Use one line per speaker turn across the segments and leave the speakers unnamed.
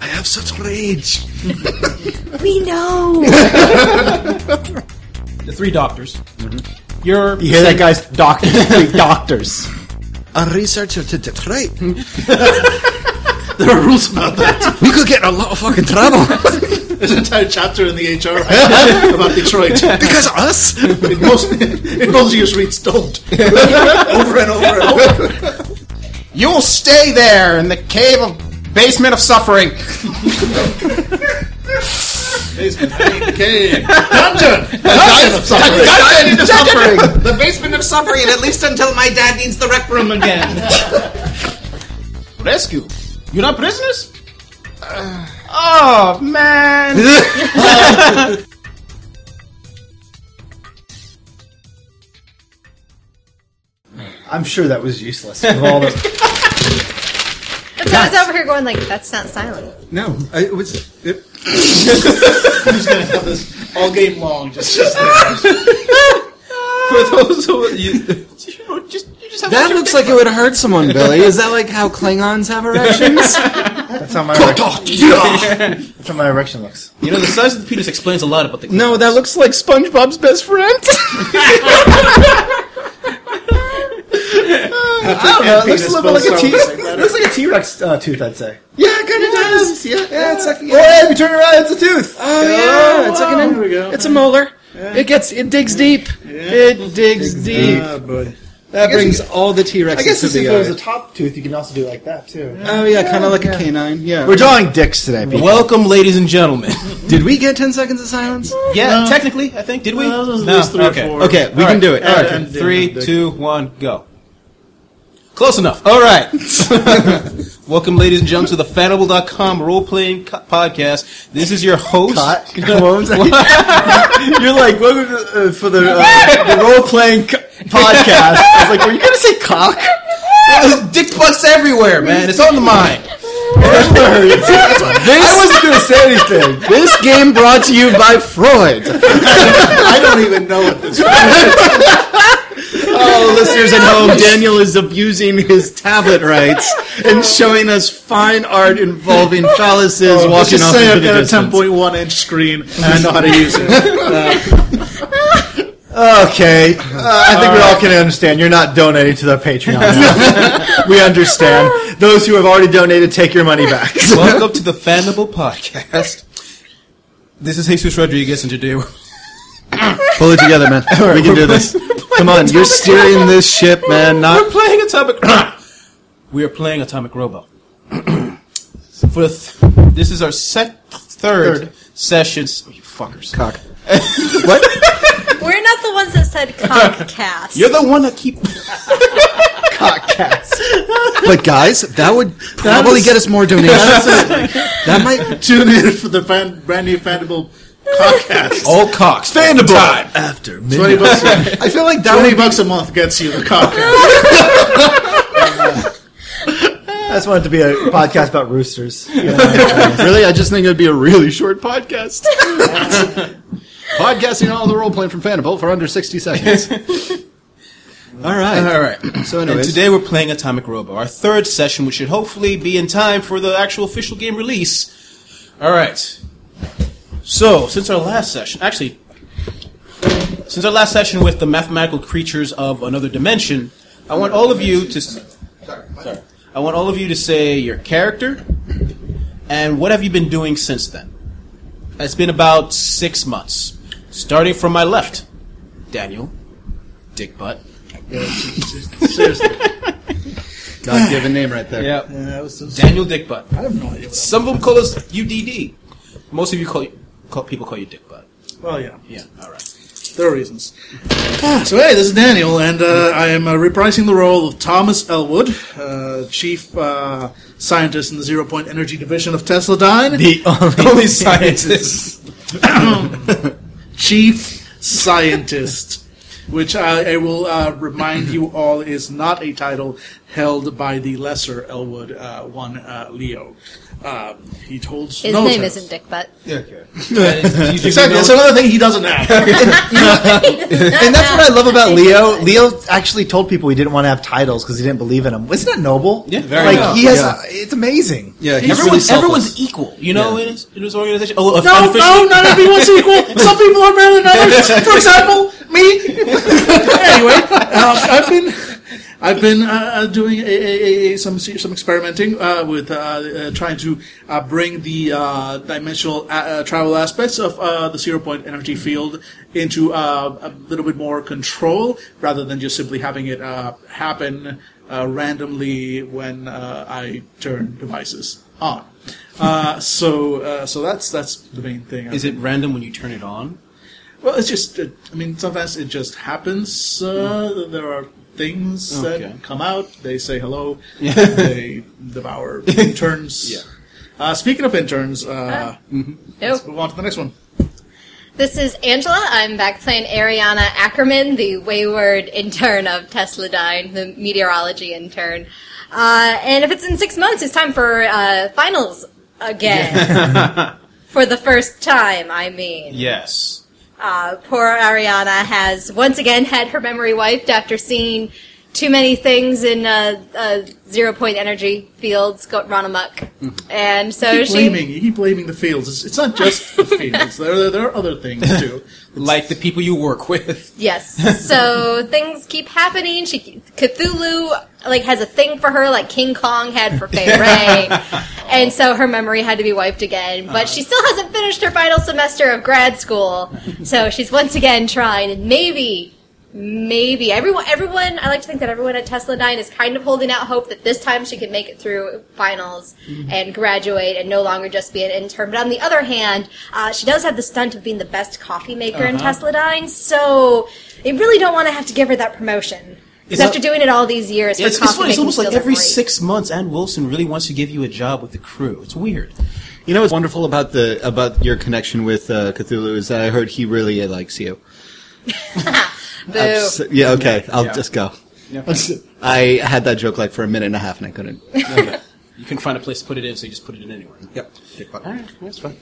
have such rage.
We know.
The three doctors. You're
Mm-hmm. You hear that, guys? Doctors, three doctors.
A researcher to Detroit. there are rules about that. We could get in a lot of fucking trouble
There's an entire chapter in the HR right, about Detroit.
because of us.
It most it mostly just reads don't.
Over and over and over.
You'll stay there in the cave of basement of suffering.
Basement. Okay. Dungeon. Dungeon of suffering.
Dungeon of suffering.
The basement of suffering, at least until my dad needs the rec room again.
Rescue. You're not prisoners. oh man. I'm sure that was useless. With all the
That's why I was over here going like, that's not silent.
No, I, it was. It,
All game long. Just,
for those who you,
just, you just have
that looks like it would hurt someone, Billy. Is that like how Klingons have erections?
that's how my erec- that's how my erection looks.
you know the size of the penis explains a lot about the
No, that looks like SpongeBob's best friend. I don't know. It looks a little bit like a T. it looks like a T Rex uh, tooth, I'd say.
yeah, it kind of does.
Yeah,
Yeah, it's like
Oh, hey, if you turn around, it's a tooth.
oh yeah, it's like an.
there we go.
It's a molar. It gets. It digs deep. It digs deep.
Ah, boy.
That brings all the T Rexes
I guess
to
if
the
there was a
yard.
top tooth, you can also do it like that too.
Oh yeah, kind of like a canine. Yeah.
We're drawing dicks today, people.
Welcome, ladies and gentlemen.
Did we get ten seconds of silence?
Yeah, technically, I think. Did we?
Well, those are at least three or
okay.
four.
Okay, we
All
can
right.
do it.
All right.
And-
Three,
and-
two, one, go. Close enough. All right. Welcome, ladies and gentlemen, to the Fanable.com role playing co- podcast. This is your host.
Hot. What was that? You're like welcome to, uh, for the, uh, the role playing co- podcast. I was like, were you gonna say cock?
There's dick butts everywhere, man. It's on the mind.
I wasn't gonna say anything.
This game brought to you by Freud.
I don't even know what this.
Oh, listeners at home, Daniel is abusing his tablet rights and showing us fine art involving phalluses
Let's
walking
Oh, just
off
say
into
I've
the
got a
distance.
10.1 inch screen and I know how to use it.
Okay, uh, I think we all can understand. You're not donating to the Patreon. now. we understand. Those who have already donated, take your money back.
Welcome to the Fanable Podcast. This is Jesus Rodriguez, and today we're.
Pull it together, man. We can do this. Come on, you're steering this ship, man.
We're
Not
playing Atomic. we are playing Atomic Robo. For the th- this is our set third, session. You fuckers.
cock.
We're not the ones that said cockcast.
You're the one that keep.
But guys, that would probably get us more donations. that might
Tune in for the fan, brand new Fandible podcast.
All cocks. Fandible.
after
20 bucks,
I feel like that
20
would be
bucks a month gets you the podcast.
I just wanted to be a podcast about roosters. You know,
really. I just think it'd be a really short podcast. Podcasting all the role playing from Fanable for under sixty seconds. All right.
All right.
So,
And
anyways,
today we're playing Atomic Robo, our third session, which should hopefully be in time for the actual official game release. All right. So, since our last session, actually, since our last session with the mathematical creatures of another dimension, I want all of you to. Sorry. I want all of you to say your character and what have you been doing since then. It's been about six months. Starting from my left, Daniel, Dick Butt.
God given name right there.
Yeah. Daniel Dickbutt. I have no idea. Some of them call us UDD. Most of you call, call people call you Dickbutt.
Well, yeah.
Yeah. All right.
There are reasons. Ah, so hey, this is Daniel, and uh, I am uh, reprising the role of Thomas Elwood, uh, chief uh, scientist in the Zero Point Energy Division of Tesla Dyne.
the only-
Only scientists.
chief scientist. which I, I will uh, remind you all is not a title held by the lesser Elwood uh, one, uh, Leo. Um, he holds
His
no
name
titles.
isn't Dick Butt.
Okay. That is- you- you
Exactly,
know-
that's another thing he doesn't have.
and that's what I love about Leo. Leo actually told people he didn't want to have titles because he didn't believe in them. Isn't that noble?
Yeah, very
like
noble.
he has.
Yeah.
it's amazing.
Yeah, he's really
everyone's,
selfless.
everyone's equal, you know, in, his, in his organization. Oh, of-
No,
unofficially-
no, not everyone's equal. Some people are better than others. For example, me. anyway, um, I've been, I've been uh, uh, doing a, a, a, a- some se- some experimenting uh, with uh, uh, trying to uh, bring the uh, dimensional uh, uh, travel aspects of uh, the zero point energy field into uh, a little bit more control, rather than just simply having it uh, happen uh, randomly when uh, I turn devices on. Uh, so, uh, so that's that's the main thing.
Is it random when you turn it on?
Well, it's just. It, I mean, sometimes it just happens. Uh, there are things
Mm. Okay.
that come out. They say hello. they devour interns.
Yeah.
Uh, speaking of interns, uh,
Nope.
move on to the next one.
This is Angela. I'm back playing Ariana Ackerman, the wayward intern of Tesladine, the meteorology intern. Uh, and if it's in six months, it's time for uh, finals again. for the first time, I mean.
Yes.
Uh, poor Ariana has once again had her memory wiped after seeing too many things in uh, uh, zero point energy fields go run amok. And so
You keep
Oh, she.
blaming. You keep blaming the fields. It's, it's not just the fields. There, there, there are other things too.
Like the people you work with.
Yes. So things keep happening. She Cthulhu like has a thing for her, like King Kong had for Fay Ray, and so her memory had to be wiped again.
Uh-huh.
But she still hasn't finished her final semester of grad school, so she's once again trying. And maybe, maybe everyone, everyone, I like to think that everyone at Tesla Nine is kind of holding out hope that this time she can make it through finals
Mm-hmm.
and graduate and no longer just be an intern. But on the other hand, uh, she does have the stunt of being the best coffee maker in
Uh-huh.
Tesla Nine, so they really don't want to have to give her that promotion. Because
It's
after
not-
doing it all these years, her
It's, it's
coffee
funny. It's
making
almost like
skills are
every
great.
six months, Ann Wilson really wants to give you a job with the crew. It's weird.
You know what's wonderful about the about your connection with uh, Cthulhu is that I heard he really likes you.
Oh.
Boo.
uh,
Abs- yeah, okay, I'll
Yeah.
just go. I had that joke like for a minute and a half and I couldn't.
You can find a place to put it in, so you just put it in anywhere.
yep.
All right, that's fine.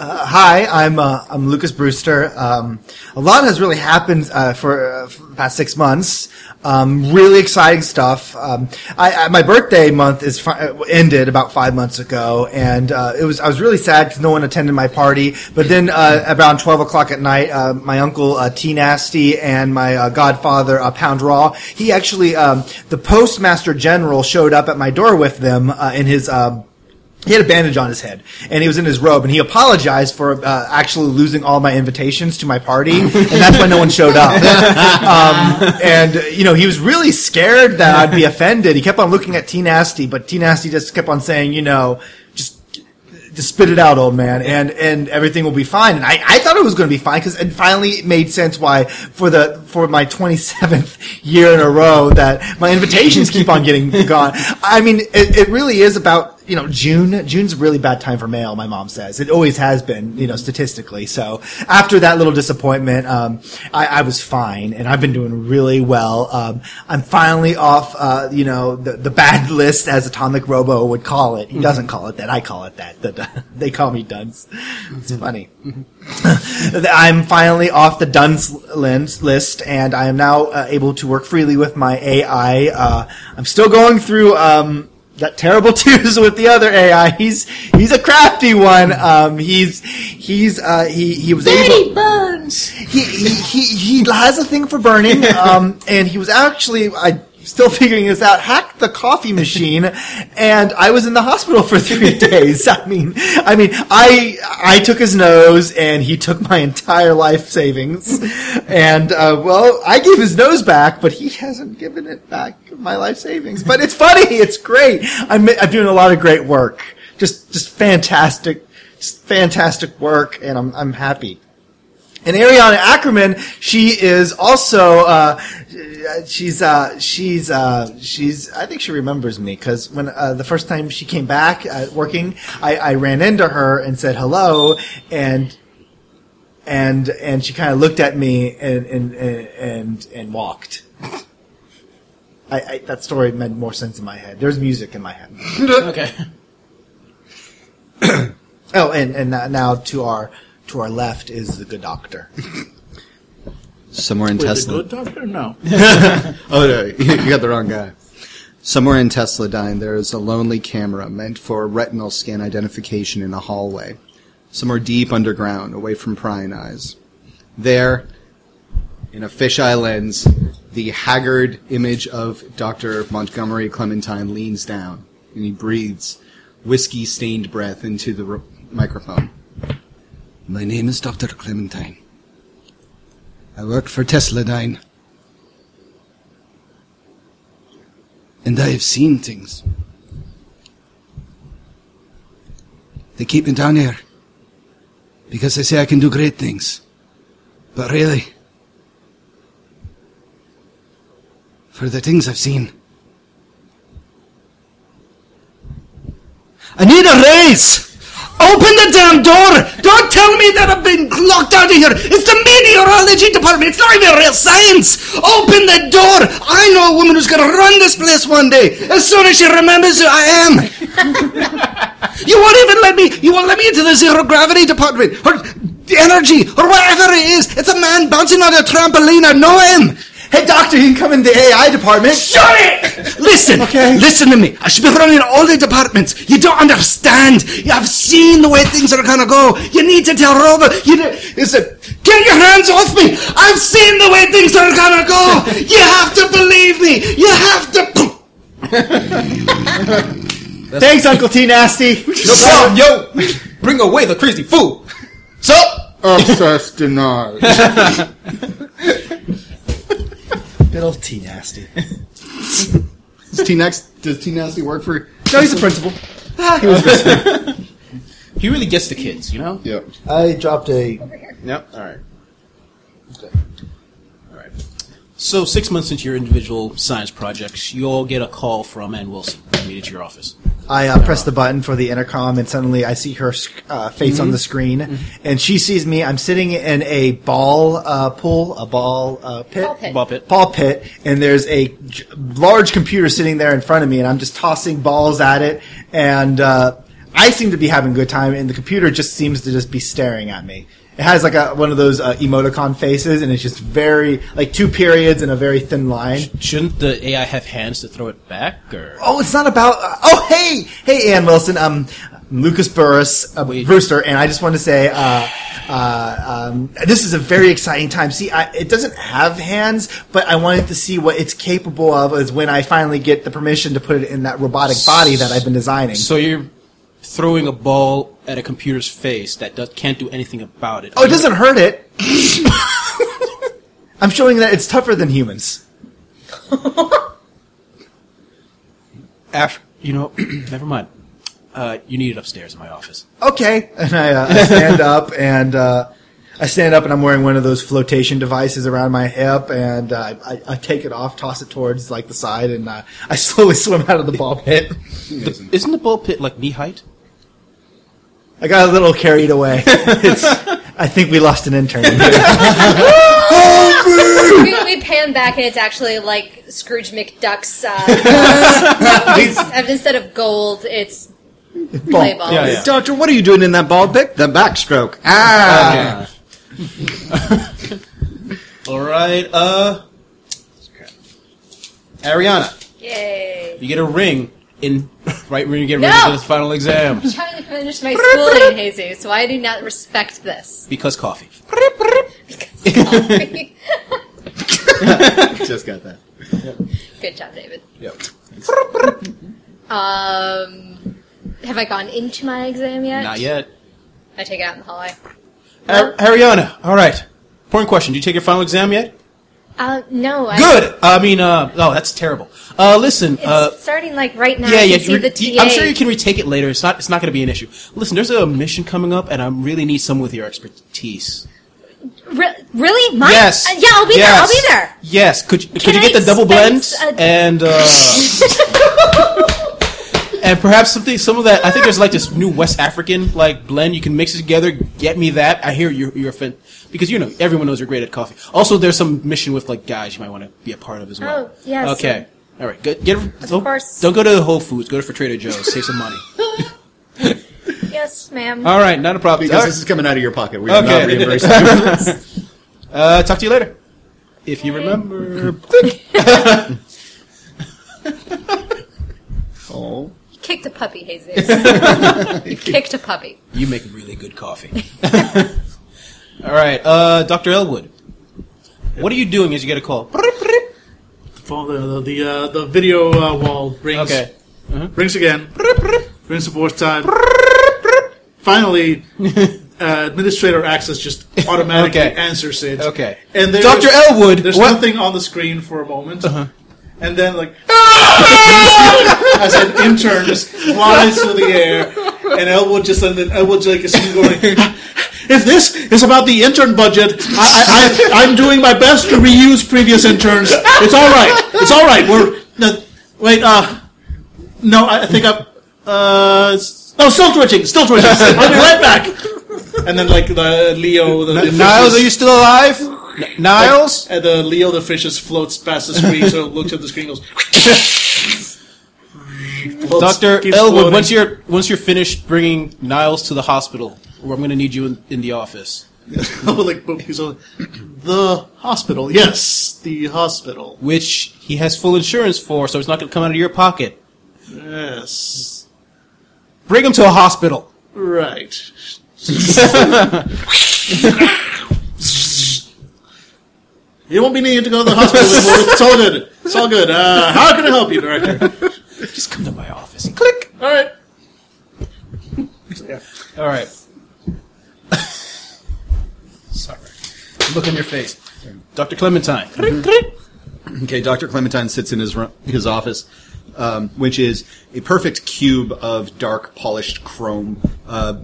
Hi, I'm uh, I'm Lucas Brewster. Um, a lot has really happened uh, for, uh, for the past six months. Um, really exciting stuff. Um, I, I, my birthday month is fi- uh, ended about five months ago, and uh, it was I was really sad because no one attended my party. But then uh, around twelve o'clock at night, uh, my uncle uh, T Nasty and my uh, godfather uh, Pound Raw, he actually um, the postmaster general showed up at my door with them uh, in his. Uh, he had a bandage on his head and he was in his robe and he apologized for uh, actually losing all my invitations to my party and that's why no one showed up um, and uh, you know he was really scared that i'd be offended he kept on looking at t nasty but t nasty just kept on saying you know just just spit it out, old man, and and everything will be fine. And I, I thought it was going to be fine because it finally it made sense why for the for my 27th year in a row that my invitations keep on getting gone. I mean, it, it really is about you know June. June's a really bad time for mail. My mom says it always has been, you know, statistically. So after that little disappointment, um, I, I was fine, and I've been doing really well. Um, I'm finally off, uh, you know, the, the bad list as Atomic Robo would call it. He doesn't call it that. I call it that. The, the- they call me Dunce. It's funny. I'm finally off the Dunce lens- list, and I am now uh, able to work freely with my AI. Uh, I'm still going through um, that terrible twos with the other AI. He's he's a crafty one. Um, he's he's uh, he he was able he, he, he, he has a thing for burning, um, and he was actually, I still figuring this out, hacked the coffee machine, and I was in the hospital for three days. I mean, I mean, I, I took his nose, and he took my entire life savings, and, uh, well, I gave his nose back, but he hasn't given it back, my life savings. But it's funny, it's great. I'm, I'm doing a lot of great work. Just, just fantastic, just fantastic work, and I'm, I'm happy. And Ariana Ackerman, she is also uh, she's uh, she's uh, she's I think she remembers me because when uh, the first time she came back uh, working, I, I ran into her and said hello, and and and she kind of looked at me and and and and, and walked. I, I, that story made more sense in my head. There's music in my head.
Okay.
Oh, and and uh, now to our to our left is the good doctor.
Somewhere in
With
Tesla.
a good doctor? No.
Oh no, you got the wrong guy. Somewhere in Tesladine, there is a lonely camera meant for retinal scan identification in a hallway, somewhere deep underground, away from prying eyes. There, in a fisheye lens, the haggard image of Dr. Montgomery Clementine leans down, and he breathes whiskey-stained breath into the r- microphone. My name is Dr. Clementine. I work for Tesladine. and I have seen things. They keep me down here because they say I can do great things. But really, for the things I've seen, I need a raise! Open the damn door! Don't tell me that I've been locked out of here! It's the meteorology department! It's not even real science! Open the door! I know a woman who's gonna run this place one day! As soon as she remembers who I am! you won't even let me you won't let me into the zero gravity department! Or the energy, or whatever it is! It's a man bouncing on a trampoline, I know him!
Hey, doctor, you can come in the AI department.
Shut it! Listen, listen to me. I should be running all the departments. You don't understand. I've seen the way things are gonna go. You need to tell Robert. You ne- is it? Get your hands off me! I've seen the way things are gonna go. You have to believe me. You have to.
Thanks, Uncle T. Nasty.
No problem, yo! Bring away the crazy fool! So,
Obsessed denied.
Good old T. Nasty.
Does T next? Does T nasty work for?
No, he's the principal.
he really gets the kids, you know?
Yep.
I dropped a.
Yep. All right. All right. So six months into your individual science projects, you all get a call from Ann Wilson to meet at your office.
I uh, press the button for the intercom, and suddenly I see her sc- uh, face on the screen, and she sees me. I'm sitting in a ball uh, pool, a ball uh, pit,
Ball pit.
Ball pit.
ball pit, and there's a j- large computer sitting there in front of me, and I'm just tossing balls at it, and uh, I seem to be having a good time, and the computer just seems to just be staring at me. It has like a, one of those uh, emoticon faces, and it's just very like two periods and a very thin line.
Shouldn't the AI have hands to throw it back, or
Oh, it's not about. Uh, oh, hey, hey, Ann Wilson. Um, Lucas Burris uh,
Wait.
Brewster, and I just want to say, uh, uh, um, this is a very exciting time. See, I, it doesn't have hands, but I wanted to see what it's capable of. Is when I finally get the permission to put it in that robotic body that I've been designing.
so you're throwing a ball at a computer's face that does, can't do anything about it?
oh, it doesn't hurt it. I'm showing that it's tougher than humans.
Af- you know, never mind. Uh, you need it upstairs in my office.
okay. And I, uh, I stand up and uh, I stand up and I'm wearing one of those flotation devices around my hip and uh, I, I take it off, toss it towards like the side, and uh, I slowly swim out of the ball pit.
The- isn't the ball pit like knee height?
I got a little carried away. It's, I think we lost an intern. Here.
we, we pan back and it's actually like Scrooge McDuck's. Uh, and instead of gold, it's play balls.
Yeah, yeah.
Doctor, what are you doing in that ball pit? The backstroke. Ah.
All right. Uh, Ariana.
Yay.
You get a ring in right when you get
No!
ready for this final exam.
I'm trying to finish my schooling, Jesus, so I do not respect this.
Because coffee.
Good
Just got that.
job, David.
Yep.
Um, have I gone into my exam yet?
Not yet.
I take it out in the hallway.
Ar- Ariana, all right. Important question. Did you take your final exam yet?
Uh, no, I,
Good. I mean, uh, oh, that's terrible. Uh, listen.
It's
Uh,
starting like right now.
yeah,
I
yeah.
can see
you-
the TA.
you- I'm sure you can retake it later. It's not. It's not going to be an issue. Listen, there's a mission coming up, and I really need someone with your expertise.
Re- really? Mine?
yes.
Uh, yeah, I'll be there. I'll be
Yes.
there.
Yes. Could you, could
Can
you get
I
the double blends
expense a-
and uh, and perhaps something, some of that. I think there's like this new West African like blend. You can mix it together. Get me that. I hear you're you're a fan because you know everyone knows you're great at coffee. Also, there's some mission with like guys you might want to be a part of as well.
Oh, yes.
Okay. All right. Good. Get of don't,
course.
Don't go to Whole Foods. Go to for Trader Joe's. Save some money.
Yes, ma'am.
All right. Not a problem.
Because
All
this
right.
is coming out of your pocket. We are
Okay.
not reimbursing you.
Uh, talk to you later. If you remember.
Oh.
Kicked a puppy, Jesus. you kicked a puppy.
You make really good coffee. All right, uh, Dr. Elwood. What are you doing as you get a call?
Well, the the the, uh, the video uh, wall rings. Uh-huh.
Okay. Uh-huh.
Rings again. Rings the fourth time. Finally, uh, administrator access just automatically
Okay.
answers it.
Okay.
And there's,
Dr. Elwood,
There's
what- Uh-huh.
nothing on the screen for a moment. And then, like, as an intern just flies through the air, and Elwood just and then Elwood like is going. If this is about the intern budget, I, I, I, I'm doing my best to reuse previous interns. It's all right. It's all right. We're no, wait. Uh, no, I I think I'm. Uh, s- no, still twitching. Still twitching. I'll be right back. And then like the Leo, the, the fish
Niles, are
is-
you still alive? N- Niles?
and the Leo the fish just floats past the screen, so it looks at the screen, and goes. floats,
Dr.
keeps
Elwood,
floating.
once you're once you're finished bringing Niles to the hospital, where I'm going to need you in, in the office.
like boom, he's all, the hospital. Yes, the hospital.
Which he has full insurance for, so it's not going to come out of your pocket.
Yes,
Bring him to a hospital.
right. you won't be needing to go to the hospital anymore. It's all good. It's all good. Uh, how can I help you, director?
Just come to my office. Click.
All right.
All right. Sorry. Look on your face. Dr. Clementine.
Okay, Dr. Clementine sits in his ru- his office, um, which is a perfect cube of dark polished chrome, uh,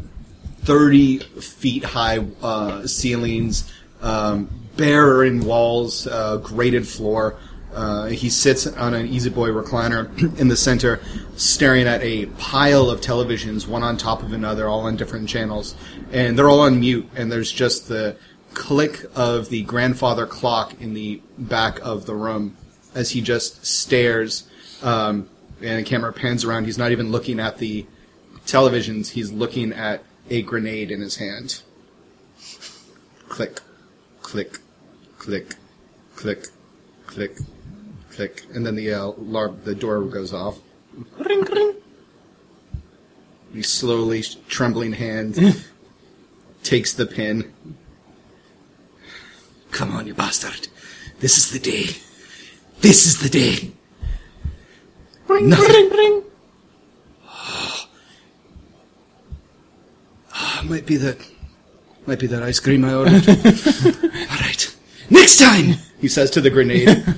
30 feet high uh, ceilings, um, barren walls, uh, grated floor. Uh, he sits on an Easy Boy recliner in the center, staring at a pile of televisions, one on top of another, all on different channels. And they're all on mute, and there's just the click of the grandfather clock in the back of the room as he just stares um, and the camera pans around he's not even looking at the televisions he's looking at a grenade in his hand click click click click click click and then the uh, alarm the door goes off he slowly trembling hand takes the pin
Come on, you bastard. This is the day. This is the day.
Ring,
Nothing.
ring, ring.
That ah, might be that. Might be that ice cream I ordered. All right. Next time.
he says to the grenade, and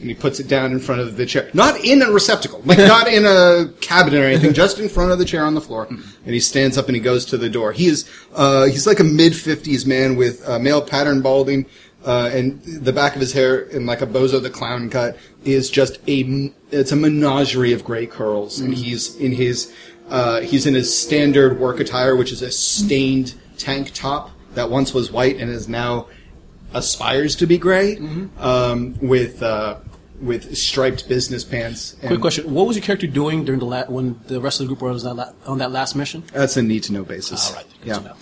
he puts it down in front of the chair. Not in a receptacle, like not in a cabinet or anything, just in front of the chair on the floor. And he stands up and he goes to the door. He is, uh, he's like a mid fifties man with uh, male pattern balding, uh, and the back of his hair in like a bozo the clown cut is just a, m- it's a menagerie of gray curls, and he's in his, uh, he's in his standard work attire, which is a stained tank top that once was white and is now aspires to be gray
Mm-hmm.
um, with uh, with striped business pants. And
Quick question: What was your character doing during the la- when the rest of the group were on that, la- on that last mission?
That's a need to know basis.
All right, good
yeah.
to know.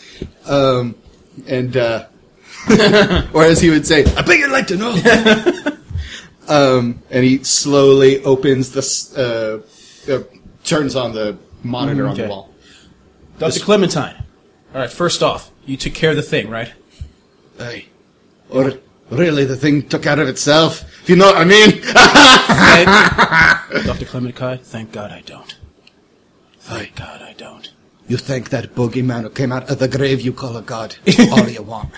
Um, and uh, or as he would say, I bet you'd like to know. um, and he slowly opens the s- uh, uh, turns on the monitor on
Okay.
the wall.
Dr. Clementine. All right. First off, you took care of the thing, right?
Aye. Or really, the thing took out of itself. If you know what I mean.
Thank- Dr. Clementine, thank God I don't. Thank God I don't.
You thank that bogeyman who came out of the grave you call a god all you want.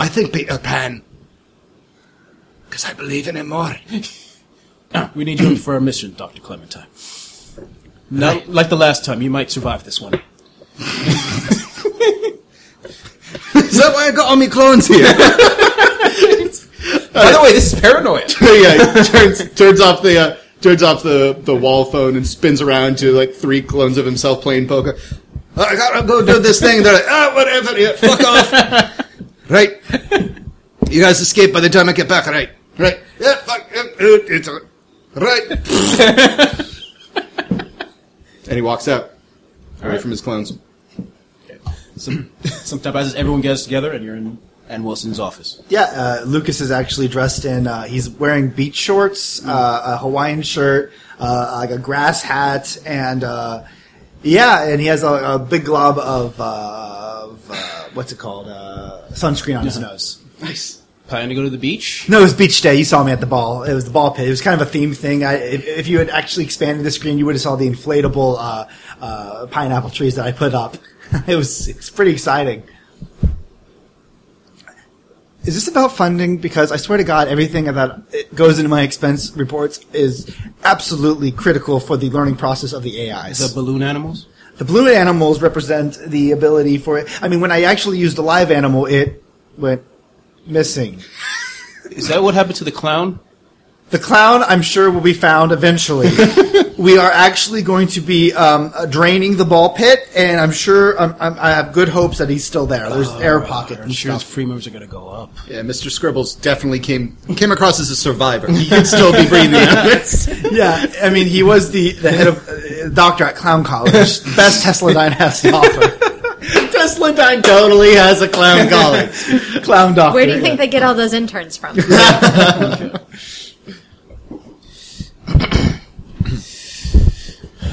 I think Peter Pan. Because I believe in him more.
Ah, We need you in for a mission, Dr. Clementine. Not like the last time. You might survive this one.
Is that why I got all my clones here?
By the way, this is paranoia.
yeah, he turns, turns off the, uh,
turns off the, the wall phone and spins around to like three clones of himself playing poker. "Oh, I gotta go do this thing. They're like, ah, whatever. Yeah, fuck off. right. You guys escape by the time I get back. Right. Right. Yeah. Fuck. yeah, it- It's a, right. and he walks out away from his clones.
Some, sometimes everyone gets together and you're in Ann Wilson's office.
Yeah, uh, Lucas is actually dressed in. Uh, he's wearing beach shorts, uh, a Hawaiian shirt, uh, like a grass hat, and uh, yeah, and he has a, a big glob of, uh, of uh, what's it called uh, sunscreen on his nose.
Nice. Planning to go to the beach?
No, it was beach day. You saw me at the ball. It was the ball pit. It was kind of a theme thing. I, if, if you had actually expanded the screen, you would have saw the inflatable uh, uh, pineapple trees that I put up. it was it's pretty exciting. Is this about funding? Because I swear to God, everything that it goes into my expense reports is absolutely critical for the learning process of the AIs.
The balloon animals?
The balloon animals represent the ability for it. I mean, when I actually used the live animal, it went missing.
Is that what happened to the clown?
The clown, I'm sure, will be found eventually. we are actually going to be um, uh, draining the ball pit, and I'm sure um, I'm, I have good hopes that he's still there. There's air pocket and
Insurance
stuff.
premiums are going to go up.
Yeah, Mr. Scribbles definitely came came across as a survivor. He could still be breathing.
yeah, I mean, he was the, the head of uh, doctor at Clown College. Best Tesla Dine has to offer.
Tesla Dine totally has a clown college.
Clown doctor.
Where do you think they get all those interns from?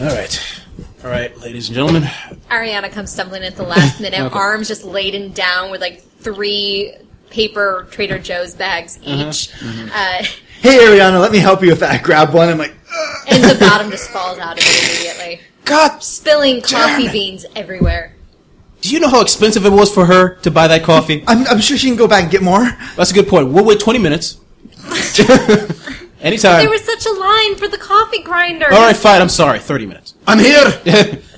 All right. All right, ladies and gentlemen.
Ariana comes stumbling at the last minute, arms just laden down with like three paper Trader Joe's bags each, uh,
Hey, Ariana, let me help you with that. I grab one. I'm like,
and the bottom just falls out of it immediately,
God,
spilling coffee beans everywhere.
do you know how expensive it was for her to buy that coffee?
I'm, I'm sure she can go back and get more.
That's a good point. We'll wait 20 minutes. Anytime.
There was such a line for the coffee grinder.
All right, fine. I'm sorry. 30 minutes.
I'm here.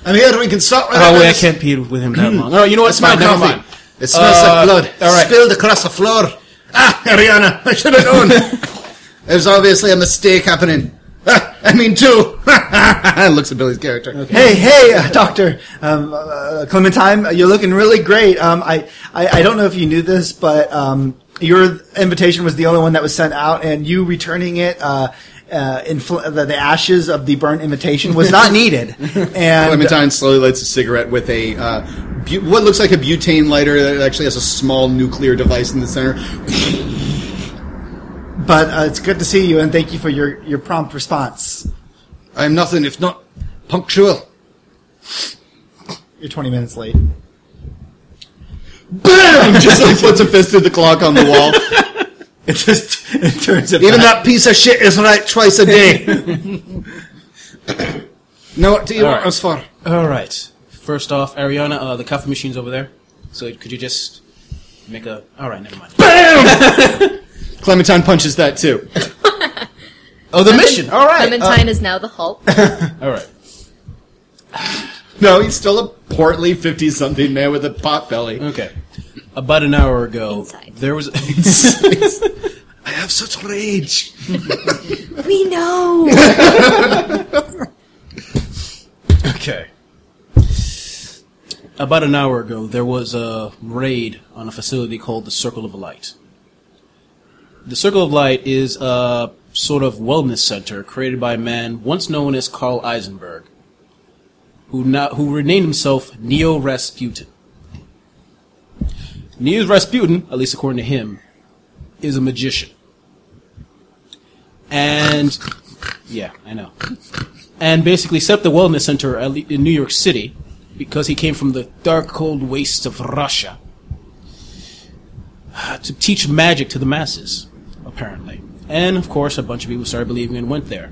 I'm here. We can stop right
Oh,
now.
wait, I can't be with him that long. All right, you know what? It's
My
fine. Never
coffee.
mind.
It smells
Uh,
like blood.
all right.
Spilled across the floor. Ah, Ariana, I should have known. There's obviously a mistake happening. Ah, I mean, two. Looks at Billy's character.
Hey, hey, uh, Doctor um, uh, Clementine, you're looking really great. Um, I, I, I don't know if you knew this, but um, your invitation was the only one that was sent out, and you returning it. Uh, uh, infl- the, the ashes of the burnt invitation was not needed, and
Clementine
uh,
slowly lights a cigarette with a uh, bu- what looks like a butane lighter that actually has a small nuclear device in the center.
but uh, it's good to see you, and thank you for your, your prompt response.
I'm nothing if not punctual.
You're 20 minutes late.
Bam! Just like puts a fist through the clock on the wall.
It just it turns it
Even
back.
that piece of shit is right twice a day. now what do you
All
want
right.
us for?
All right. First off, Ariana, uh, the coffee machine's over there. So could you just make a. All right, never mind.
Clementine punches that too.
Oh, the mission. All right.
Clementine is now the Hulk.
All right.
No, he's still a portly fifty-something man with a pot belly.
Okay. About an hour ago,
Inside.
there was.
I have such rage.
we know.
okay. About an hour ago, there was a raid on a facility called the Circle of Light. The Circle of Light is a sort of wellness center created by a man once known as Carl Eisenberg, who now who renamed himself Neo Rasputin. Neo Rasputin, at least according to him, is a magician. And yeah, I know. And basically set up the wellness center at le- in New York City because he came from the dark, cold wastes of Russia uh, to teach magic to the masses, apparently. And of course, a bunch of people started believing and went there.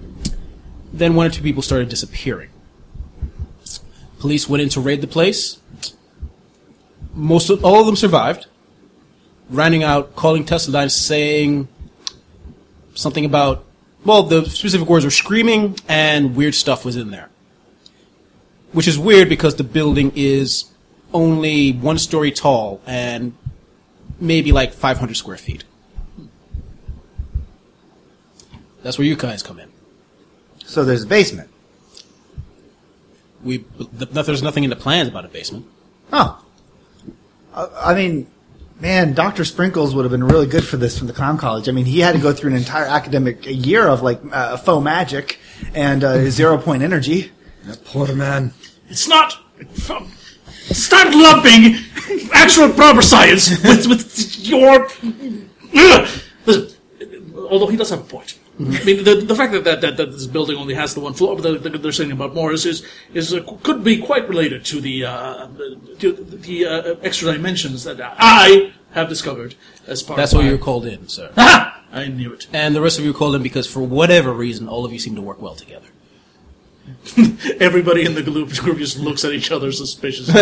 Then one or two people started disappearing. Police went in to raid the place. Most of all of them survived. Running out, calling Tesla Line, saying something about well the specific words were screaming and weird stuff was in there which is weird because the building is only one story tall and maybe like 500 square feet that's where you guys come in
So there's a basement.
We th- there's nothing in the plans about a basement.
Oh. I I mean, man, Dr. Sprinkles would have been really good for this from the clown college. I mean, he had to go through an entire academic year of like uh, faux magic and uh, zero point energy.
Poor man.
It's not. Stop lumping actual proper science with, with your. Ugh. Listen, although he does have a point.
Mm-hmm.
I mean, the, the fact that, that, that, that this building only has the one floor, but the, the, they're saying about more is is, is uh, could be quite related to the uh, to the uh, extra dimensions that I have discovered as part.
That's
of
why
my-
you were called in, sir.
Ah! I knew it.
and the rest of you were called in because for whatever reason, all of you seem to work well together.
Everybody in the group group just looks at each other suspiciously.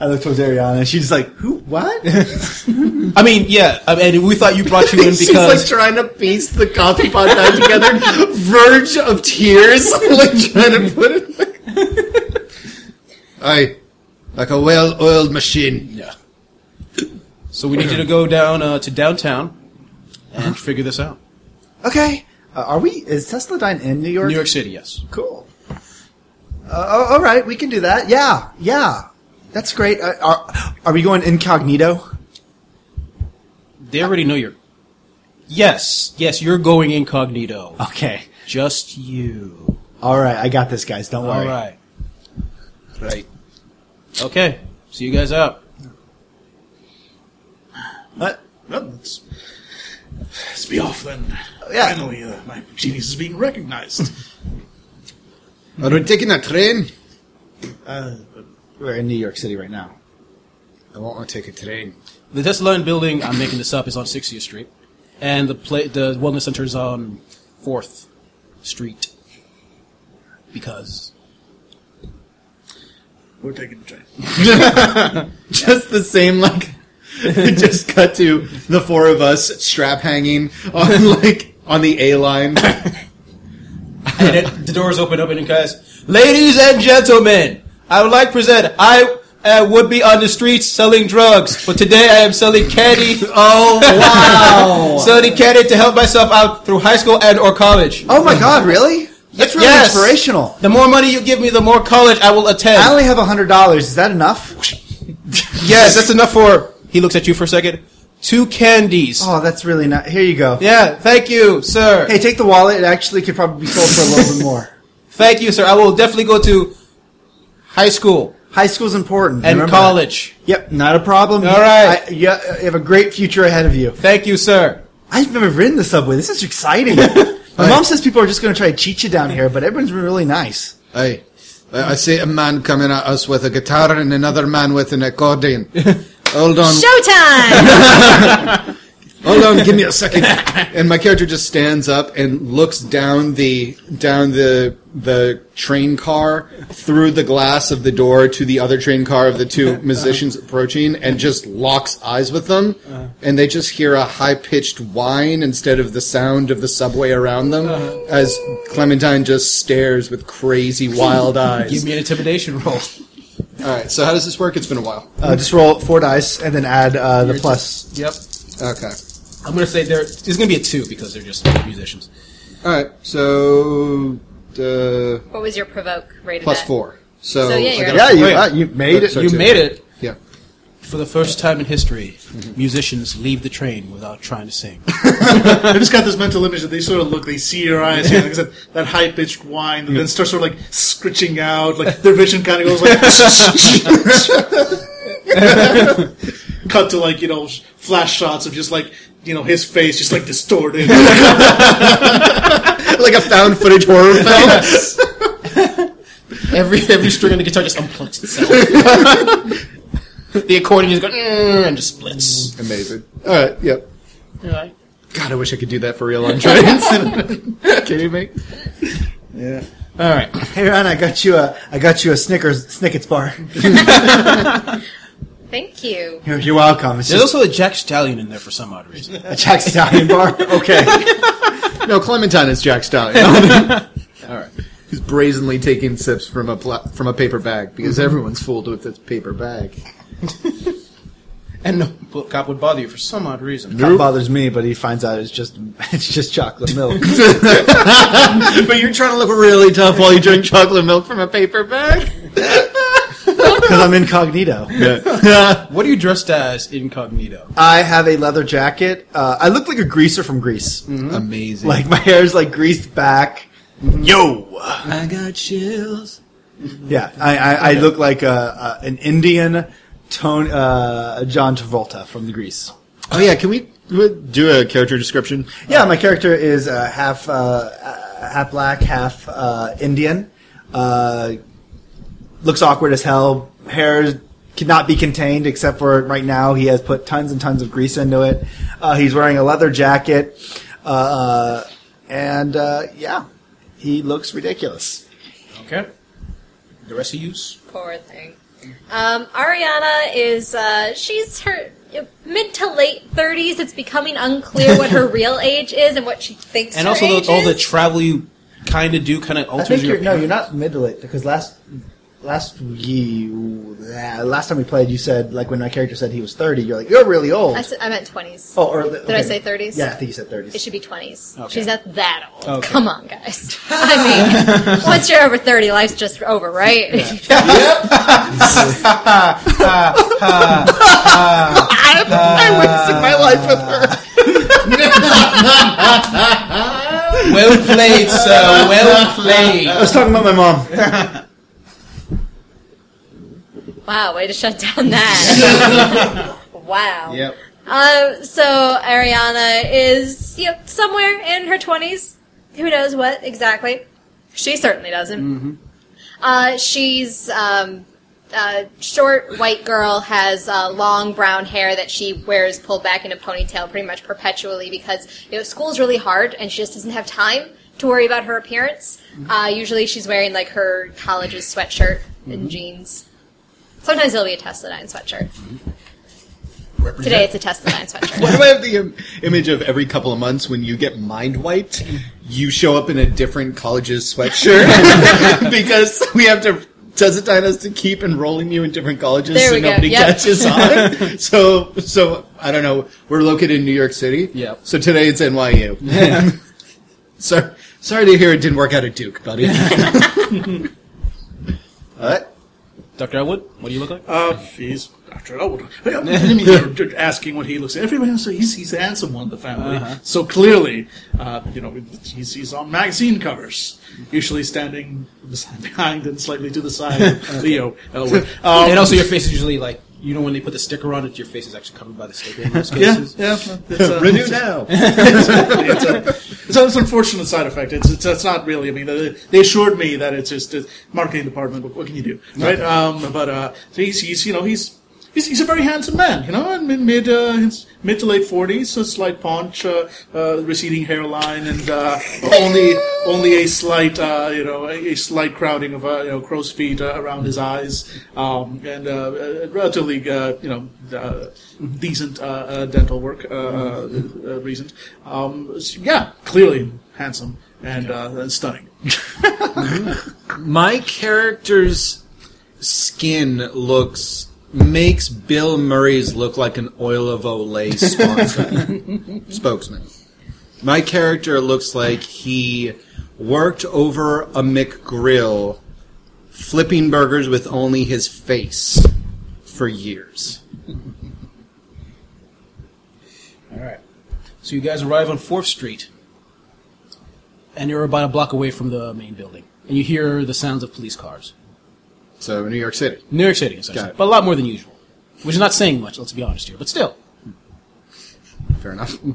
I looked towards Ariana and she's like, who, what?
I mean, yeah, I mean, we thought you brought you in
She's like
because
trying to piece the coffee pot back together, verge of tears, like trying to put it. Back. I, like a well-oiled machine.
yeah. So we need you to go down uh, to downtown and figure this out.
okay. Uh, are we, is Tesla Dine in New York?
New York City, yes.
Cool. Uh, oh, all right, we can do that. Yeah, yeah. That's great. Uh, are, are we going incognito?
They already know you're. Yes, yes, you're going incognito.
Okay.
Just you.
All right, I got this, guys. Don't
All
worry.
right. Right. Okay. See you guys out.
What?
Well, let's, let's be off then.
Yeah.
Finally, uh, my genius is being recognized.
Are we taking a train?
We're in New York City right now.
I want to take a train.
The Tesla Line building, I'm making this up, is on 60th Street. And the pla- the wellness center is on 4th Street. Because.
We're taking the train.
Just the same, like, just cut to the four of us strap hanging on, like, on the A line.
and it, the doors open up and it goes, Ladies and gentlemen, I would like to present, I uh, would be on the streets selling drugs, but today I am selling candy. oh, wow. selling candy to help myself out through high school and or college.
Oh my God, really? That's really
Yes.
inspirational.
The more money you give me, the more college I will attend.
I only have hundred dollars. Is that enough?
yes, that's enough for. He looks at you for a second. Two candies.
Oh, that's really not. Here you go.
Yeah, thank you, sir.
Hey, take the wallet. It actually could probably be sold for a little bit more.
Thank you, sir. I will definitely go to high school
High school's important.
and
remember that.
college.
Yep, not a problem.
All right.
I, you, you have a great future ahead of you.
Thank you, sir.
I've never ridden the subway. This is exciting. My mom says people are just going to try to cheat you down here, but everyone's been really nice.
I, I see a man coming at us with a guitar and another man with an accordion. Hold on,
Showtime!
hold on, give me a second. And my character just stands up and looks down the down the the train car through the glass of the door to the other train car of the two
Uh-huh.
musicians approaching, and just locks eyes with them.
Uh-huh.
And they just hear a high pitched whine instead of the sound of the subway around them
Uh-huh.
as Clementine just stares with crazy wild eyes.
Give me an intimidation roll.
All right. So how does this work? It's been a while.
Uh, just roll four dice and then add uh, the plus.
Yep.
Okay.
I'm gonna say there. It's gonna be a two because they're just musicians.
All right. So uh,
what was your provoke rated
plus
at?
four. So,
So, yeah,
I
you're
got a-
at-
you,
yeah.
you made
So
you
two.
made it
Yeah.
for the first time in history. Musicians leave the train without trying to sing.
I just got this mental image that they sort of look, they see your eyes, you know, like I said, that high pitched whine, and then start sort of like scritching out, like their vision kind of goes like. Cut to like you know flash shots of just like you know his face just like distorted.
like a found footage horror film.
every every string on the guitar just unplugs itself. the accordion just goes "Mm," and just splits.
Amazing. All right. Yep.
Right.
God, I wish I could do that for real on trains. Kidding me?
All right.
Hey, Ron, I got you a, I got you a Snickers, Snickets bar.
Thank you.
You're, you're welcome. It's
There's
just
also a Jack Stallion in there for some odd reason.
a Jack Stallion bar. Okay.
No, Clementine is Jack Stallion. All right. Who's brazenly taking sips from
Mm-hmm.
a pla- from a paper bag because everyone's fooled with this paper bag.
and no po- cop would bother you for some odd reason.
That bothers me, but he finds out it's just it's just chocolate milk.
but you're trying to look really tough while you drink chocolate milk from a paper bag.
because I'm incognito.
What are you dressed as incognito?
I have a leather jacket. Uh, I look like a greaser from Greece.
Amazing.
Like my hair's like greased back.
I got chills.
Yeah, I, I, I look like a, a, an Indian tone uh, John Travolta from the Greece.
Oh yeah, can we do a character description?
Yeah, my character is uh, half uh, uh, half black, half uh, Indian. Uh, looks awkward as hell. Hair cannot be contained, except for right now he has put tons and tons of grease into it. Uh, he's wearing a leather jacket, uh, uh, and uh, yeah, he looks ridiculous.
Okay. The rest of yous?
Poor thing. Um, Ariana is uh, she's her mid to late thirties. It's becoming unclear what her real age is and what she thinks.
And
her
also
age
the, all the
is.
travel you kind of do kind of
I
alters
think
your.
you're, no, you're not middle late because last last ye, uh, last time we played, you said like when my character said he was thirty, you're like you're really old.
I, said, I meant twenties.
oh, or
Did I say thirties?
Yeah, I think you said
It
thirties.
should be 20s.
Okay.
She's not that old.
Okay.
Come on, guys. I mean, once you're over 30, life's just over, right?
I'm wasting my life with her.
well played, sir. Well played.
I was talking about my mom.
wow, way to shut down that. wow.
Yep.
Um, so Ariana is you know, somewhere in her 20s. Who knows what exactly? She certainly doesn't.
Mm-hmm.
Uh, she's um, a short white girl, has uh, long brown hair that she wears pulled back in a ponytail pretty much perpetually because you know school's really hard and she just doesn't have time to worry about her appearance.
Mm-hmm.
Uh, usually she's wearing like her college's sweatshirt
Mm-hmm.
and jeans. Sometimes it'll be a Tesla 9 sweatshirt.
Mm-hmm.
Today it's a Tesla 9 sweatshirt.
Why do I have the Im- image of every couple of months when you get mind wiped? You show up in a different college's sweatshirt because we have to. Tezatine has to keep enrolling you in different colleges
There
so
we go,
nobody
yep.
catches on. so, so I don't know. We're located in New York City.
Yep.
So today it's NYU. sorry, sorry to hear it didn't work out at Duke, buddy. what?
Dr. Elwood, what do you look like?
Uh, he's Dr. Elwood. I mean, you're asking what he looks like. Everybody else, he's, he's the handsome one in the family. So clearly, uh, you know, he's, he's on magazine covers, usually standing beside- behind and slightly to the side of Leo Elwood. Um,
and also, your face is usually like you know when they put the sticker on it, your face is actually covered by the sticker in most
yeah,
cases.
yeah. It's, uh,
Renew now.
it's, a, it's, a, it's an unfortunate side effect. It's, it's, it's not really. I mean, they, they assured me that it's just a marketing department. But what can you do, right? Um, but uh, so he's, he's you know he's. He's, he's a very handsome man, you know, in mid mid, uh, his mid to late forties, a slight paunch, uh, uh, receding hairline, and uh, only only a slight uh, you know a, a slight crowding of uh, you know crow's feet uh, around his eyes, um, and uh, a- a relatively uh, you know uh, decent uh, uh, dental work uh, uh, uh, reason. Um, s- yeah, clearly handsome and uh, and stunning.
My character's skin looks makes Bill Murray's look like an oil of Olay sponsor spokesman. My character looks like he worked over a McGrill flipping burgers with only his face for years.
All right. So you guys arrive on Fourth Street, and you're about a block away from the main building, and you hear the sounds of police cars.
So New York City.
New York City, essentially,
Got it.
but a lot more than usual, which is not saying much. Let's be honest here, but still.
Fair enough.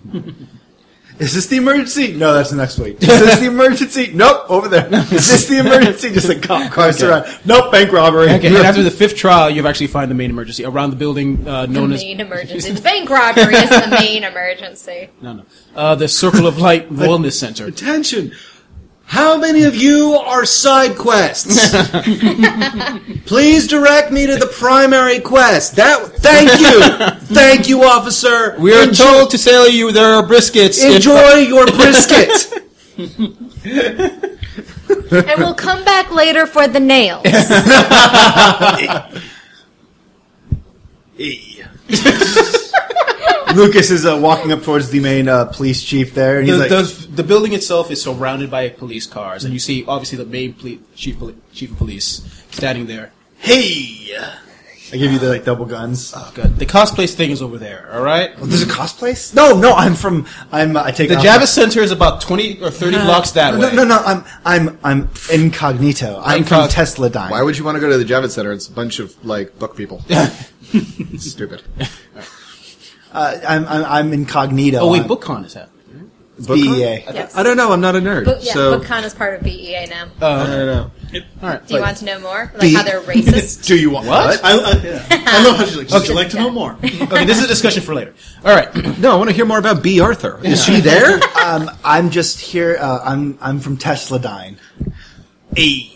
Is this the emergency? No, that's next week. Is this the emergency? Nope, over there. Is this the emergency? Just like cop cars around. Nope, bank robbery.
Okay, and after the fifth trial, you've actually found the main emergency around the building uh,
the
known as
main emergency. The bank robbery is the main emergency.
no, no, uh, the Circle of Light Wellness Center.
Attention! How many of you are side quests? Please direct me to the primary quest. That thank you. thank you, officer.
We are
Enjoy,
told to tell you there are briskets. in-
enjoy your brisket.
And we'll come back later for the nails.
Lucas is uh, walking up towards the main uh, police chief there, and he's
the,
like,
the, the building itself is surrounded by police cars, and you see obviously the main poli- chief, poli- chief of police standing there. Hey,
"I give you the like double guns."
oh, God. the cosplay thing is over there. All right,
Oh, there's a cosplace? No, no, I'm from. I'm. Uh, I take
the
off
Javis Center is about twenty or thirty blocks
my-
that
Uh-huh. No,
way.
no, no, no, I'm. I'm. I'm incognito. I'm from
Incog-
Tesla Dime.
Why would you want to go to the Javits Center? It's a bunch of like buck people. Stupid.
uh, I'm, I'm. I'm incognito.
Oh wait,
I'm
BookCon is happening.
BEA.
Yes.
I don't know. I'm not a nerd.
But, yeah,
so Oh,
BookCon is part of BEA now.
I don't know.
Do you want to know more? Like
E
how they're racist?
Do you want
What?
I, I, yeah. I love how she's like, would you like to know more?
Okay, this is a discussion for later. All right,
No, I want to hear more about B. Arthur. Is she there?
Um, I'm just here. Uh, I'm. I'm from Tesla Dine.
hey.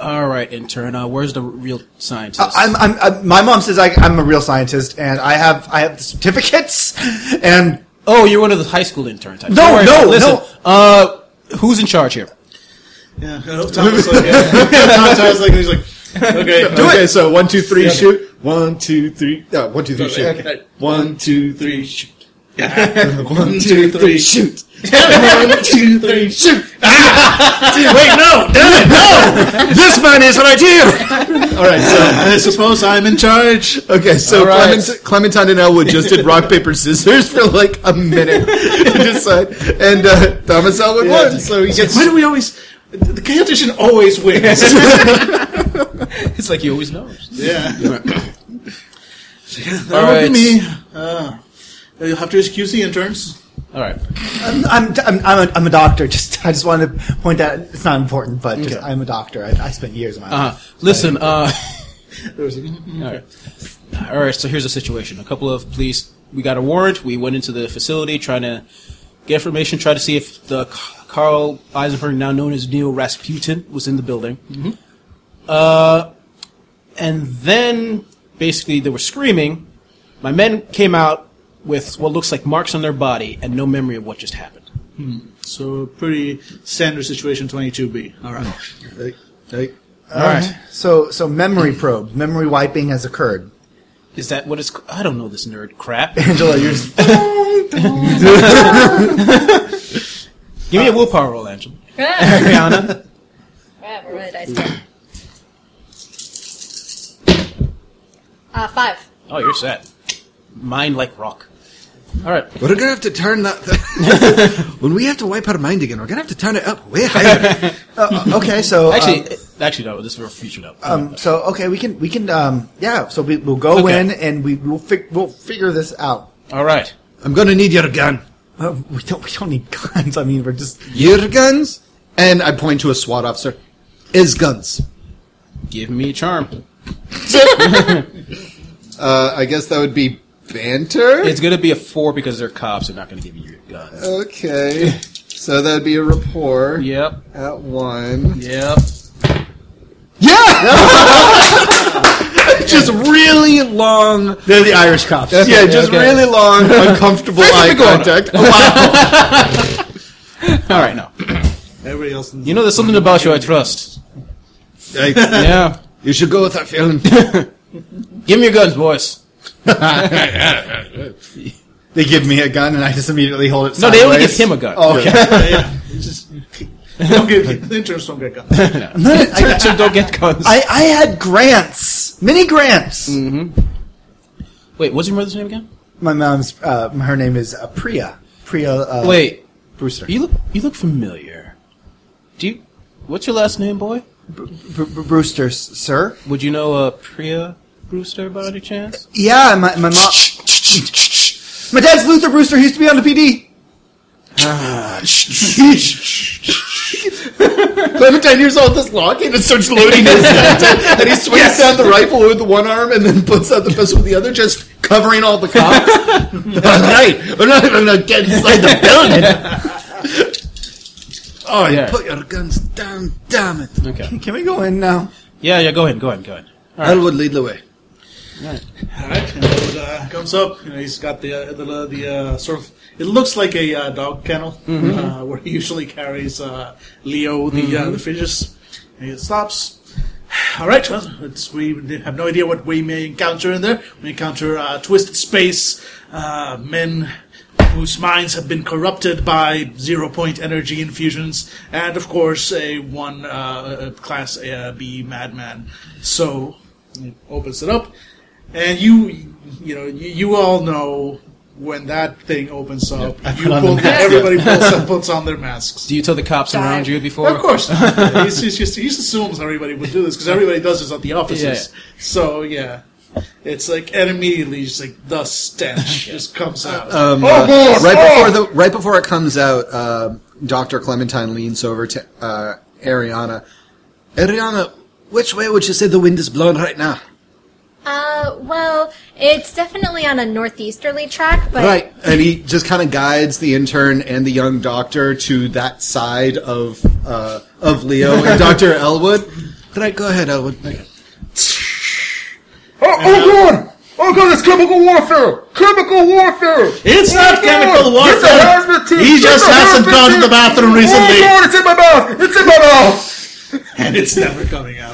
All right, intern. Uh, where's the real scientist?
I'm, I'm, I'm, my mom says I, I'm a real scientist, and I have I have the certificates, and
oh, you're one of the high school intern types.
No,
Don't worry
no,
about it. Listen, Uh, who's in charge here?
Yeah. I hope Tom was like, yeah. Tom was like, he's like, okay,
okay, so one, two, three, shoot. One, two, three. No, one, two, three, shoot.
Okay.
One, two, three, shoot. one,
two,
two,
three,
three, shoot. Ah! one, two, three, shoot.
wait, no, damn it.
This man is right here.
All right, so I suppose I'm in charge.
Okay, so
All right.
Clement, Clementine and Elwood just did rock paper scissors for like a minute to decide, and uh, Thomas Elwood won, so he gets.
Why do we always? The competition always wins.
It's like he always knows.
yeah. that
All
would
right.
be me. Uh, you'll have to excuse the interns.
All right.
I'm I'm, I'm, I'm, a, I'm a doctor. Just I just wanted to point that it's not important, but just, I'm a doctor. I, I spent years in my life.
Uh, listen. Uh,
There was a- mm,
All right. All right. So here's the situation. A couple of police. We got a warrant. We went into the facility trying to get information, try to see if the K- Carl Eisenberg, now known as Neo Rasputin, was in the building.
Mm-hmm.
Uh, and then basically they were screaming. My men came out with what looks like marks on their body and no memory of what just happened.
Hmm. So pretty standard situation, twenty-two B. All right.
All right.
So so memory probe, memory wiping has occurred.
Is that what it's? c- I don't know this nerd crap.
Angela, you're just,
Give me a willpower roll, Angela.
Crap, Ah,
Ariana.
crap, roll the dice again. Uh, five.
Oh, you're set. Mine like rock. All right.
We're gonna have to turn that. when we have to wipe our mind again, we're gonna have to turn it up way higher.
uh, okay, so um,
Actually, actually, no. This is for future though.
um, so okay, we can we can um, yeah. So we, we'll go
Okay.
in and we will fi- we'll figure this out.
All right.
I'm gonna need your gun.
Uh, we don't we don't need guns. I mean, we're just
Your guns?
And I point to a SWAT officer.
Is guns.
Give me a charm.
Uh, I guess that would be banter.
It's gonna be a four because they're cops. They're not gonna give you your gun.
okay, so that would be a rapport
Yep.
at one.
Yep.
Just really long.
they're the Irish cops.
Yeah, just
okay.
really long, uncomfortable eye contact.
All right. No.
Everybody else. In
You know, there's something about you I trust.
Like,
Yeah.
you should go with that feeling.
Give me your guns, boys.
They give me a gun and I just immediately hold it.
No, they only
sideways.
give him a gun.
Oh, okay.
yeah. It's just- don't get, the interns don't get guns.
Turn- turn- don't get guns.
I, I had grants, mini grants.
Mm. Wait, what's your mother's name again?
My mom's uh, her name is uh, Priya. Priya. Uh,
Wait,
Brewster.
you look you look familiar. Do you? What's your last name, boy?
Br- Br- Brewster, s- sir.
Would you know uh, Priya Brewster by any chance?
Yeah, my my mom. my dad's Luther Brewster. He used to be on the PD.
Clementine hears all this locking and starts loading his gun, and he swings down the rifle with one arm and then puts out the pistol with the other, just covering all the cops. all right, we're not even gonna get inside the building.
Oh,
yeah.
Put your guns down, damn it.
Okay.
Can we go in now?
Yeah, yeah, go ahead, go ahead, go ahead.
Elwood, lead the way.
All right, and it, uh, comes up. You know, he's got the uh, the, uh, the uh, sort of. It looks like a uh, dog kennel uh, where he usually carries uh, Leo, the uh, the fishes. And he stops. All right, well, it's, we have no idea what we may encounter in there. We encounter uh, twisted space, uh, men whose minds have been corrupted by zero point energy infusions, and of course, a one uh, class uh, B madman. So, it opens it up, and you, you know, you, you all know when that thing opens up, you pull, everybody pulls, puts on their masks.
Do you tell the cops around
Dive.
you before?
Of course, not. he's, he's just he just assumes everybody would do this because everybody does this at the offices. So yeah, it's like and immediately just like the stench just comes out.
Oh,
Um, uh, right before the right before it comes out, uh, Doctor Clementine leans over to uh, Ariana. Ariana, which way would you say the wind is blowing right now?
Uh, well, it's definitely on a northeasterly track, but
Right, and he just kind of guides the intern and the young doctor to that side of uh, of Leo and Doctor Elwood. Right, go ahead, Elwood.
Oh, oh god! Oh god, it's chemical warfare! Chemical warfare!
It's not chemical
Get the
warfare.
hazmat suit!
He
Get
just
the
hasn't
hazmat
gone to
suit!
the bathroom
Oh
recently.
god, it's in my mouth! It's in my mouth!
and it's never coming out.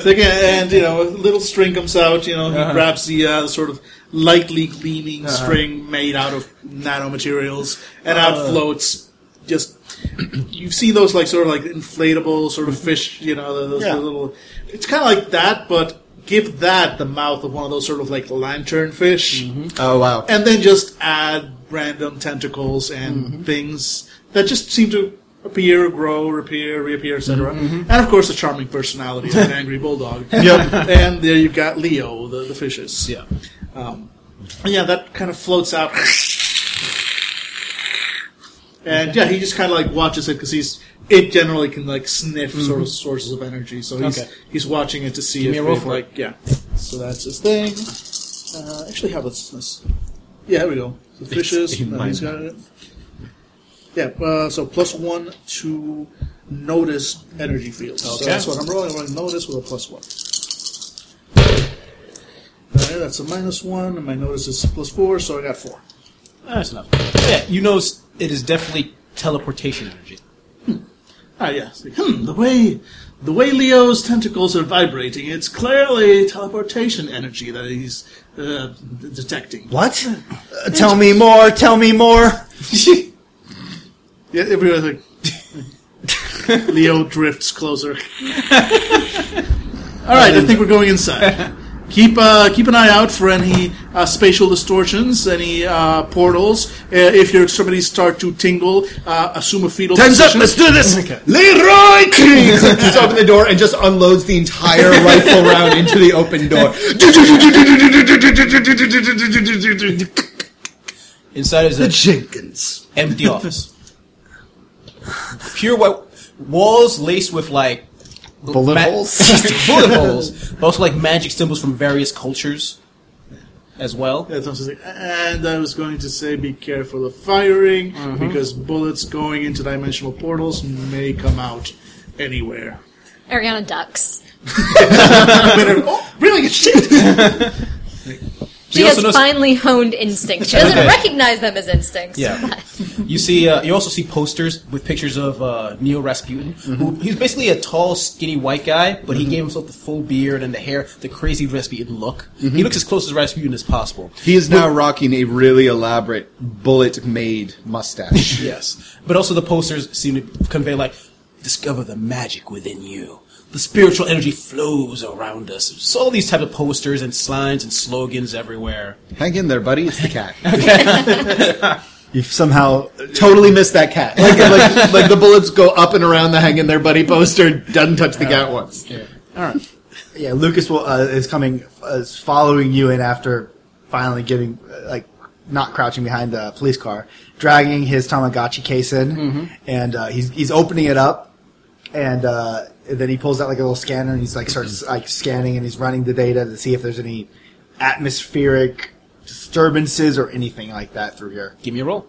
So again, and you know, a little string comes out. You know, he
Uh-huh.
grabs the uh, sort of lightly gleaming string made out of nanomaterials, and
Uh.
out floats just. You see those like sort of like inflatable sort of fish. You know, those little. It's kind of like that, but give that the mouth of one of those sort of like lantern fish
Mm-hmm.
Oh wow,
and then just add random tentacles and
Mm-hmm.
things that just seem to appear, grow, reappear, reappear, etc.
Mm-hmm.
And of course, the charming personality of an angry bulldog. And there you've got Leo, the, the fishes. Yeah. Um, yeah, that kind of floats out. And yeah, he just kind of like watches it because he's it generally can like sniff sort of sources of energy, so he's
Mm-hmm. Okay.
he's watching it to see
Give me
if
a roll
it,
for it.
like yeah. So that's his thing. Uh, actually, how about this? this- Yeah, here we go. So fishes. uh, he's got it. Yeah, uh, so plus one to notice energy fields. So
Okay.
that's what I'm rolling. I'm rolling notice with a plus one. Alright, that's a minus one, and my notice is plus four, so I got four.
That's enough. Yeah, you know s- it is definitely teleportation energy.
Ah, yes. Hmm, the way the way Leo's tentacles are vibrating, it's clearly teleportation energy that he's uh, d- detecting.
What? Uh, tell me more. Tell me more.
Yeah, everyone's like. Leo drifts closer. All right, I think we're going inside. Keep uh, keep an eye out for any uh, spatial distortions, any uh, portals. Uh, if your extremities start to tingle, uh, assume a fetal
time's up.
position.
Let's do this.
Leroy King just open the door and just unloads the entire rifle round into the open door.
Inside is a
Jenkins.
empty office. Pure white walls laced with like
Bullet
ma-
holes.
bullet holes, but also like magic symbols from various cultures as well.
Yeah, Thompson's like, and I was going to say, be careful of firing
Mm-hmm.
because bullets going into dimensional portals may come out anywhere.
Ariana ducks.
oh, really? Shit!
She
also
has
knows-
finely honed instincts. She doesn't
Okay.
recognize them as instincts.
Yeah. You see, uh, you also see posters with pictures of uh, Neo Rasputin, who he's basically a tall, skinny white guy, but he gave himself the full beard and the hair, the crazy Rasputin look. He looks as close as Rasputin as possible.
He is now rocking a really elaborate bullet-made mustache.
Yes, but also the posters seem to convey like, discover the magic within you. The spiritual energy flows around us. So all these type of posters and signs and slogans everywhere.
Hang in there, buddy. It's the cat.
You've somehow
Totally missed that cat. Like, like, like the bullets go up and around the hang in there buddy poster. Doesn't touch the cat once.
Yeah, Lucas will uh, is coming uh, is following you in after finally getting uh, like not crouching behind the police car, dragging his Tamagotchi case in,
Mm-hmm.
and uh, he's he's opening it up, and, uh, and then he pulls out like a little scanner and he's like starts
Mm-hmm.
like scanning and he's running the data to see if there's any atmospheric disturbances or anything like that through here.
Give me a roll.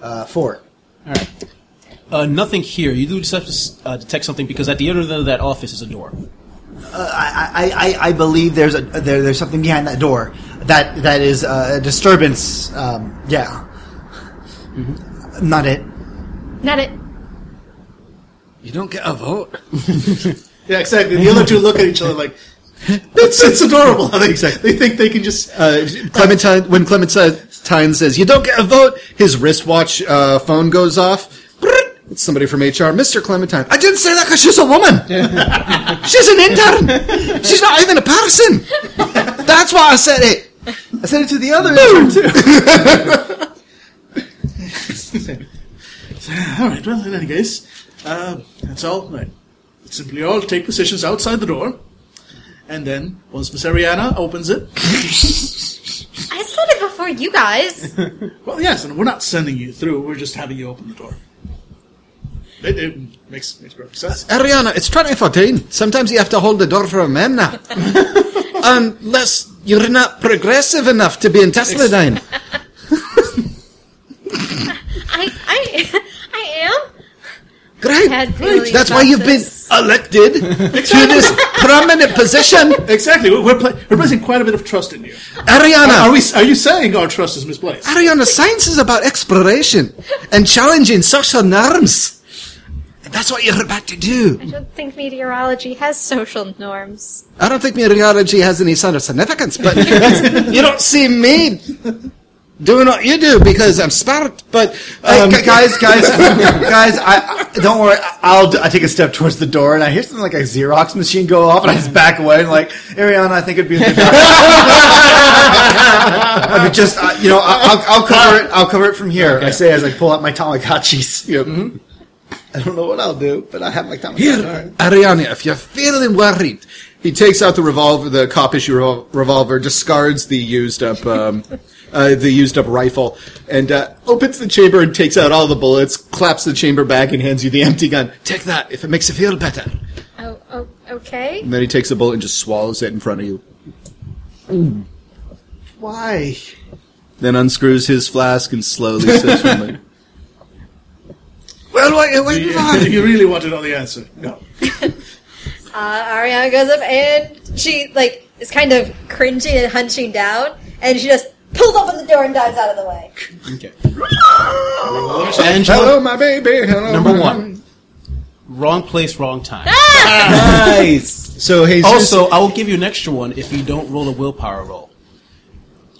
Uh, four.
Uh, nothing here. You do just have to s- uh, detect something because at the other end of that office is a door.
I, I- I, I believe there's a there, there's something behind that door that that is uh, a disturbance. Um, yeah, not it.
Not it.
You don't get a vote.
Yeah, exactly. The other two look at each other like, it's, it's adorable how they, they think they can just.
Uh, Clementine, when Clementine says, "You don't get a vote," his wristwatch uh, phone goes off. Brrrt. It's somebody from HR, Mr. Clementine. I didn't say that because she's a woman. she's an intern. She's not even a person. That's why I said it.
I sent it to the other intern too.
All right. Well, in any case, uh, that's all. Right. Simply all take positions outside the door, and then once Miss Ariana opens it,
I said it before you guys.
well, yes, and we're not sending you through. We're just having you open the door. It, it makes makes perfect sense.
Ariana, it's 2014. Sometimes you have to hold the door for a man now. Unless you're not progressive enough to be in Tesla Dine.
I I I am.
Great.
Had feelings
That's why
about
you've
this.
Uh,
been elected to this prominent position.
Exactly. We're we're, pla- we're placing quite a bit of trust in you.
Ariana.
Are we? Are you saying our trust is misplaced?
Ariana, science is about exploration and challenging social norms. And that's what you're about to do.
I don't think meteorology has social norms.
I don't think meteorology has any sort of significance, but that's- you don't see me doing what you do because I'm smart, but um,
Hey, gu- guys, guys, guys! I, I don't worry. I- I'll do- I take a step towards the door, and I hear something like a Xerox machine go off, and I just back away and like Ariana, I think it'd be. a good I mean, just uh, you know, I, I'll, I'll cover it. I'll cover it from here. I say as I pull out my Tamagotchis. I don't know what I'll do, but I have my Tamagotchi.
here, Ariana, if you're feeling worried,
He takes out the revolver, the cop issue revol- revolver, discards the used up, um, uh, the used up rifle, and uh, opens the chamber and takes out all the bullets, claps the chamber back, and hands you the empty gun.
take that if it makes you feel better.
Oh, oh okay.
And then he takes a bullet and just swallows it in front of you.
Why?
Then unscrews his flask and slowly sips from it.
Well, what are you waiting
You, you really want to know the answer? No.
Uh, Ariana goes up and she like is kind of cringing and hunching down, and she just pulls open the door and dives out of the way.
Hello, my baby. Hello.
Number one. Wrong place, wrong time.
Ah!
Nice. So Jesus.
Also, I will give you an extra one if you don't roll a willpower roll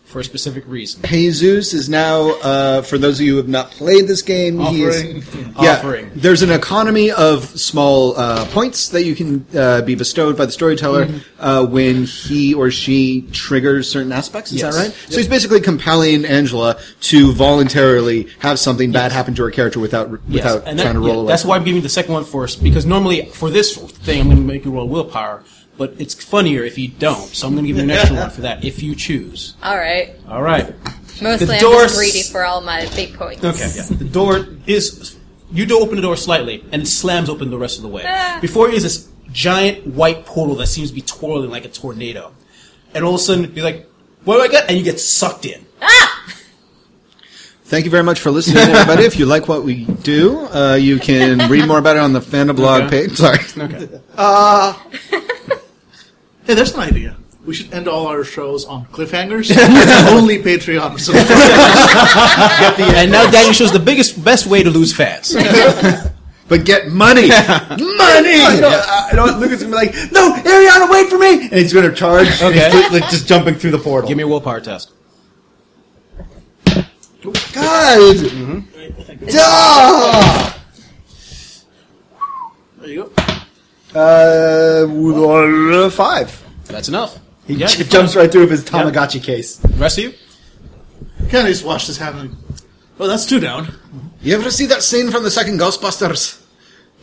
for a specific reason.
Jesus is now, uh, for those of you who have not played this game, he
Offering.
is, yeah,
Offering.
There's an economy of small uh, points that you can uh, be bestowed by the storyteller
Mm-hmm.
uh, when he or she triggers certain aspects. Is
Yes.
that right? So he's basically compelling Angela to voluntarily have something bad happen to her character without
Yes,
without
and that-
trying to
yeah,
roll away.
That's why I'm giving the second one first because normally for this thing I'm going to make you roll willpower, but it's funnier if you don't. So I'm going to give you an extra one for that if you choose.
All right.
All right.
Mostly,
The
I'm
door
just greedy
s-
for all my big points.
Okay, yeah. The door is. You do open the door slightly, and it slams open the rest of the way.
Ah.
Before you is this giant white portal that seems to be twirling like a tornado. And all of a sudden, you're like, what do I get? And you get sucked in.
Thank you very much for listening, everybody. if you like what we do, uh, you can read more about it on the Fanda blog
Okay.
page. Sorry.
Hey, there's an idea. We should end all our shows on cliffhangers. Only Patreon. So
and now Daniel shows the biggest, best way to lose fans.
But get money.
I know, I know what Lucas is gonna be like, no, Ariana, wait for me, and he's gonna charge. and he's
Okay.
like, like, just jumping through the portal.
Give me a willpower test.
God. Duh.
there you go.
Uh, w- uh, five.
That's enough.
He
Yeah,
j-
you're
jumps right through of his Tamagotchi case.
The rest of you?
Can I just watch this happen? Well, Oh, that's two down.
You ever see that scene from the second Ghostbusters?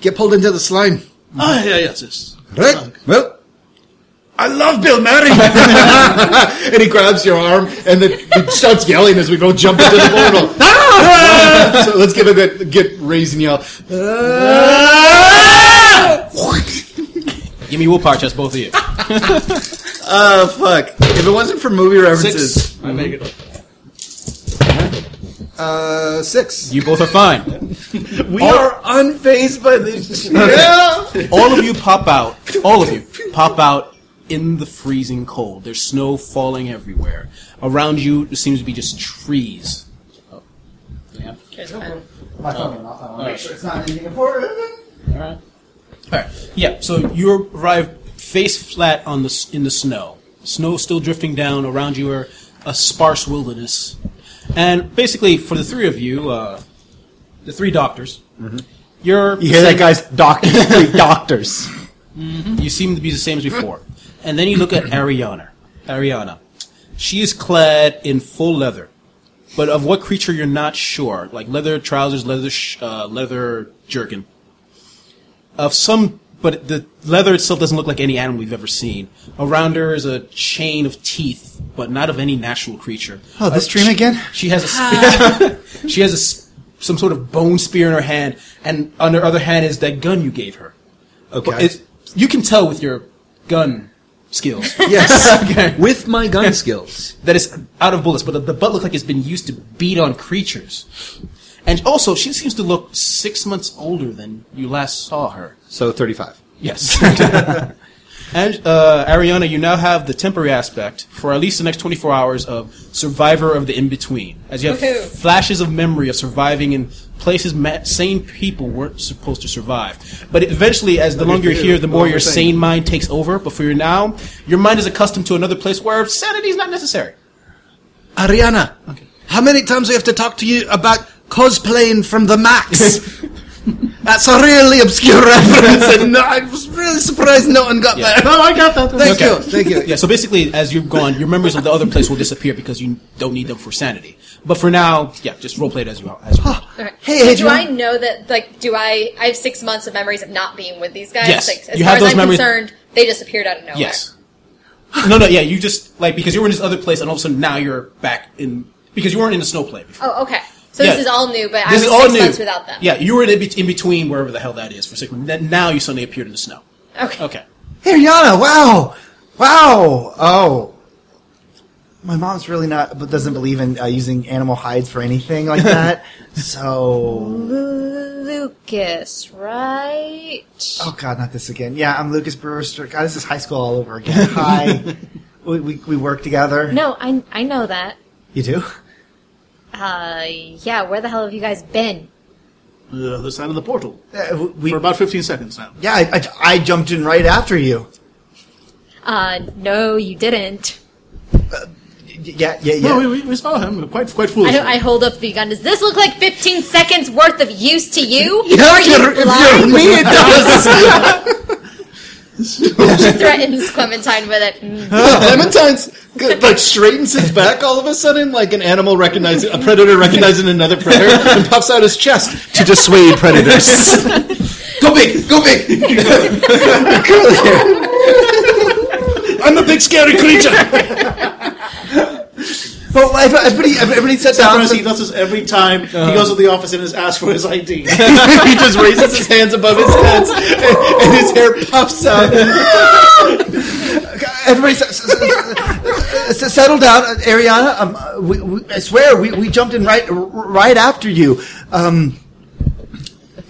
Get pulled into the slime.
Ah, yeah, yes, yes.
Right? Well,
I love Bill Murray.
and he grabs your arm and then he starts yelling as we go jump into the portal.
Ah!
so let's give it a get raising yell.
Give me willpower test, both of you.
Oh, fuck. If it wasn't for movie references,
I make it.
Uh, six.
You both are fine.
We are unfazed by this.
All of you pop out. All of you pop out in the freezing cold. There's snow falling everywhere. Around you there seems to be just trees. Oh. Yeah.
My phone went off. I want to make sure it's not anything important.
Alright. Yeah, so you arrive face flat on the s- in the snow. Snow still drifting down around you are a sparse wilderness. And basically for the three of you, uh, the three doctors, you're
Mm-hmm. You hear that, guys? Doctors, three doctors.
you seem to be the same as before. And then you look at Ariana. Ariana. She is clad in full leather, but of what creature you're not sure. Like leather trousers, leather sh- uh, leather jerkin. Of some, but the leather itself doesn't look like any animal we've ever seen. Around her is a chain of teeth, but not of any natural creature. Uh,
Oh, this dream again?
She has a sp- she has a s some sort of bone spear in her hand, and on her other hand is that gun you gave her.
Okay.
But it's, you can tell with your gun skills
yes. With my gun skills.
that it's out of bullets, but the, the butt looks like it's been used to beat on creatures. And also, she seems to look six months older than you last saw her.
So 35.
Yes. and uh, Ariana, you now have the temporary aspect for at least the next 24 hours of survivor of the in between, as you have
Woohoo.
flashes of memory of surviving in places ma- sane people weren't supposed to survive. But eventually, as the longer you're here, the more your sane mind takes over. But for you now, your mind is accustomed to another place where sanity is not necessary.
Ariana, how many times do we have to talk to you about cosplaying from the Max? That's a really obscure reference, and no, I was really surprised no one got
Yeah.
that.
I got that.
Thank you, thank you.
Yeah, so basically, as you've gone, your memories of the other place will disappear because you don't need them for sanity. But for now, yeah, just roleplay it as you, as you want.
Okay.
Hey,
so do
Adrian.
I know that? Like, do I? I have six months of memories of not being with these guys.
Yes,
Like, as
you
far
have
as
those
I'm
memories-
concerned, they disappeared out of nowhere.
Yes. No, no, yeah, you just, like, because you were in this other place, and all of a sudden now you're back in, because you weren't in the snow play before.
Oh, okay. So
Yeah.
this is all new, but I
This
was
is
six
all new.
months without them.
Yeah, you were in, bet- in between wherever the hell that is for six months. Then now you suddenly appeared in the snow.
Okay.
Okay.
Hey, Rihanna, wow. Wow. Oh. My mom's really not, but doesn't believe in uh, using animal hides for anything like that. so.
Lucas, right?
Oh, God, not this again. Yeah, I'm Lucas Brewster. God, this is high school all over again. Hi. we, we, we work together.
No, I I know that.
You do?
Uh, yeah. Where the hell have you guys been?
The other side of the portal.
Uh, we,
For about 15 seconds now.
yeah, I, I, I jumped in right after you.
Uh, no, you didn't.
Y- Yeah, yeah, yeah.
No, we, we, we saw him. Quite, quite
I,
foolish.
don't- I hold up the gun. Does this look like 15 seconds worth of use to you?
Yeah,
Are
if
you
you're- if you're
blind?
me, it does.
She threatens Clementine with it. Mm.
Clementine's good, like straightens his back all of a sudden, like an animal recognizing a predator recognizing another predator, and puffs out his chest to dissuade predators. go big, go big. I'm a big scary creature.
But why- everybody, everybody sat down.
Honestly, he does this every time he goes to the office and is asked for his ID.
he just raises his hands above his head, and, and his hair puffs out.
Everybody, s- s- s- s- settle down, Uh, Ariana. Um, uh, we, we, I swear, we, we jumped in right r- right after you. Um,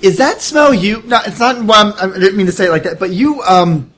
is that smell you? No, it's not. Well, I'm, I didn't mean to say it like that, but you um,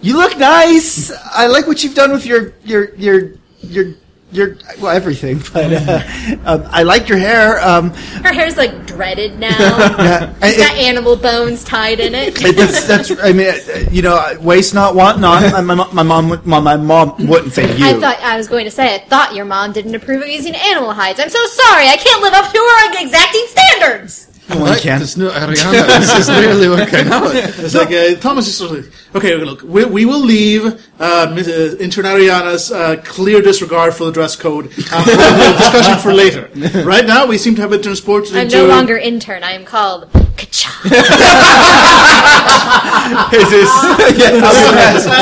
you look nice. I like what you've done with your your your your your well everything, but uh, um, I like your hair. Um,
Her hair's like dreaded now.
yeah,
It's got animal bones tied in it.
It- that's, that's I mean uh, you know uh, waste not want not my, my, my mom would- my, my mom wouldn't say you
I thought I was going to say I thought your mom didn't approve of using animal hides. I'm so sorry. I can't live up to her exacting standards.
one can
This new Ariana, this is really what kind of.
It's like uh, Thomas is sort of like, okay, look, we, we will leave uh, Ms. uh, Intern Ariana's uh, clear disregard for the dress code uh, for the discussion for later. Right now, we seem to have been transported
I'm
into
no longer intern. I am called Kacha.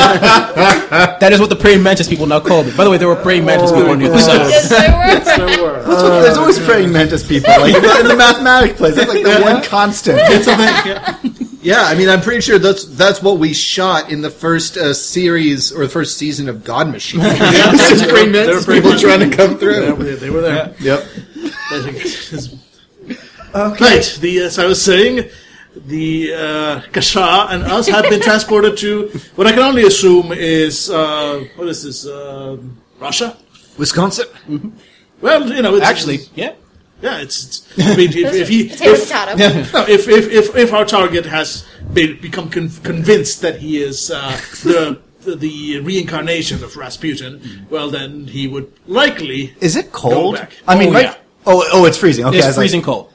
That is what the praying mantis people now call me. By the way, there were praying mantis people on the other side.
Yes, I were.
That's what- there's always praying mantis people like in the- in the mathematics place that's like the one constant
Yeah, I mean, I'm pretty sure that's that's what we shot in the first uh, series or the first season of God Machine. it's just great minutes, people trying to come
They
through.
were- they were there.
Yep.
Right. The as I was saying, the uh, Kasha and us have been transported to what I can only assume is uh, what is this? Uh, Russia. Mm-hmm.
Wisconsin?
Well, you know, it's,
Actually, yeah.
Yeah, it's. it's I mean, if, if he
Potato,
if,
potato.
No, if, if if if our target has been, become con- convinced that he is uh, the the reincarnation of Rasputin, well, then he would likely.
Is it cold?
back.
I mean,
Oh,
right?
yeah.
Oh, oh, it's freezing. Okay, I
It's
was like,
freezing cold.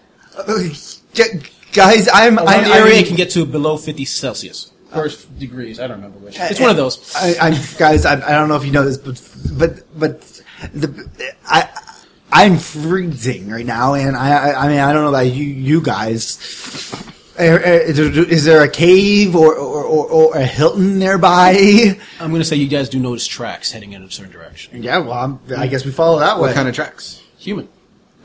"Gu- guys, I'm.
One
I'm
area
I'm-
can get to below 50 Celsius. First degrees, I don't remember which.
Uh,
It's one of those.
I, I'm guys. I, I don't know if you know this, but but but the I. I'm freezing right now, and I, I, I mean, I don't know about you, you guys. Eh, eh, Is there a cave or, or, or, or a Hilton nearby?
I'm going to say you guys do notice tracks heading in a certain direction.
Yeah, well, I'm, I guess we follow that way.
What kind of tracks?
Human,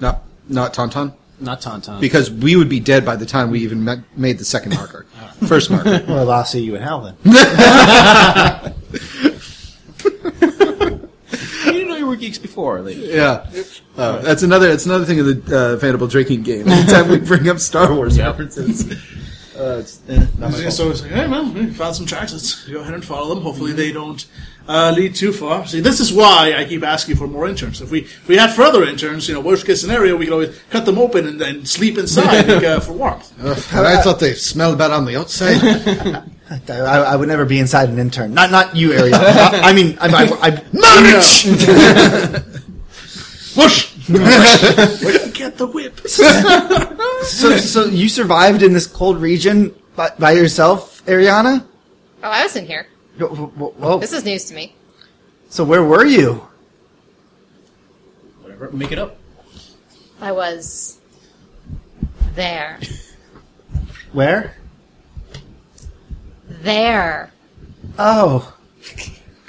Not not tauntaun.
not Tauntaun.
Because we would be dead by the time we even met, made the second marker, first marker.
well, I'll see you in hell then.
you didn't know you were geeks before, lady.
Yeah, uh, that's another. That's another thing of the uh, Vanderbilt drinking game. Anytime we bring up Star Wars references, uh, it's, eh, not my fault.
So it's like, hey, well, we found some tracks. Let's go ahead and follow them. Hopefully, they don't uh, lead too far. See, this is why I keep asking for more interns. If we if we had further interns, you know, worst case scenario, we could always cut them open and, and sleep inside like, uh, for warmth.
And I thought they smelled bad on the outside.
I, I would never be inside an intern. Not not you, Ariel. I, I mean, I, I, I,
Whoosh! Where did you get the whip?
so so you survived in this cold region by, by yourself, Ariana.
Oh, I was in here.
Yo- wh- wh- Whoa.
This is news to me.
So where were you?
Whatever, make it up.
I was there.
Where?
There.
Oh.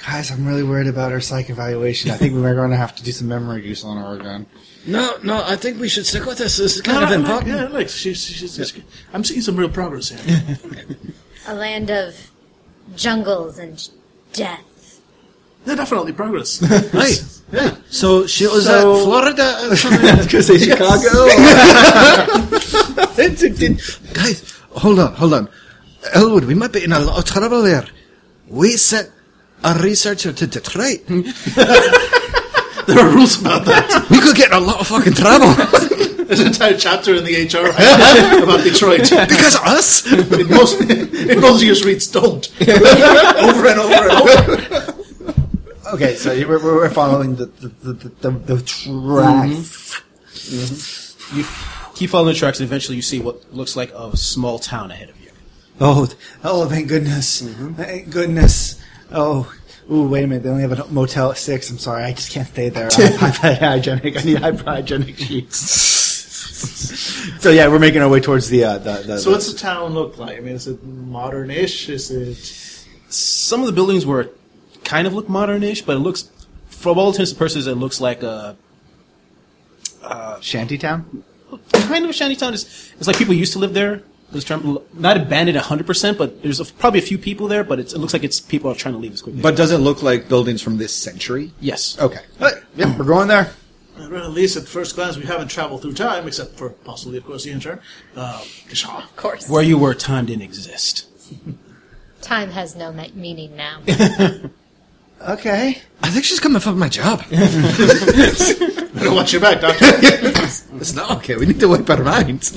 Guys, I'm really worried about her psych evaluation. I think we're going to have to do some memory use on her again.
No, no, I think we should stick with this. This is kind of
Yeah,
important.
yeah, like she's, she's, she's, I'm seeing some real progress here.
A land of jungles and death.
Yeah, definitely progress.
Nice. So she was
So-
at Florida. uh, Or something.
Because they Chicago.
Guys, hold on, hold on. Elwood, we might be in a lot of trouble here. We sent a researcher to Detroit. we
there are rules about that.
could get in a lot of fucking trouble
There's an entire chapter in the HR about Detroit.
because of us.
It most it mostly just reads don't over and over and over.
okay, so you- we're, we're following the, the, the, the, the tracks.
You keep following the tracks, and eventually you see what looks like a small town ahead of you.
Oh, th- oh, thank goodness. Thank goodness. Oh, ooh, wait a minute. They only have a Motel at 6. I'm sorry. I just can't stay there. I'm hyperhygienic. I need hyperhygienic sheets. so, yeah, we're making our way towards the... Uh, the, the
So what's the town look like? I mean, is it modern-ish? Is it
Some of the buildings were kind of look modernish, but it looks, from all intents and purposes, it looks like a
shantytown?
kind of a shanty town. It's, it's like people used to live there. This term, not abandoned 100%, but there's a, probably a few people there, but it's, it looks like it's people are trying to leave as quickly.
but does it look like buildings from this century?
yes.
Okay.
Yep, we're going there.
well, at least at first glance we haven't traveled through time, except for possibly, of course, the intern. Uh, Kishan.
Of course.
Where you were, time didn't exist.
Time has no me- meaning now.
Okay.
I think she's coming for my job.
Better watch your back, doctor.
It's not okay. We need to wipe our minds.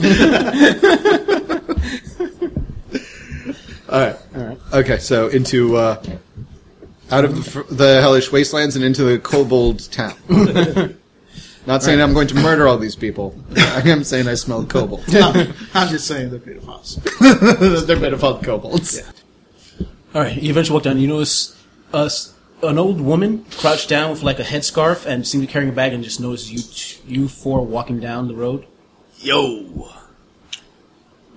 all right. All right. Okay. So into uh, out of the, fr- the hellish wastelands and into the kobold town. Not saying I'm going to murder all these people. I am saying I smell kobold.
I'm just saying they're pedophiles.
They're pedophile kobolds.
All right, you eventually walk down. You notice us, an old woman crouched down with like a headscarf and seemed to be carrying a bag, and just notices you, t- you four walking down the road. Yo,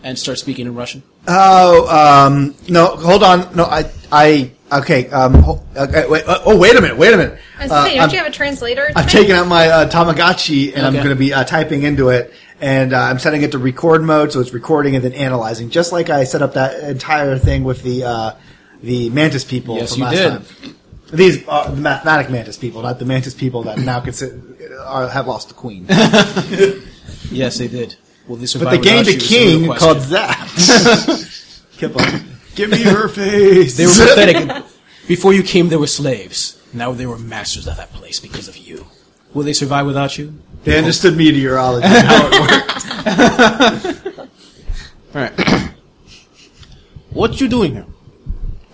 and starts speaking in Russian.
Oh, um, no, hold on. No, I, I, okay, um, ho- okay, wait, oh, wait a minute, wait a minute.
I was
Uh,
gonna say, don't
I'm-
you have a translator?
I've taken out my uh, Tamagotchi and I'm
Okay.
going to be uh, typing into it, and uh, I'm setting it to record mode, so it's recording and then analyzing, just like I set up that entire thing with the uh, the mantis people
Yes,
from
you
last
did.
time. These are the mathematic mantis people, not the mantis people that now consider, are, have lost the queen. But
Yes, they did. Well, they survived.
they gained
without
a
you is the real
king
question.
called Zap. Keep on. Give me her face.
They were pathetic. Before you came, they were slaves. Now they were masters of that place because of you. Will they survive without you?
They understood meteorology and how it worked.
All right. what you doing here?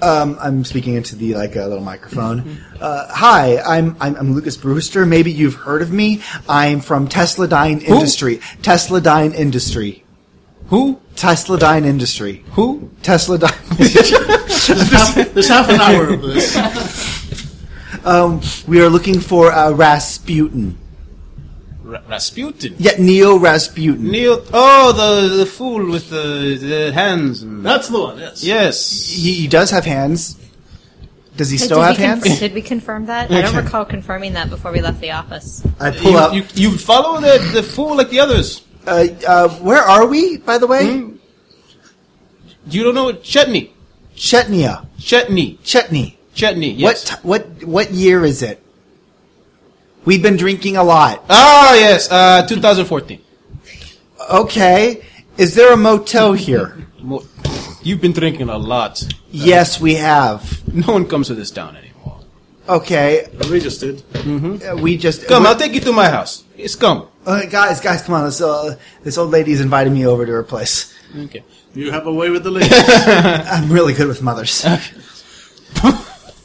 Um, I'm speaking into the like uh, little microphone. Uh, hi, I'm, I'm I'm Lucas Brewster. Maybe you've heard of me. I'm from Tesladyne Industry. Tesladyne Industry.
Who?
Tesladyne Industry.
Who?
Tesladyne.
There's half an hour of this.
um, we are looking for uh, Rasputin.
Ra- Rasputin.
Yeah, Neo Rasputin.
Neil. Oh, the the fool with the, the hands. and-
That's the one. Yes.
yes.
he, he does have hands. Does he
Did
still
we
have
confirm-
hands?
Did we confirm that? I don't recall confirming that before we left the office.
I pull
you,
up.
You, you follow the, the fool like the others.
uh, uh, where are we, by the way?
Hmm? You don't know what chutney,
Chetnia.
chutney,
Chetney.
chutney. Yes.
What t- what what year is it? We've been drinking a lot.
Ah, yes. Uh, 2014.
Okay. Is there a motel here?
Mo- You've been drinking a lot.
yes, we have.
No one comes to this town anymore.
Okay.
We just did.
uh, We just
Come,
we-
I'll take you to my house. It's come.
Uh, guys, guys, come on. This uh, this old lady's invited me over to her place.
Okay.
You have a way with the ladies.
I'm really good with mothers.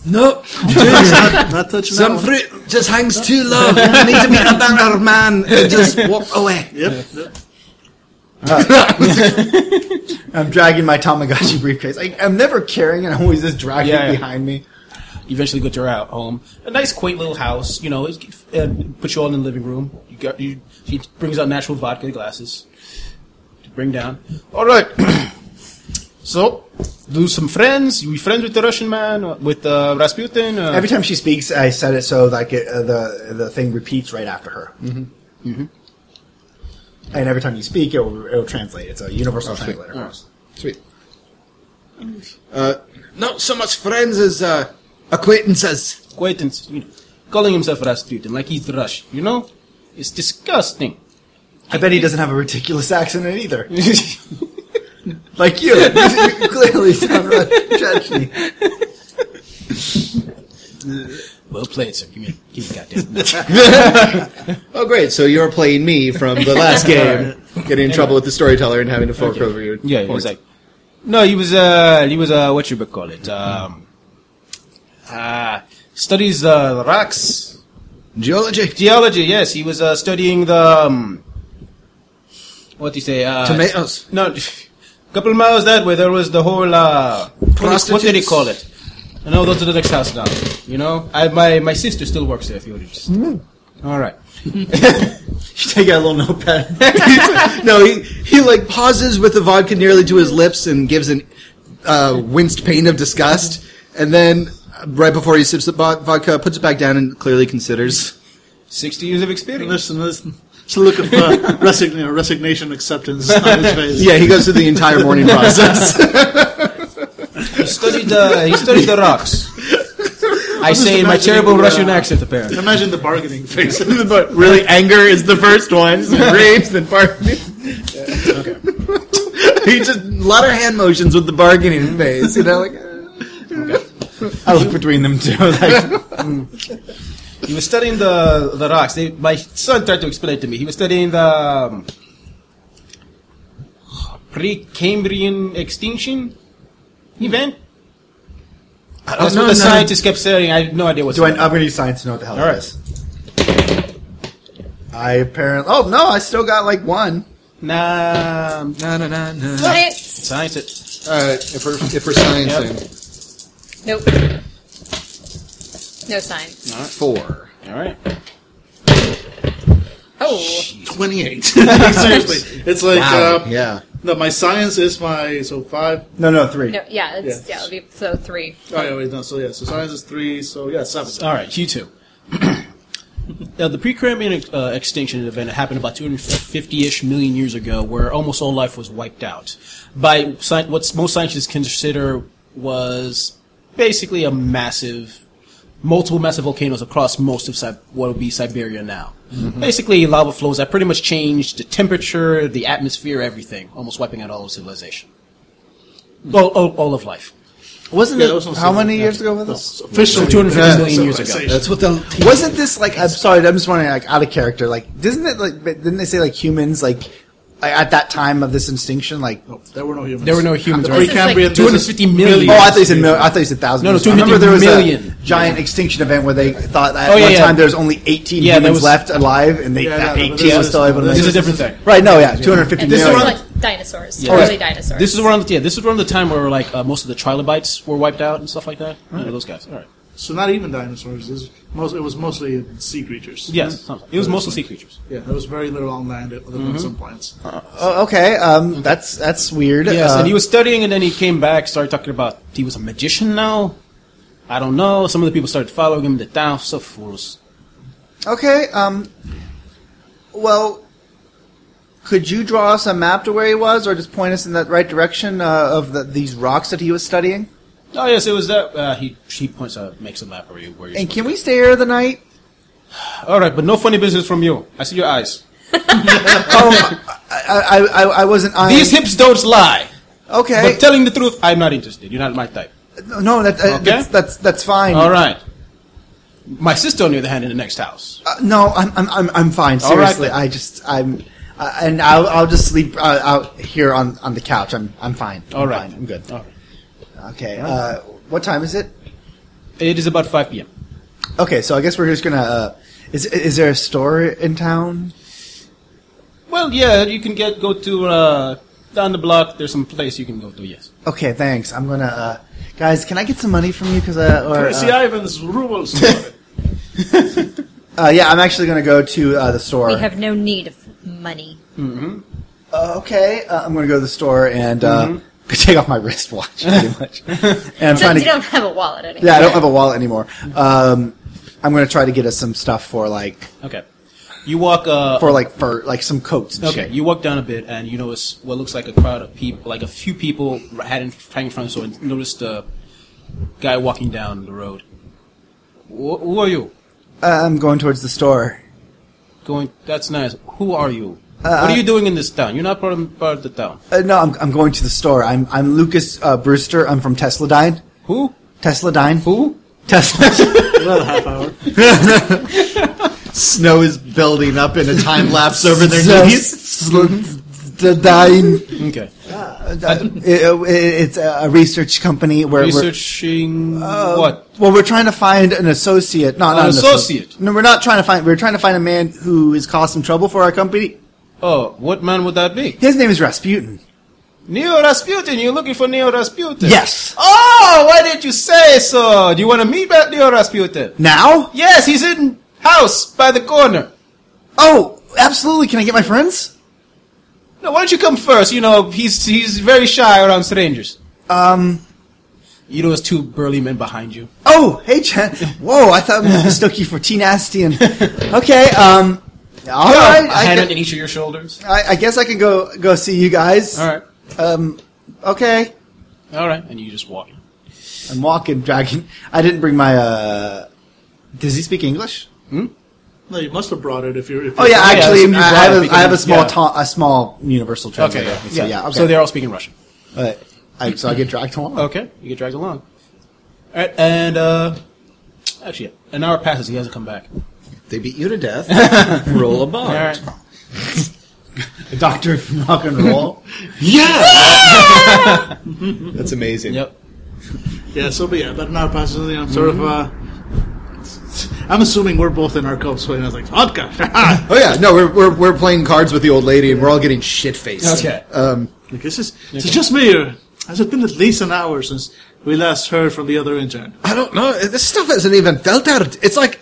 No,
not, not touching that
some
one.
fruit just hangs too low. It needs to be about our man. and Just walk away.
Yep. yep.
I'm dragging my Tamagotchi briefcase. I, I'm never carrying it. I'm always just dragging
Yeah,
it
yeah.
behind me.
Eventually got your out home. A nice, quaint little house. You know, it's, uh, put you all in the living room. You got, you, she brings out natural vodka glasses to bring down. All right. so, lose some friends. You friends with the Russian man, uh, with uh, Rasputin. Uh,
Every time she speaks, I said it so like it, uh, the the thing repeats right after her. Mm-hmm. Mm-hmm. And every time you speak, it will, it will translate. It's a
Oh,
universal translator.
Sweet. Uh, not so much friends as uh, acquaintances.
acquaintance, you know, calling himself Rasputin, like he's Rush, you know? It's disgusting.
I bet he doesn't have a ridiculous accent in it either, like you. you clearly sound like Chechny.
well played, sir. Give me, give me goddamn.
Oh, great. So you're playing me from the last game, getting in trouble with the storyteller and having to fork over your
yeah, he was
points.
like, no, he was, uh, he was, uh, what you would call it, um, uh, studies uh, the rocks,
Geology.
geology. Yes, he was uh, studying the, um, what do you say? Uh,
Tomatoes.
No, couple miles that way, there was the whole uh, what, what did he call it? I know those are the next house down. You know, I my my sister still works there. If you would just.
Hmm.
All right.
She take out a little notepad.
no, he, he like pauses with the vodka nearly to his lips and gives an uh, winced pain of disgust, and then uh, right before he sips the vo- vodka, puts it back down and clearly considers.
Sixty years of experience.
Listen, listen. It's a look of uh, resign- resignation acceptance on his face.
Yeah, he goes through the entire morning process.
He studied uh, he studied the rocks. I say in my
imagining
terrible
the, uh,
Russian accent, apparently.
Imagine the bargaining face.
but really, anger is the first one. Then rage, then bargaining. he just a lot of hand motions with the bargaining phase. You know, like. uh,
I look between them two. Like,
He was studying the the rocks. They, my son tried to explain it to me. He was studying the um, pre-Cambrian extinction event. That's
know,
what the
Oh, no.
scientists kept saying. I have no idea what's
do I,
going
I'm
on.
gonna use science to know what the hell
All
it
right.
is. I apparently. Oh no, I still got like one.
Nah,
Na na na na.
Science.
science. It.
All right, if we're if we're sciencing
Nope. No science.
four.
All right.
Oh,
28. Seriously. It's like, uh,
Yeah.
no, my science is my, so five.
No, no, three.
no, yeah, it's, yeah.
Yeah.
it'll be so three.
Oh, yeah, wait, no, so yeah, so science is three, so yeah, seven.
All right. You two. now, the pre-Cambrian uh, extinction event happened about 250-ish million years ago, where almost all life was wiped out by sci- what most scientists consider was basically a massive, multiple massive volcanoes across most of Si- what would be Siberia now. Basically, lava flows that pretty much changed the temperature, the atmosphere, everything, almost wiping out all of civilization, all, all, all of life.
Wasn't
Yeah, that
it
was also-
how many
yeah.
years ago was this?
Officially,
Two hundred fifty
Yeah,
million years ago.
civilization.
That's what the
Wasn't this like? I'm sorry, I'm just wondering, like out of character. Like, doesn't it like? but Didn't they say like humans like at that time of this extinction? Like, oh,
There were no humans.
there were no humans.
This is
Right?
like-
Precambrian.
250 million.
Oh,
I thought you said mil- I thought you said thousand.
No, no,
years. I remember
250
there was
million.
a giant extinction event where they thought at
Oh, yeah,
one
yeah.
time there was only 18
Yeah, there
humans
was-
left alive, and they
Yeah,
that
no,
18
this
was
is-
still able to
this
make
This is a
it.
different thing.
Right? No, yeah, 250
And this
million.
is
around-
like dinosaurs,
Yeah.
early dinosaurs.
This is around the yeah. This is around the time where like uh, most of the trilobites were wiped out and stuff like that. You know, those guys. All right.
So not even dinosaurs. It was, most, it was mostly sea creatures.
Mm-hmm.
Yes, it was mostly sea creatures.
Yeah, there was very little on land other than some plants.
Oh, okay, um, that's that's weird.
Yes,
Uh,
and he was studying, and then he came back, started talking about he was a magician now. I don't know. Some of the people started following him. The town, so fools.
Okay. Um. Well, could you draw us a map to where he was, or just point us in that right direction uh, of the, these rocks that he was studying?
Oh yes, it was that. Uh, he he points out, makes a map where you where you're.
And can we stay here the night?
All right, but no funny business from you. I see your eyes.
Oh, I I, I, I wasn't. I,
Oh. These hips don't lie.
okay.
But telling the truth, I'm not interested. You're not my type.
no, that, uh,
Okay.
that's, that's that's fine.
All right. My sister, on the other hand, in the next house.
Uh, no, I'm I'm I'm, I'm fine.
All right,
Seriously,
then.
I just I'm. Uh, and I'll, I'll just sleep uh, out here on, on the couch. I'm I'm fine. I'm
All right.
fine. I'm good.
All right.
Okay. Uh, what time is it?
It is about 5 p.m.
Okay, so I guess we're just gonna. Uh, is is there a store in town?
Well, yeah, you can get go to uh, down the block. There's some place you can go to. Yes.
Okay, thanhanks. I'm gonna. Uh, guys, can I get some money from you? Cause uh, or,
Crazy
uh,
Ivan's rubles.
uh, yeah, I'm actually gonna go to uh, the store.
we have no need of money.
uh, okay, uh, I'm gonna go to the store and uh,
Mm-hmm.
take off my wristwatch, pretty much. and I'm
Since
trying
you
to.
don't have a wallet anymore.
Yeah, I don't have a wallet anymore. Um, I'm gonna try to get us some stuff for like
Okay. You walk. Uh,
for like fur, like some coats. And
okay.
shit.
You walk down a bit, and you notice what looks like a crowd of people, like a few people had in, hanging in front of so and notice the guy walking down the road. Wh- who are you?
Uh, I'm going towards the store.
Going. That's nice. Who are you? what are you doing in this town? You're not part of, part of the town.
Uh, no, I'm, I'm going to the store. I'm I'm Lucas uh, Brewster. I'm from Tesladine.
Who?
Tesladine.
Who?
Tesla.
Snow is building up in a time lapse over their knees.
Tesladine.
Okay.
It- it- it's a research company where
Researching
we're, uh,
what?
Well, we're trying to find an associate. Not, not
An
an associ-
associate.
No, we're not trying to find. We're trying to find a man who has caused some trouble for our company.
Oh, what man would that be?
His name is Rasputin.
Neo Rasputin, you're looking for Neo Rasputin?
Yes.
Oh, why didn't you say so? Do you want to meet that Neo Rasputin?
Now?
Yes, he's in house by the corner.
Oh, absolutely. Can I get my friends?
No, why don't you come first? You know, he's he's very shy around strangers.
Um.
You know, there's two burly men behind you.
Oh, hey, Chen. Whoa, I thought I mistook you for T Nasty and. Okay. Um. All right.
a
I,
hand on
gu-
each of your shoulders.
I, I guess I can go go see you guys.
All right,
Um. Okay.
all right, and you just walk.
I'm walking, dragging. I didn't bring my. uh Does he speak English?
no, you must have brought it if you're. If
Oh yeah,
Yeah,
actually,
that's what you
I,
brought
have
it
a, I have a
because-
small,
yeah.
ta- a small universal translator.
Okay,
So, yeah, okay.
So they're all speaking Russian.
Uh, I, so I get dragged along.
Okay, you get dragged along. All right, and uh, actually, an hour passes. He hasn't come back.
they beat you to death. Roll a bar.
All right.
Doctor from Rock and Roll.
That's amazing.
Yep.
Yeah, so but yeah, but now passes. I'm sort of. Uh, I'm assuming we're both in our cups, and I was like, vodka.
Oh yeah, no, we're, we're we're playing cards with the old lady, and we're all getting shit faced.
Okay.
Uh,
Um,
like, this is it's just me. Or, has it been at least an hour since we last heard from the other intern?
I don't know. This stuff hasn't even felt out. It's like,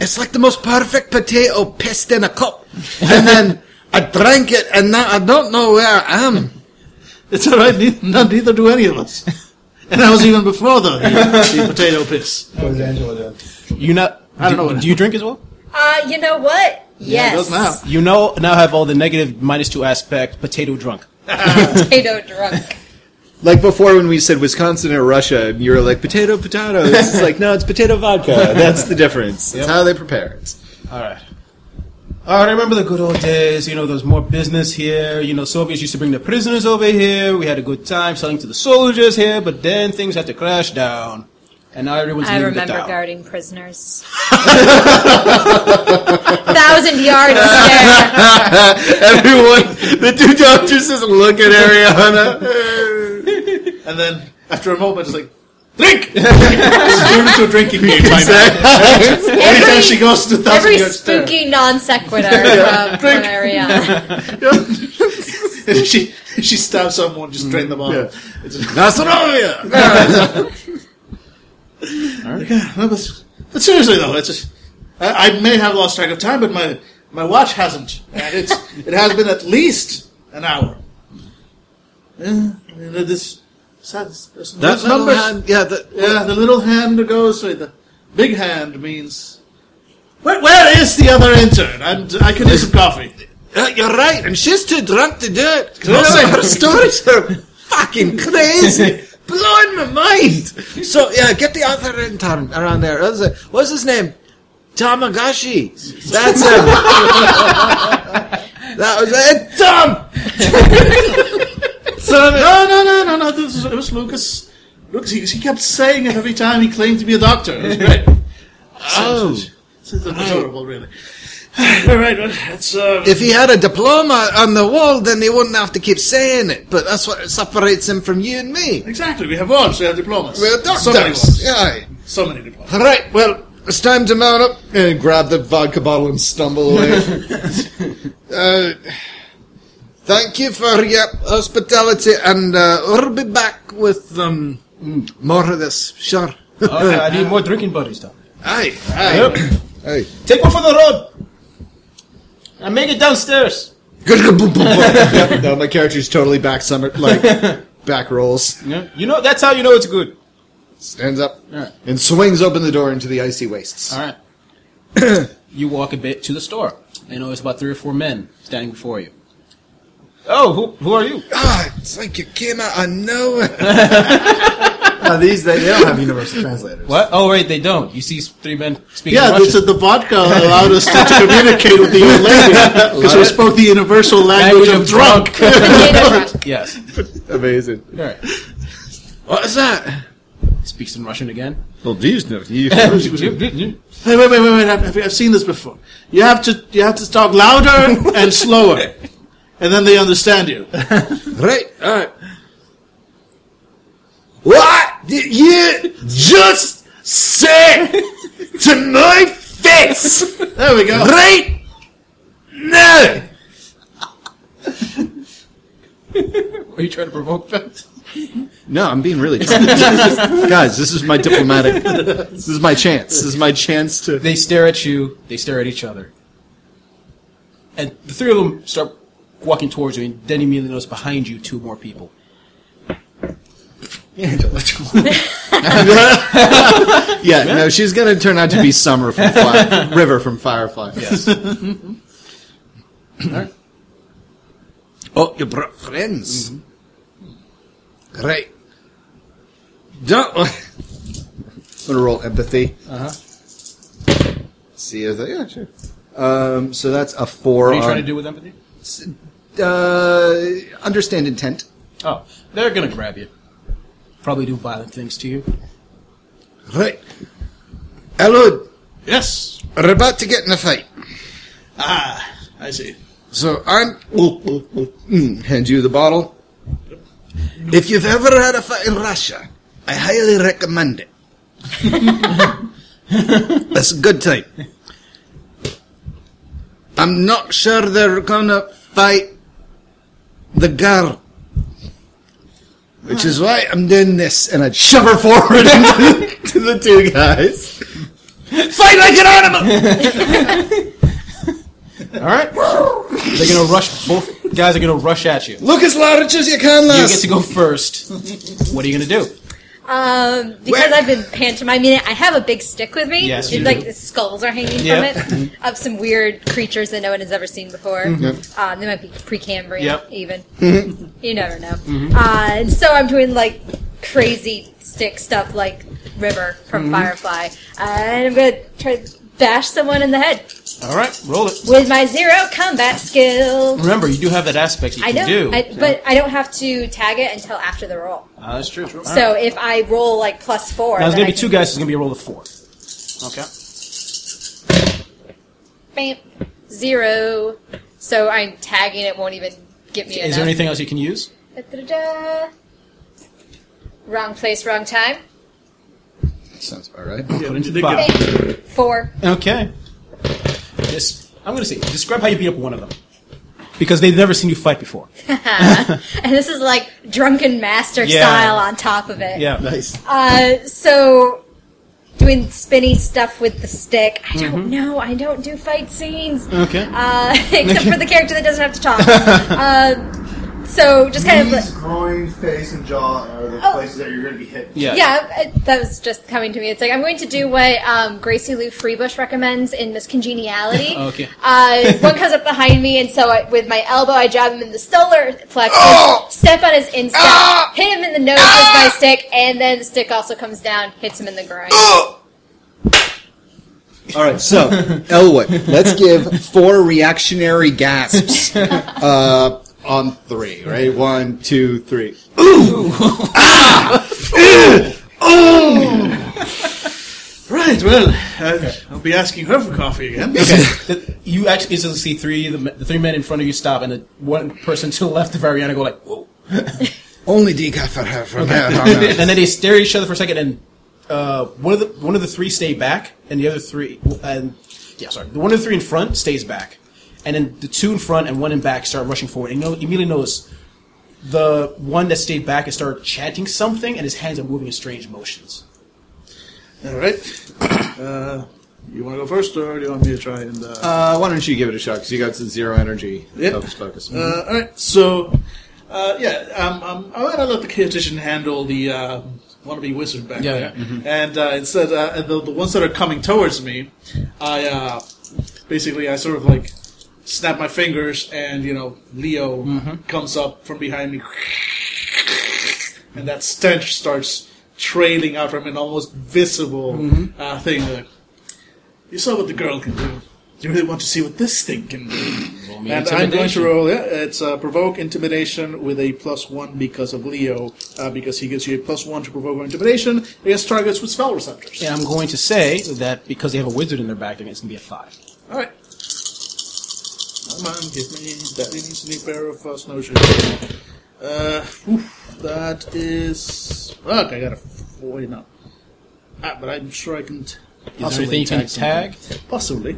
it's like the most perfect potato pissed in a cup, and then I drank it, and now I don't know where I am.
It's all right. Neither, not, neither do any of us. And that was even before the, the potato piss.
You not?
I don't
do-
know what-
Do you drink as well?
Uh, you know what?
It
Yes.
does now.
You know now have all the negative minus two aspect potato drunk.
Potato drunk.
like before when we said Wisconsin or Russia, and you were like potato potato. It's like no, it's potato vodka. That's the difference. That's how they prepare it.
All right. Oh, I remember the good old days. You know, there was more business here. You know, Soviets used to bring the prisoners over here. We had a good time selling to the soldiers here, but then things had to crash down. And now everyone's
I
leaving the
remember
town.
guarding prisoners. Thousand yard stare.
Everyone, the two doctors just look at Ariana.
And then after a moment, it's like, drink! Turn into a drinking game. by now. Anytime she
Every,
goes to the
every
yard stare.
spooky non sequitur uh, from, from Ariana.
If she if she stabs someone, just drain them all. It's just, Yeah, that was- but seriously though, it's just, I, I may have lost track of time, but my my watch hasn't, and it's it has been at least an hour. Yeah, you know, this. That's, there's
That little
numbers.
hand, yeah, that,
Yeah, the little hand goes with the big hand means. Where, where is the other intern? And I can use some coffee.
uh, you're right, and she's too drunk to do it.
Also-
her stories are fucking crazy, blowing my mind. So yeah, get the other intern around there. What's, it- what's his name? Tamagashi. That's him. that was it. Tom. Son of a-
No, no, no, no, no. This was, it was Lucas. Lucas, he, he kept saying it every time he claimed to be a doctor. It was great.
Oh.
This is adorable, really. All right, well, that's uh,
If he had a diploma on the wall, then he wouldn't have to keep saying it. But that's what separates him from you and me.
exactly. We have awards. We have diplomas.
We're
So many
doctors.
awards.
Yeah.
So many diplomas.
All right, well, it's time to mount up and grab the vodka bottle and stumble away.
Uh, thank you for your hospitality, and uh, we'll be back with um, more of this. Sure.
Okay, I need more drinking buddies, though.
Aye, aye. Aye.
Take one for the road. I make it downstairs.
no, my character's totally back summer, like back rolls,
Yeah. You know, that's how you know it's good.
stands up,
Yeah.
and swings open the door into the icy wastes.
All right. you walk a bit to the store. You know, it's about three or four men standing before you. Oh, who, who are you?
Ah, it's like you came out of nowhere.
Now, these they, they don't have universal translators.
What? Oh, wait, they don't. You see s- three men speaking
Yeah,
Russian.
this is the vodka allowed us to, to communicate with the old lady because we spoke the universal language, of drunk.
yes.
Amazing.
All right.
What is that?
Speaks in Russian again.
Well, these no.
Hey, wait, wait, wait, wait! I've, I've seen this before. You have to you have to talk louder and slower, and then they understand you.
Right, alright. What did you just say to my face?
There we go.
Right now!
Are you trying to provoke them?
No, I'm being really guys. This is my diplomatic. This is my chance. This is my chance to.
They stare at you. They stare at each other. And the three of them start walking towards you, and then you immediately notice behind you two more people.
Yeah, no, she's gonna turn out to be Summer from Fly, River from Firefly. Yes.
Oh, you brought friends.
Mm-hmm.
Right. Don't.
I'm gonna roll empathy. Uh huh.
Uh-huh.
See if they, yeah, sure. Um, so that's a four.
What are you
on,
trying to do with empathy?
Uh, understand intent.
Oh, they're gonna grab you. Probably do violent things to you.
Right. Hello,
Yes,
we're about to get in a fight.
I see.
So I'm.
Mm, hand you the bottle.
If you've ever had a fight in Russia, I highly recommend it. That's a good time. I'm not sure they're gonna fight the girl. Which is why I'm doing this, and I shove her forward
to the two guys.
fight like an animal!
All right. they're gonna rush. Both guys are gonna rush at you.
Look as large as you can,
You get
lass!
to go first. What are you gonna do?
Um, because I've been pantomiming it, I have a big stick with me.
Yes, you
it's like
do.
the skulls are hanging
Yeah.
from it of some weird creatures that no one has ever seen before. Um, they might be pre-Cambrian,
Mm-hmm. Yep. Mm-hmm.
even. you never know. Uh, and so I'm doing like crazy stick stuff,
Mm-hmm.
like River from Firefly, uh, and I'm gonna try to bash someone in the head.
All right, roll it.
With my zero combat skill.
Remember, you do have that aspect you
I
can
don't,
do.
I, but I don't have to tag it until after the roll.
Ah, that's true. All right.
So if I roll like plus four,
Now it's
then
gonna
I
be two
can-
guys. So it's gonna be a roll of four. Okay.
Bam. zero. So I'm tagging it won't even give me.
Is there anything else you can use?
anything? Wrong place, wrong time.
Sounds about right.
Put into
they
the pot.
Bam. Four.
Okay. This I'm gonna say. Describe how you beat up one of them, because they've never seen you fight before.
And this is like drunken master
Yeah.
style on top of it.
Yeah.
Uh, so doing spinny stuff with the stick. I don't know. I don't do fight scenes.
Mm-hmm. Okay.
Uh, except for the character that doesn't have to talk. uh, so just kind of. like-
Knees, groin, face, and jaw are the
Oh.
places that you're going to be hit.
Yeah.
Yeah, it- that was just coming to me. It's like I'm going to do what um, Gracie Lou Freebush recommends in Miss Congeniality.
Okay.
Uh, one comes up behind me, and so I, with my elbow, I jab him in the solar plexus,
Oh!
step on his instep,
Ah!
hit him in the nose with my stick, and then the stick also comes down, hits him in the groin.
Oh!
All right, so Elwood, let's give four reactionary gasps uh, on three. Right, one, two, three.
Right, well, uh, I'll be asking her for coffee again.
Okay. The- you actually so see three the, m- the three men in front of you stop, and the one person to the left of Ariana go like, "Whoa!"
Only decaf for her from here on out.
and then they stare at each other for a second, and uh, one of the one of the three stay back, and the other three, and yeah, sorry, the one of the three in front stays back, and then the two in front and one in back start rushing forward. And you know, you immediately notice the one that stayed back has started chanting something, and his hands are moving in strange motions.
All right. Uh, you want to go first, or do you want me to try and? Uh,
Uh, why don't you give it a shot? Because you got some zero energy.
Yep.
Focus, focus.
Uh, all right, so uh, yeah, um, um, I'm gonna let the kitchen handle the uh, wannabe wizard back
Yeah,
there,
yeah, mm-hmm.
and uh, instead, uh, and the, the ones that are coming towards me, I uh, basically I sort of like snap my fingers, and you know Leo
Mm-hmm.
comes up from behind me, and that stench starts trailing out from an almost visible
Mm-hmm.
uh, thing. Like, you saw what the girl can do. You really want to see what this thing can do. And I'm going to roll. Yeah, it's uh, provoke intimidation with a plus one because of Leo, uh, because he gives you a plus one to provoke or intimidation against targets with spell receptors.
And I'm going to say that because they have a wizard in their back, it's going to be a five.
All right. Come on, give me that needs a new pair of uh, snowshoes. Uh, oof, that is. Fuck, I got a four. No, ah, but I'm sure I can. T-
Is there anything you can tag?
Possibly.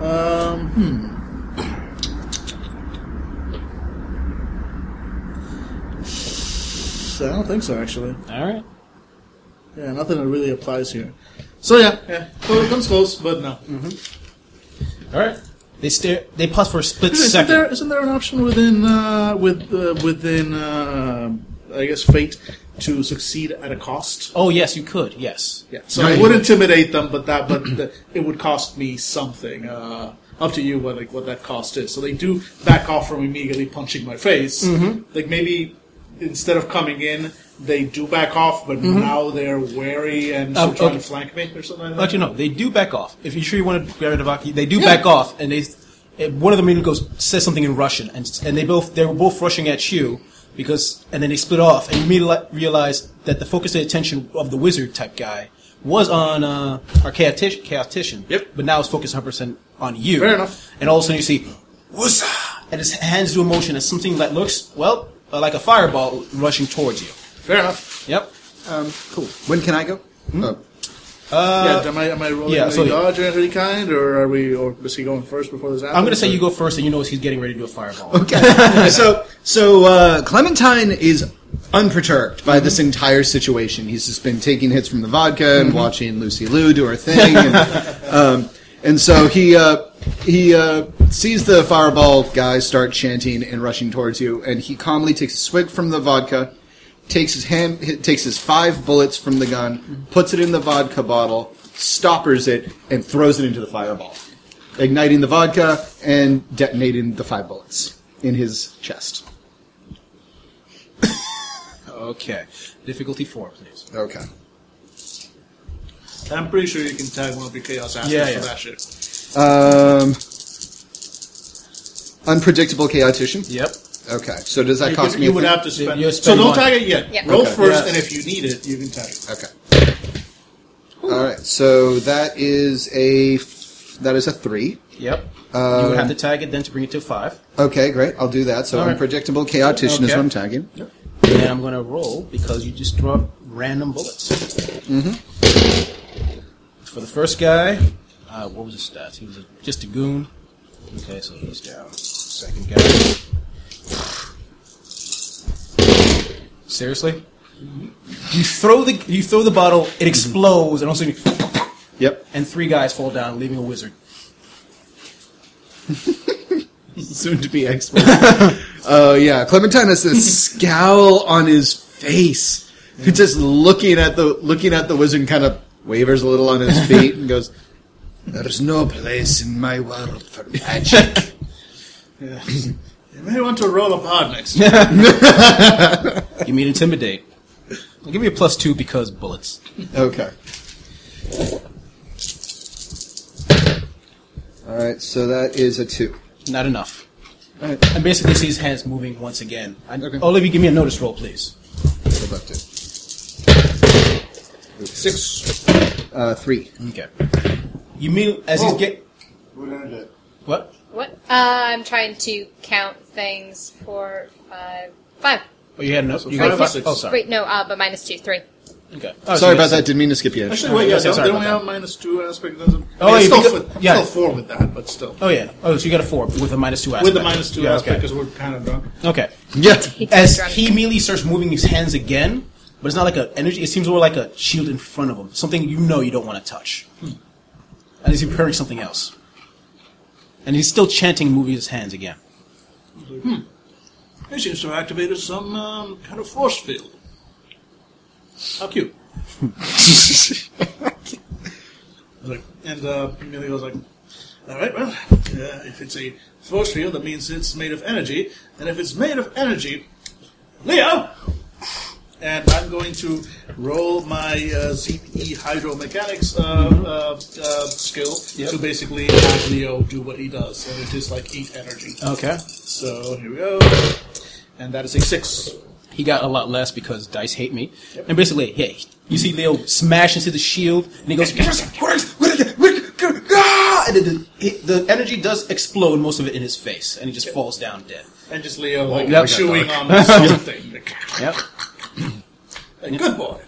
Um, hmm. So I don't think so, actually.
All right.
Yeah, nothing that really applies here. So yeah, yeah, well, it comes close, but no.
All right. They stare. They pause for a split
Isn't
second.
there isn't there an option within uh, with uh, within uh, I guess fate to succeed at a cost?
Oh yes, you could. Yes.
Yeah. So I would intimidate them, but that but the, it would cost me something. Uh, up to you what like, what that cost is. So they do back off from immediately punching my face.
Mm-hmm.
Like maybe instead of coming in, they do back off, but now they're wary and
Mm-hmm. Um,
trying
okay.
to flank me or something. Like
But
that.
you know, they do back off. If you're sure you want to grab a Devaki, they do back off, and they and one of them even goes says something in Russian, and and they both they were both rushing at you because and then they split off, and you immediately realize that the focus of the attention of the wizard type guy was on uh, our chaotician, chaotician.
Yep.
But now it's focused 100 percent on you.
Fair enough.
And all of a sudden you see, Wussa! and his hands do a motion as something that looks well uh, like a fireball rushing towards you.
Fair enough.
Yep.
cool. When can I go?
yeah,
Oh.
Uh, am I am I rolling
yeah,
any
so-
dodge or any kind, or are we or is he going first before this happens?
I'm going to say
or-
you go first, and you notice he's getting ready to do a fireball.
Okay. so so uh, Clementine is unperturbed by this entire situation. He's just been taking hits from the vodka and watching Lucy Lou do her thing, and, um, and so he uh, he uh, sees the fireball guys start chanting and rushing towards you, and he calmly takes a swig from the vodka. Takes his hand, h- takes his five bullets from the gun, puts it in the vodka bottle, stoppers it, and throws it into the fireball igniting the vodka and detonating the five bullets in his chest.
Okay. Difficulty four, please.
Okay.
I'm pretty sure you can tag one of your chaos assets
Yeah,
for
yeah.
that shit.
Um, unpredictable chaotician.
Yep.
Okay, so does that
You,
cost
could-
me?
you
a
would
thing?
have to spend.
You
so
spend
don't
one.
tag it yet.
Yeah.
Roll
Okay.
first,
Yeah.
and if you need it, you can tag it.
Okay. All right. So that is a f- that is a three.
Yep. you would have to tag it then to bring it to five.
Okay, great. I'll do that. So
All right.
unpredictable chaotician is
Okay.
what I'm tagging.
And I'm going to roll because you just drop random bullets. Mm-hmm. For the first guy, uh, what was his stats? He was a, just a goon. Okay, so he's down. Second guy. Seriously? You throw the you throw the bottle, it explodes, and also
Yep.
and three guys fall down, leaving a wizard.
Soon to be expert. Oh yeah, Clementine has this scowl on his face. He's just looking at the looking at the wizard, and kind of wavers a little on his feet, and goes, "There's no place in my world for magic."
You may want to roll a pod next.
You mean intimidate? I'll give you a plus two because bullets.
Okay. All right. So that is a two.
Not enough. And basically see his hands moving once again. I, All of you give me a notice roll, please.
So left it.
Six.
Uh, three.
Okay. You mean as he's get what?
What? Uh, I'm trying to count things for five. Five.
Oh, you had enough. You
Wait,
got
no,
five. Oh, sorry.
Wait, no, uh, but minus two, three.
Okay. Oh,
Sorry
so
about
yes.
that. Didn't mean to skip you.
Actually, wait, yeah,
Okay,
don't,
sorry
don't we
about
have minus two aspect? Doesn't,
Oh,
I'm
yeah,
still,
because-
with- I'm
yeah.
still four with that, but still.
Oh yeah. Oh, so you got a four with a minus two aspect.
With the minus two
Yeah,
aspect, because we're kind of drunk.
Okay. okay.
Yeah.
As
drunk.
he immediately starts moving his hands again, but it's not like an energy. It seems more like a shield in front of him. Something you know you don't want to touch. And he's preparing something else. And he's still chanting, moving his hands again.
It seems to have activated some um, kind of force field. How cute. I was like, and uh, Amelia was like, all right, well, uh, if it's a force field, that means it's made of energy. And if it's made of energy, Leo! And I'm going to roll my uh, ZPE hydromechanics uh, uh, uh, skill to basically have Leo do what he does. And it is like heat energy.
Okay.
So here we go. And that is a six.
He got a lot less because dice hate me. And basically, yeah, you see Leo smash into the shield, and he goes, "Ah!" and then the, the energy does explode, most of it in his face, and he just falls down dead.
And just Leo like
that
chewing on something.
Yep.
Like, Good boy.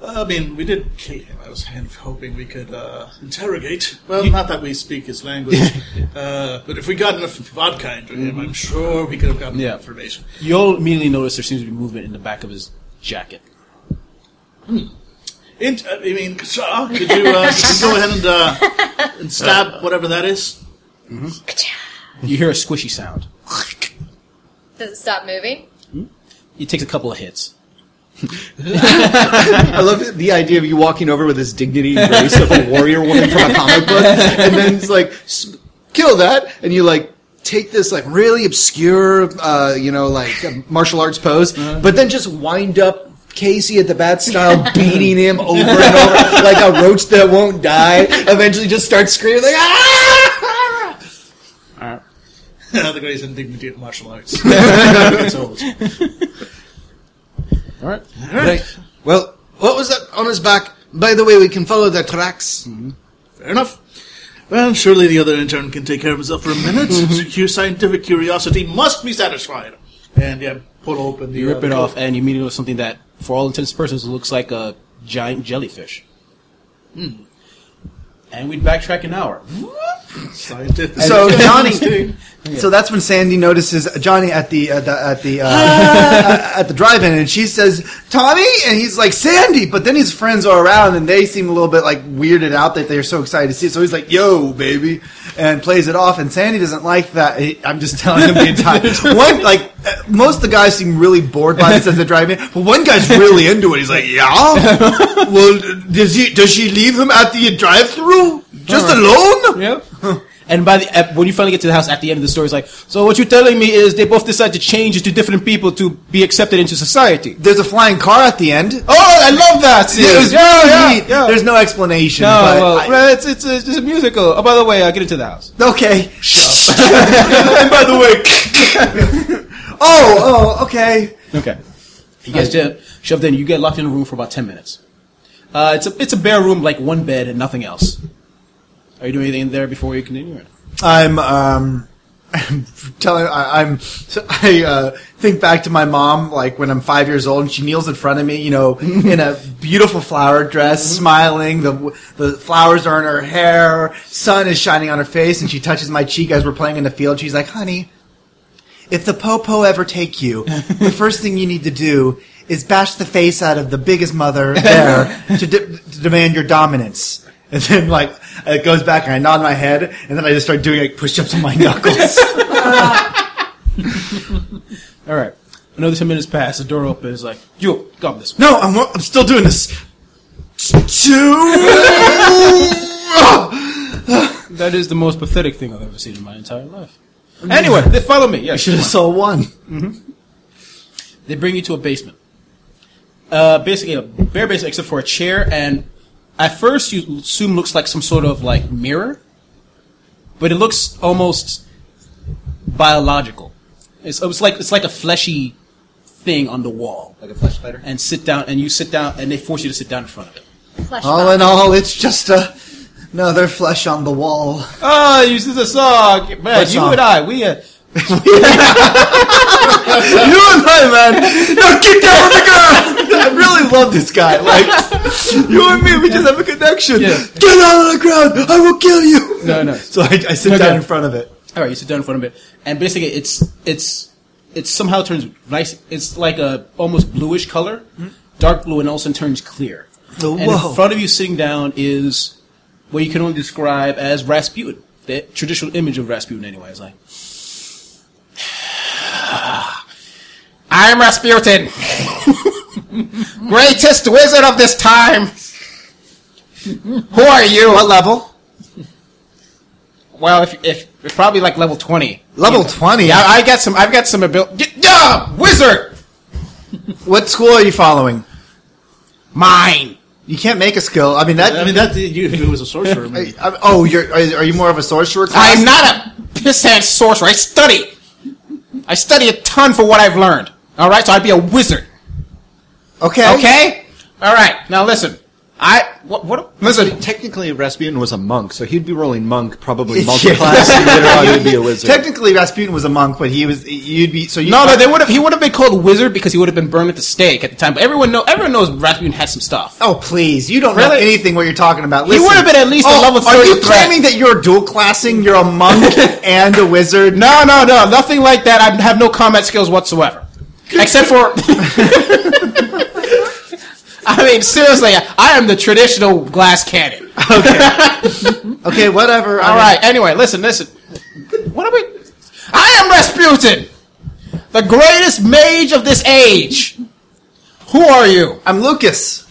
Uh, I mean, we did kill him. I was kind of hoping we could uh, interrogate. Well, not that we speak his language, uh, but if we got enough vodka into him, I'm sure we could have gotten
Mm-hmm. Yeah.
information.
You all immediately notice there seems to be movement in the back of his jacket.
Int- uh, I mean, Kasha, could you uh, could you go ahead and, uh, and stab whatever that is?
You hear a squishy sound.
Does it stop moving?
He takes a couple of hits.
I love the idea of you walking over with this dignity and grace of a warrior woman from a comic book, and then it's like, "S- kill that, and you like take this like really obscure, uh, you know, like martial arts pose,
Uh-huh.
but then just wind up. Casey at the bat style beating him over and over like a roach that won't die. Eventually, just starts screaming like ah!
the grace and dignity of martial arts.
It's over. all right.
Like, well, what was that on his back? By the way, we can follow the tracks.
Fair enough. Well, surely the other intern can take care of himself for a minute.
Mm-hmm.
Your scientific curiosity must be satisfied. And yeah, pull open the.
You rip
uh,
it
coat.
off, and you immediately notice something that, for all intents and purposes, looks like a giant jellyfish.
Hmm.
And we'd backtrack an hour.
Scientific.
So Johnny, so that's when Sandy notices Johnny at the at the at
uh,
the, uh, at the drive-in, and she says Tommy, and he's like Sandy, but then his friends are around, and they seem a little bit like weirded out that they're so excited to see it. So he's like, "Yo, Oh, baby," and plays it off, and Sandy doesn't like that. He- I'm just telling him the entire one. Like uh, most of the guys seem really bored by this as they drive in, but one guy's really into it. He's like, "Yeah, well, does he does she leave him at the drive-through just alone?"
Yep. And by the at- when you finally get to the house at the end of the story, it's like, so what you're telling me is they both decide to change into different people to be accepted into society.
There's a flying car at the end.
Oh, I love that scene.
It was
yeah, yeah,
really-
yeah.
There's no explanation.
no,
but
well,
I-
well, it's, it's, a, it's a musical. Oh, by the way, I'll get into the house.
okay.
and by the way,
Oh, oh, okay.
Okay. You guys get shoved in. You get locked in a room for about ten minutes. Uh, it's a it's a bare room, like one bed and nothing else. Are you doing anything in there before you continue?
I'm um I'm telling I, I'm so I uh, think back to my mom like when I'm five years old and she kneels in front of me you know in a beautiful flower dress smiling the the flowers are in her hair sun is shining on her face and she touches my cheek as we're playing in the field she's like honey if the popo ever take you the first thing you need to do is bash the face out of the biggest mother there to, de- to demand your dominance and then like it goes back and I nod my head and then I just start doing like push-ups on my knuckles.
All right. Another ten minutes pass. The door opens. Like you, come this way.
No, I'm, I'm still doing this. Two.
That is the most pathetic thing I've ever seen in my entire life. Anyway, they follow me. Yeah,
Should have saw one.
They bring you to a basement. Uh, basically, a bare basement except for a chair, and at first you assume looks like some sort of like mirror, but it looks almost biological. It's, it's like it's like a fleshy thing on the wall,
Like a flesh spider?
and sit down, and you sit down, and they force you to sit down in front of it.
Flesh
All in all, it's just a, another flesh on the wall.
Ah, you see the song, man. you
song?
and I, we. Uh,
you and I, man. No, kick that with the girl. I really love this guy. Like you and me, we just have a connection.
Yeah.
Get out of the ground. I will kill you.
no, no.
So I, I sit
Okay.
down in front of it.
All right, you sit down in front of it, and basically, it's it's it somehow turns nice. It's like a almost bluish color, dark blue, and all of a sudden turns clear.
Oh,
and
whoa.
in front of you, sitting down, is what you can only describe as Rasputin, the traditional image of Rasputin. Anyway, it's like I'm Rasputin, greatest wizard of this time. Who are you? What level? Well, if, if, if probably like level twenty.
Level twenty.
Yeah, I got some. I've got some ability. Yeah, wizard,
What school are you following?
mine.
You can't make a skill. I mean that.
I mean, that you if it was a sorcerer.
I- I- oh, you're are, are you more of a sorcerer? Class?
I'm not a pissant sorcerer. I study. I study a ton for what I've learned. All right, so I'd be a wizard.
Okay.
Okay. All right. Now listen. I what what listen.
Technically, Rasputin was a monk, so he'd be rolling monk, probably
Yeah.
multi-class, and later on he'd be a wizard.
Technically, Rasputin was a monk, but he was you'd be so you.
Oh, No, no, they would have. He would have been called wizard because he would have been burned at the stake at the time. But everyone know. Everyone knows Rasputin had some stuff.
Oh please! You don't know
Really?
anything what you're talking about.
He
Listen. Oh,
would've been at least a level
Are
30
you
threat.
claiming that you're dual classing? You're a monk and a wizard.
No, no, no, nothing like that. I have no combat skills whatsoever, except for. I mean, seriously, I am the traditional glass cannon.
Okay, whatever.
All right. Anyway, listen, listen. What are we? I am Rasputin, the greatest mage of this age. Who are you,
I'm Lucas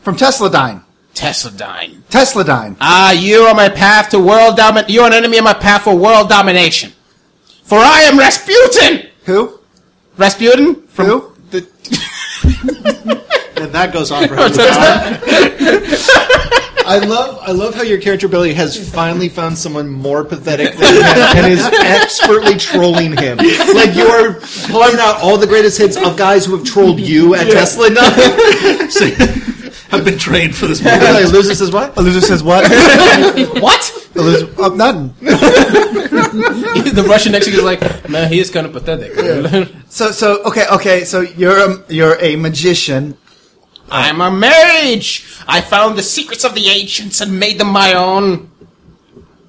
from Tesladine.
Tessadine?
Tesladine.
Ah, you are my path to world domin. You are an enemy in my path for world domination. For I am Rasputin.
Who?
Rasputin from
Who?
And that goes on for I love, I love how your character Billy has finally found someone more pathetic than him and is expertly trolling him. Like you are pulling out all the greatest hits of guys who have trolled you at Tesla.
I've been trained for this movie.
Billy loses his what?
A loser says what?
what?
A loser- oh, nothing.
the Russian next to you is like, man, he is kind of pathetic.
So so okay okay so you're a, you're a magician.
I'm a mage. I found the secrets of the ancients and made them my own.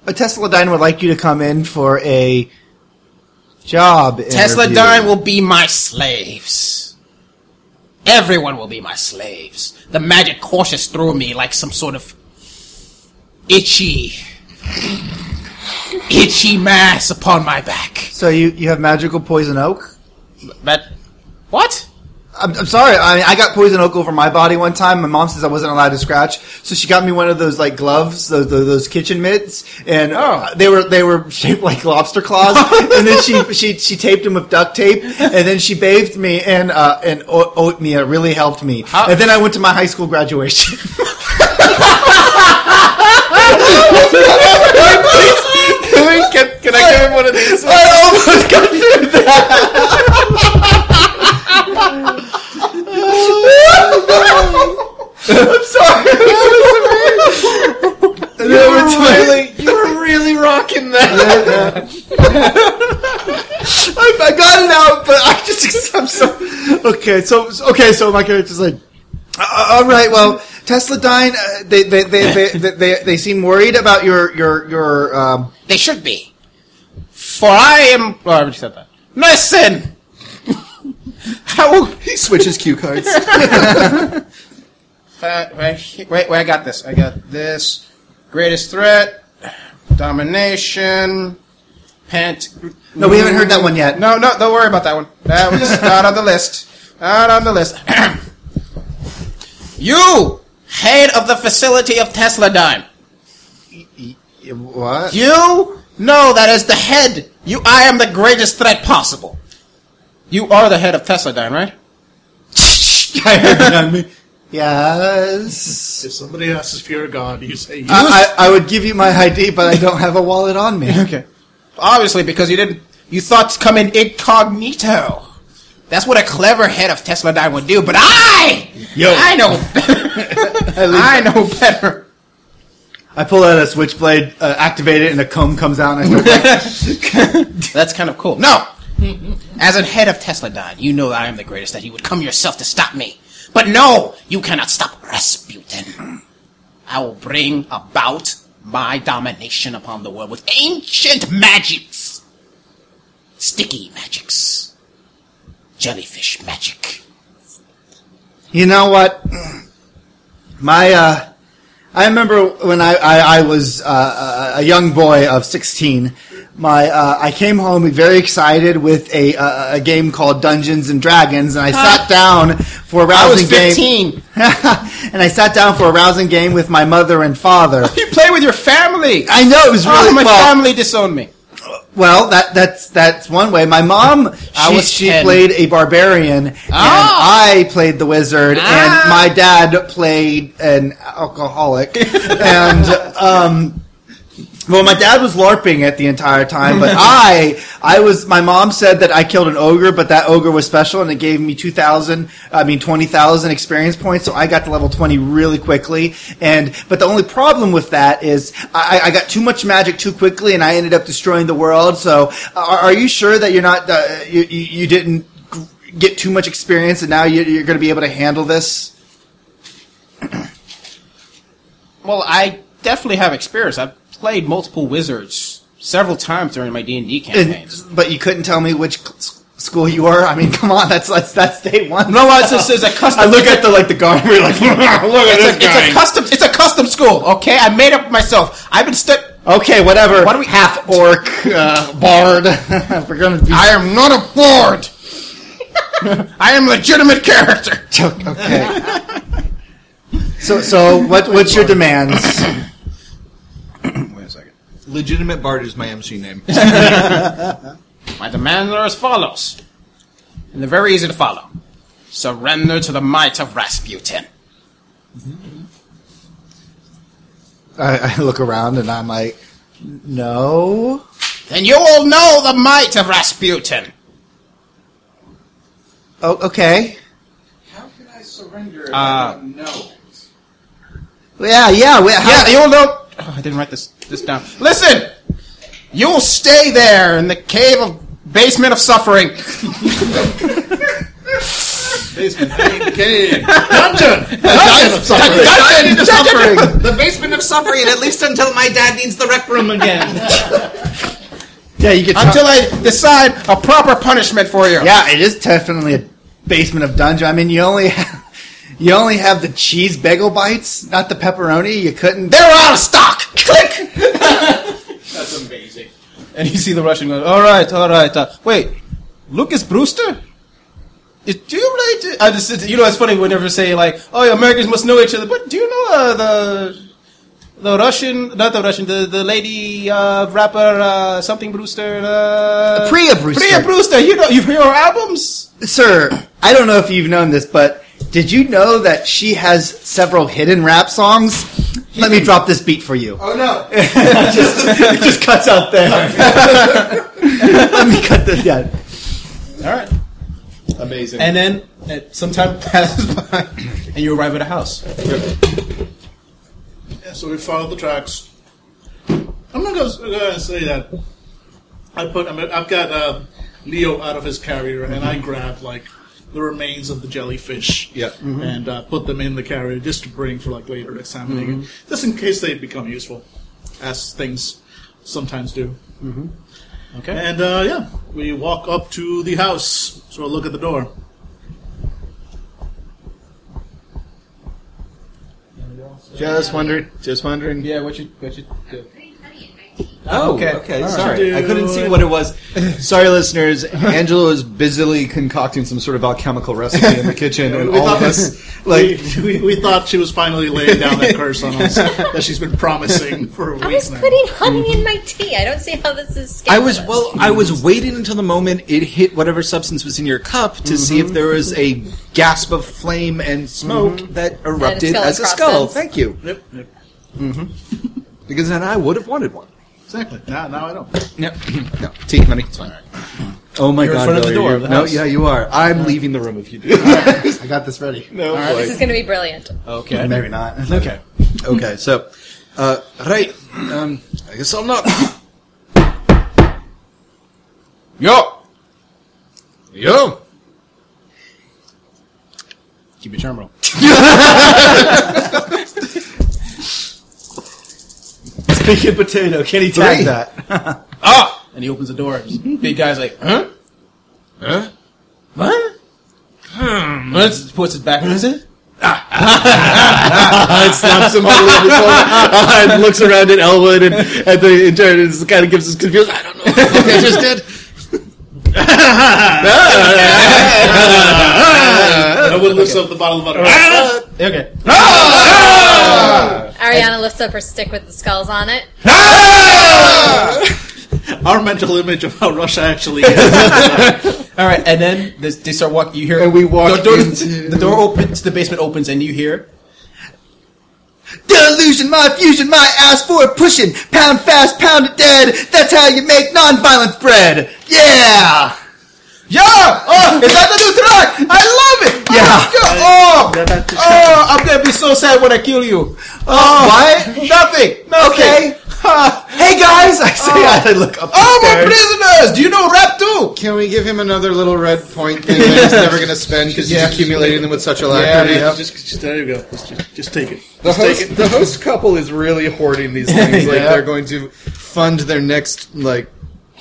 A Tesladine would like you to come in for a job.
Tesla
interview.
Dime will be my slaves. Everyone will be my slaves. The magic courses through me like some sort of itchy, itchy mass upon my back.
So you, you have magical poison oak?
But what?
I'm, I'm sorry. I mean, I got poison oak over my body one time. My mom says I wasn't allowed to scratch, so she got me one of those like gloves, those those, those kitchen mitts, and uh, they were they were shaped like lobster claws. and then she she she taped them with duct tape, and then she bathed me and uh, and o- oatmeal really helped me. And then I went to my high school graduation.
can, can I give him one of these?
I almost got through that. I'm sorry. There were two-
you were really rocking that.
I, I got it out, but I just I'm so okay. So okay, so my character's like, "Uh, all right, well, Tesla Dine, uh, they, they, they, they, they they they seem worried about your your your. Um,
They should be. For I am. Oh, I already said that. Listen! How.
He switches cue cards.
Uh, right, he- wait, wait, I got this. I got this. Greatest threat. Domination. Pant.
no, we haven't heard that one yet.
No, no, don't worry about that one. That was not on the list. Not on the list. you, head of the facility of Tesla Dime.
What?
You know that as the head, you I am the greatest threat possible. You are the head of Tesla Dime, right?
I heard it on me. Yes.
If somebody asks if you're a god, you say yes.
I, I, I would give you my ID, but I don't have a wallet on me.
Okay. Obviously, because you didn't. You thought to come in incognito. That's what a clever head of Tesla Dime would do. But I, I know better. I know better.
I pull out a switchblade, uh, activate it, and a comb comes out, and I start
That's kind of cool. No! As a head of Tesla Don, you know I am the greatest, that you would come yourself to stop me. But no! You cannot stop Rasputin. I will bring about my domination upon the world with ancient magics. Sticky magics. Jellyfish magic.
You know what? My, uh, I remember when I, I, I was uh, a a young boy of 16. My, uh, I came home very excited with a, uh, a game called Dungeons and Dragons, and I sat down for a rousing game. and I sat down for a rousing game with my mother and father.
You play with your family!
I know it was really
oh, my
well,
family disowned me.
well, that that's that's one way. My mom, she,
I was
she
10.
played a barbarian, and I played the wizard,
Ah.
and my dad played an alcoholic, and um. Well, my dad was LARPing it the entire time, but I, I was. My mom said that I killed an ogre, but that ogre was special, and it gave me two thousand, I mean twenty thousand experience points. So I got to level twenty really quickly. And but the only problem with that is I, I got too much magic too quickly, and I ended up destroying the world. So are, are you sure that you're not, uh, you, you you didn't get too much experience, and now you, you're going to be able to handle this?
Well, I definitely have experience. I've played multiple wizards several times during my D&D
And,
campaigns.
but you couldn't tell me which. cl- s- School you were? I mean, come on, that's that's, that's day one.
No, it's, it's, it's a custom. I look at the like the guard. We're like, look at it's a, It's a custom. It's a custom school. Okay, I made up myself. I've been stuck.
Okay, whatever.
Why do we half
orc uh, bard? We're gonna be
I am not a bard. I am legitimate character.
okay. so, so what? What's your demands?
Wait a second.
Legitimate Bard is my MC name.
My demands are as follows, and they're very easy to follow: surrender to the might of Rasputin.
I, I look around and I'm like, no.
Then you will know the might of Rasputin.
Oh, okay. Uh,
How can I surrender if
I
don't know?
Yeah, yeah. we- how-
Yeah, you'll know. Oh, I didn't write this this down. Listen, you'll stay there in the cave of basement of suffering.
Suffering.
Dungeon of suffering.
The basement of suffering, at least until my dad needs the rec room again.
Yeah, you get.
Until I decide a proper punishment for you.
yeah, it is definitely a basement of dungeon. I mean, you only have, you only have the cheese bagel bites, not the pepperoni. You couldn't.
They're out of stock. Click. That's amazing. And you see the Russian going, all right, all right. Uh, wait, Lucas Brewster? It- do you really? Do, I just you know it's funny whenever say like oh yeah, Americans must know each other, but do you know uh, the the Russian not the Russian the the lady uh, rapper uh, something Brewster uh,
Priya Brewster.
Priya Brewster you know you've heard her albums
Sir, I don't know if you've known this, but did you know that she has several hidden rap songs? Let me drop this beat for you. Oh no! it just cuts out there. Let me cut this. Yeah.
all right
Amazing.
and then uh, some time passes by and you arrive at a house
Yeah, so we follow the tracks. I'm not going to say that. I put. I mean, I've got uh, Leo out of his carrier, and
Mm-hmm.
I grab like the remains of the jellyfish.
Yeah.
Mm-hmm.
And uh, put them in the carrier just to bring for like later examining,
Mm-hmm.
just in case they become useful, as things sometimes do.
Mm-hmm. okay
And uh, yeah, we walk up to the house. So I look at the door.
just wondering. Just wondering.
yeah what you what you do
Oh,
Okay.
okay.
All right.
Sorry. I couldn't see what it was. Sorry, listeners. Angela is busily concocting some sort of alchemical recipe in the kitchen, and
We
all of
thought-
us, like,
we, we, we thought she was finally laying down that curse on us that she's been promising for
I was
weeks now.
putting honey
Mm-hmm.
in my tea. I don't see how this is.
I was
scandalous.
well. I was waiting until the moment it hit whatever substance was in your cup to see if there was a gasp of flame and smoke that erupted
skull
as a
across
skull.
us.
Thank you,
Yep, yep,
because then I would have wanted one.
exactly. Now, now I don't.
No, no, take money. It's fine. Oh my
You're in
god!
front of
Billy,
the door
you-
of the
no,
house.
yeah, you are. I'm leaving the room if you do.
I got this ready.
no,
This is going to be brilliant.
okay
Maybe not.
okay
okay, so uh, right. Um, I guess I'll not.
yo, yo.
give me a charm roll
Speaking potato, can he tag that?
ah and he opens the door big guy's like huh
Huh?
what hmm Let's- puts it back is it
It slaps him on the left shoulder and looks around at Elwood and at the intern and just kind of gives us confused. I don't know what the fuck I just did.
I would lift up the bottle of vodka.
okay
Ariana lifts up her stick with the skulls on it.
Our mental image of how Russia actually is.
All right, and then this, they start walking. You hear,
And we walk
The door,
into-
the door opens. The basement opens, and you hear.
Delusion, my fusion, my ass forward pushing, pound fast, pound it dead. That's how you make non-violent bread. Yeah.
Yeah! Oh, is that the new track? I love it.
Yeah.
Oh, yeah. oh, oh, I'm gonna be so sad when I kill you. Oh,
What?
Nothing. Nothing.
Okay.
Ha.
Hey guys, I say I look up.
oh,
the
my
stairs.
prisoners! Do you know rap too?
Can we give him another little red point thing that he's never going to spend because he's
Yeah.
accumulating them with such alacrity?
Yeah,
just, just- there you go. Just, just, just take it.
The host, the host couple is really hoarding these things. Like
Yeah.
they're going to fund their next like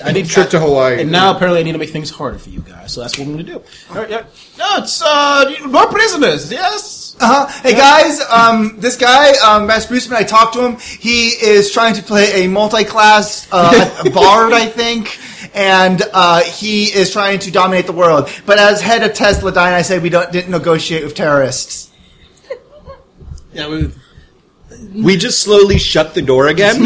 I need
trip to Hawaii.
And now apparently I need to make things harder for you guys, so that's what I'm gonna do. All right, yeah. No, it's uh, more prisoners. Yes.
Uh-huh. Hey guys, um, this guy, um, Matt Bruceman, I talked to him. He is trying to play a multi-class uh, bard, I think, and uh, he is trying to dominate the world. But as head of Tesla Dine, I say we don't didn't negotiate with terrorists.
Yeah, we,
We just slowly shut the door again.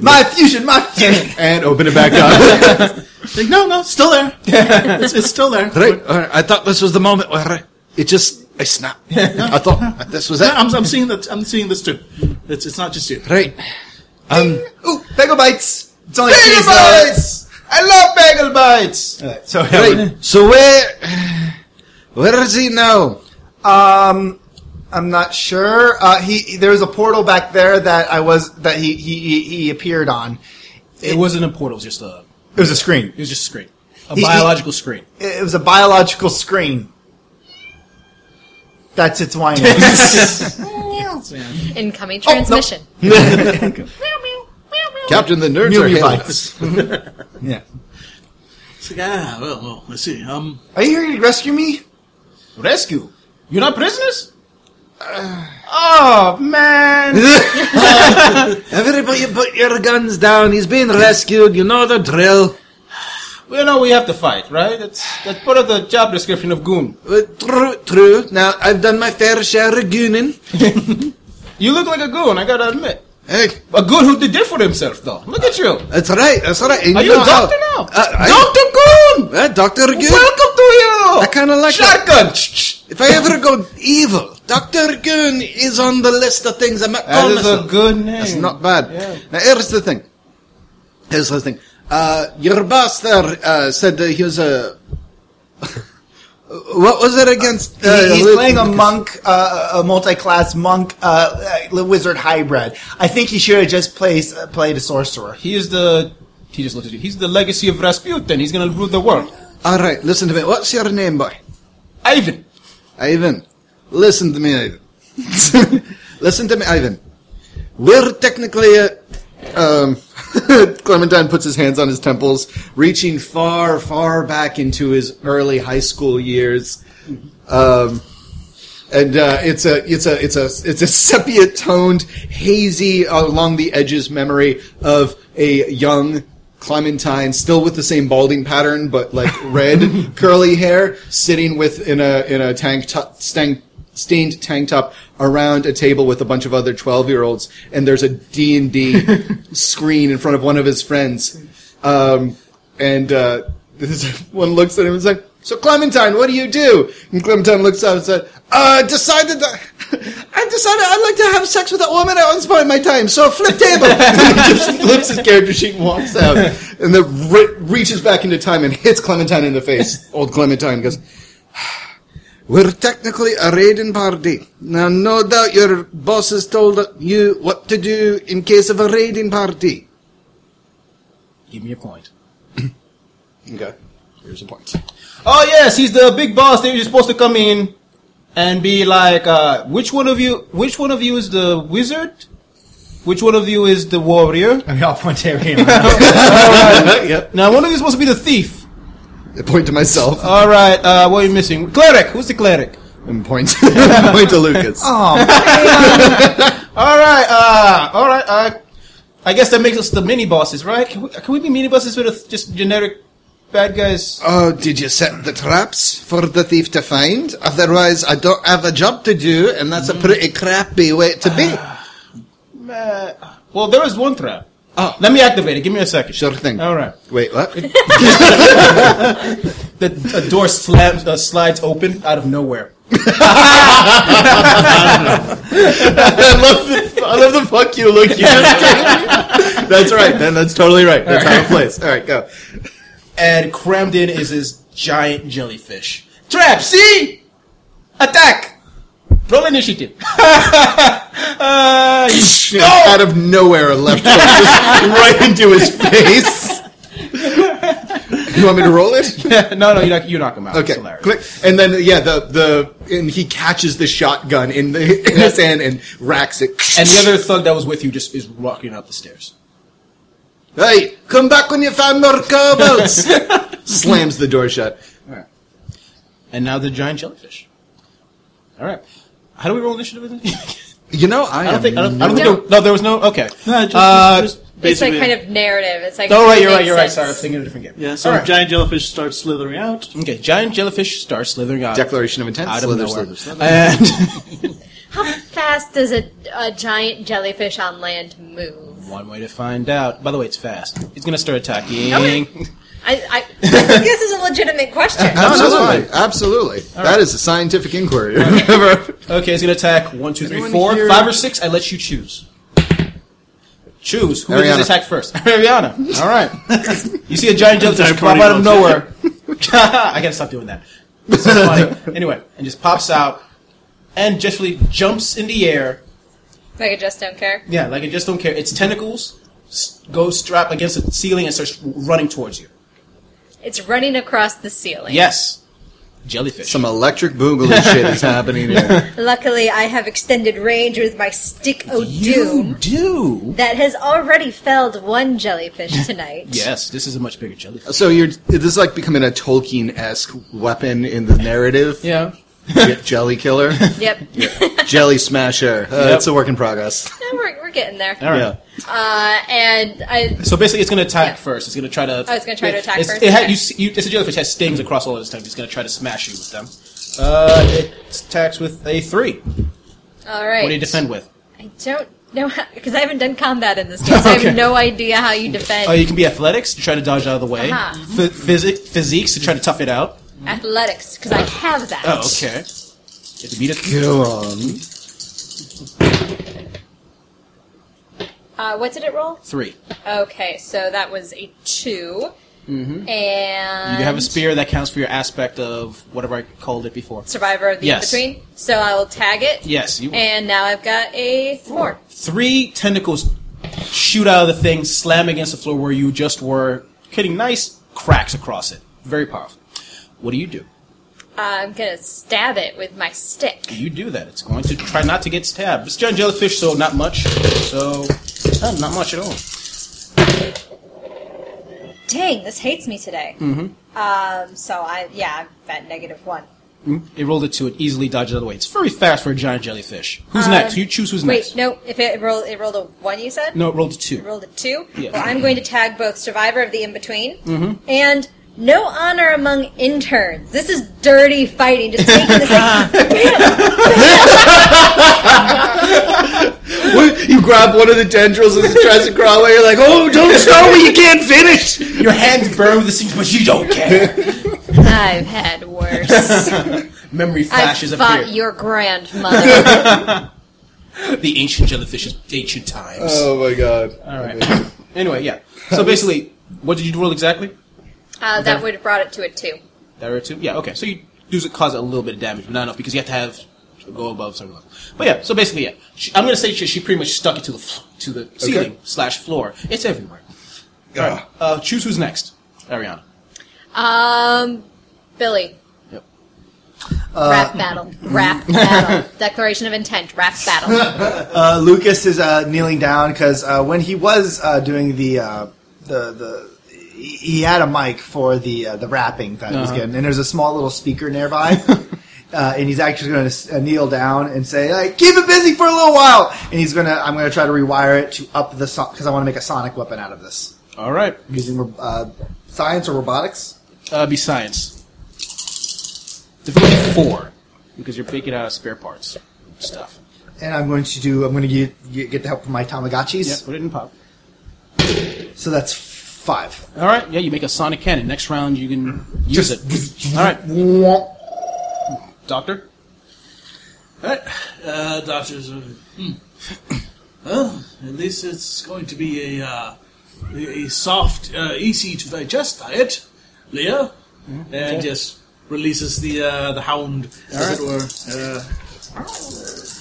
My fusion, my fusion.
and open it back up.
like, no, no, still there. It's, it's still there.
right. All right. I thought this was the moment where it just I snapped. I thought this was
No,
it.
I'm, I'm seeing that. I'm seeing this too. It's, it's not just you.
Right. Um.
Ooh, bagel bites. It's only
Bagel
cheese, though.
bites. I love bagel bites.
So
Right. So where, where is he now?
Um, I'm not sure. Uh, he he- there was a portal back there that I was that he he, he- he appeared on.
It, wasn't a portal. It was just a.
It was a screen.
It was just a screen, a
He- he-
biological screen.
It it was a biological screen. That's its whining.
Incoming transmission. Oh, Meow, meow, meow, meow.
Captain, the nerds
Mew
are
Mew
hailing
bites.
us.
yeah.
It's like, ah, well, well, let's see. Um,
Are you here to rescue me?
Rescue. You're not prisoners.
Uh,
Oh,
Everybody put your guns down. He's being rescued. You know the drill.
We know we have to fight, right? That's that's part of the job description of goon.
Uh, true, true. Now I've done my fair share of gooning.
You look like a goon. I gotta admit,
Hey,
a goon who did it for himself, though. Look at you.
that's right. That's right. And
Are you a
know how-
doctor now?
Uh, I-
Doctor Goon.
Uh, Doctor Goon.
Welcome to you.
I kinda like that.
shotgun. That.
If I ever go evil, Doctor Goon is on the list of things I might call
is
myself.
a good name.
That's not bad. Now here's the thing. Here's the thing. Uh, your boss there uh, said that he was a. what was it against? uh,
He- he's
Luke-
playing a monk, uh, a multi-class monk, uh, uh, wizard hybrid. I think he should have just plays, uh, played a sorcerer.
He is the. He just looked at you. He's the legacy of Rasputin. He's gonna rule the world.
All right, listen to me. What's your name, boy?
Ivan.
Ivan, listen to me, Ivan. listen to me, Ivan. We're technically. Uh, um, Clementine puts his hands on his temples, reaching far, far back into his early high school years. Um, and uh, it's a it's a it's a it's a sepia toned, hazy uh, along the edges memory of a young Clementine, still with the same balding pattern, but like red curly hair, sitting with in a in a tank top stank, stained tank top around a table with a bunch of other 12 year olds and there's a d&d screen in front of one of his friends um, and uh, this one looks at him and says, "So Clementine, what do you do?" And Clementine looks up and says, "Uh, decided that I decided I'd like to have sex with a woman at one point in my time. So flip table." he just flips his character sheet, and walks out, and then re- reaches back into time and hits Clementine in the face. Old Clementine goes. We're technically a raiding party. Now, no doubt your boss has told you what to do in case of a raiding party.
Give me a point.
Okay. Here's a point.
Oh yes, he's the big boss. That you're supposed to come in and be like, uh, which one of you? Which one of you is the wizard? Which one of you is the warrior?
I mean, I'll point to everyone.
Now, one of you is supposed to be the thief.
I point to myself
All right. Uh, what are you missing? Cleric. Who's the cleric?
and point, point to Lucas.
All right. Uh, all right. Uh, I guess that makes us the mini bosses, right? Can we, can we be mini bosses with a th- just generic bad guys?
Oh, did you set the traps for the thief to find? Otherwise, I don't have a job to do, and that's a pretty crappy way to be.
Uh, well, there is one trap.
Oh.
Let me activate it. Give me a second.
Sure thing.
All right.
Wait, what?
The a door slams, uh, slides open out of nowhere.
I love the, I love the fuck you look. You just- that's right, man. That's totally right. That's how it plays. All right, go.
and crammed in is this giant jellyfish. Trap, see? Attack! Roll initiative. uh,
Out of nowhere, a left foot just right into his face. You want me to roll it?
no, no, you knock, you knock him out. It's
Okay,
hilarious.
click, and then yeah, the the and he catches the shotgun in, the, in his hand and racks it.
And the other thug that was with you just is walking up the stairs.
hey, come back when you find more cobbles. Slams the door shut.
And now the giant jellyfish. All right. How do we roll initiative? with it?
You know, I,
I don't think. I don't, I don't
No.
think. There, no, there was no. Okay.
No, just,
Uh,
just- just
It's like
basically.
kind of narrative. It's like
Oh, right. You're
it
right. You're right.
makes
Sorry, I was
sense.
thinking of a different game.
yeah, so
All right.
giant jellyfish starts slithering out.
okay. Giant jellyfish starts slithering out.
Declaration of intent.
Out of
Slither,
nowhere.
slither, slither.
And
How fast does a, a giant jellyfish on land move?
one way to find out. By the way, it's fast. He's gonna start attacking.
Okay. I, I, I think this is a legitimate question.
Uh-huh.
Absolutely, absolutely. That is a scientific inquiry. Remember?
Okay, he's gonna attack one, two, three,
Anyone
four,
here-
five or six. I let you choose. Choose who
Ariana.
does attack first. Ariana. All right. you see a giant jellyfish
Attack
pop
party
out
goes.
of nowhere. I gotta stop doing that. It's so funny. Anyway, and just pops out and justly jumps in the air.
Like I just don't care.
Yeah, like it just don't care. Its tentacles s- go strap against the ceiling and starts running towards you.
It's running across the ceiling.
Yes, jellyfish.
Some electric boogaloo shit is happening here.
Luckily, I have extended range with my stick o'
you
doom
do.
that has already felled one jellyfish tonight.
Yes, this is a much bigger jellyfish.
So you're this is like becoming a Tolkien esque weapon in the narrative.
Yeah.
Je- Jelly killer,
Yep.
jelly smasher. Uh, It's a work in progress.
No, we're, we're getting there.
All right.
Uh, and I
So basically, it's going to attack
Yeah.
first. It's going to try to.
Oh, it's gonna try to attack
it's-
first,
It ha-
okay.
you, see- you, it's a jellyfish. It has stings across all of its tongue. It's going to try to smash you with them. Uh, it attacks with a three.
all right.
What do you defend with?
I don't know because I haven't done combat in this game, so I
Okay.
have no idea how you defend.
Oh, you can be athletics to try to dodge out of the way.
Uh-huh.
Phy- physic- physiques to try to tough it out.
Athletics because I have that.
Oh, okay. You have to beat it.
Go on.
Uh, what did it roll?
Three.
Okay, so that was a 2 mm-hmm.
You
and
have a spear that counts for your aspect of whatever I called it before.
survivor of the
Yes.
in between. So I will tag it.
Yes, you
And now I've got a four.
three tentacles shoot out of the thing, slam against the floor where you just were, hitting nice cracks across it. Very powerful. What do you do?
I'm gonna stab it with my stick.
You do that. It's going to try not to get stabbed. It's giant jellyfish, so not much. So, uh, not much at all.
Dang, this hates me today. Mm-hmm. Um, so I yeah, I'm at negative one.
It rolled it to it, easily dodged out of the way. It's very fast for a giant jellyfish. Who's next? You choose who's
Uh, Wait,
next.
no, if it rolled, it rolled a one. You said
No, it rolled a two.
It rolled a two.
Yeah.
Well, I'm going to tag both survivor of the in between
Mm-hmm.
and. No honor among interns. This is dirty fighting. Just taking this.
you grab one of the tendrils as it tries to crawl away. You're like, oh, don't start me! You can't finish.
Your hands burn with the things, but you don't care.
I've had worse.
Memory
I
flashes appear.
fought your grandmother.
the ancient jellyfish's ancient times.
Oh my god.
All right. anyway, yeah. So basically, what did you roll exactly?
Uh, that would have brought it to a two.
There are two. Yeah. Okay. So you do s- cause a little bit of damage, but not enough because you have to have go above certain level. But yeah. So basically, yeah. She, I'm gonna say she, she pretty much stuck it to the f- to the ceiling slash floor. It's everywhere. All right. Uh, choose who's next, Ariana.
Um, Billy.
Yep.
Uh,
rap battle. Rap battle. Declaration of intent. Rap battle.
Uh, Lucas is uh, kneeling down because uh, when he was uh, doing the uh, the the. He he had a mic for the uh, the rapping that he was getting, and there's a small little speaker nearby, uh, and he's actually going to uh, kneel down and say, like, "Keep it busy for a little while," and he's gonna I'm gonna try to rewire it to up the because I want to make a sonic weapon out of this
All right.
using uh, science or robotics.
Uh, be science. Difficulty four because you're picking out spare parts stuff.
And I'm going to do. I'm going to get, get- get the help from my
Yeah.
Tamagotchis.
Put it in pop.
So that's five.
All right. Yeah. You make a sonic cannon. Next round, you can use it. All right. Doctor.
Alright, uh, doctors. uh, hmm. Well, at least it's going to be a uh, a a soft, uh, easy to digest diet, Leah, and just releases the uh, the hound as it were. Uh,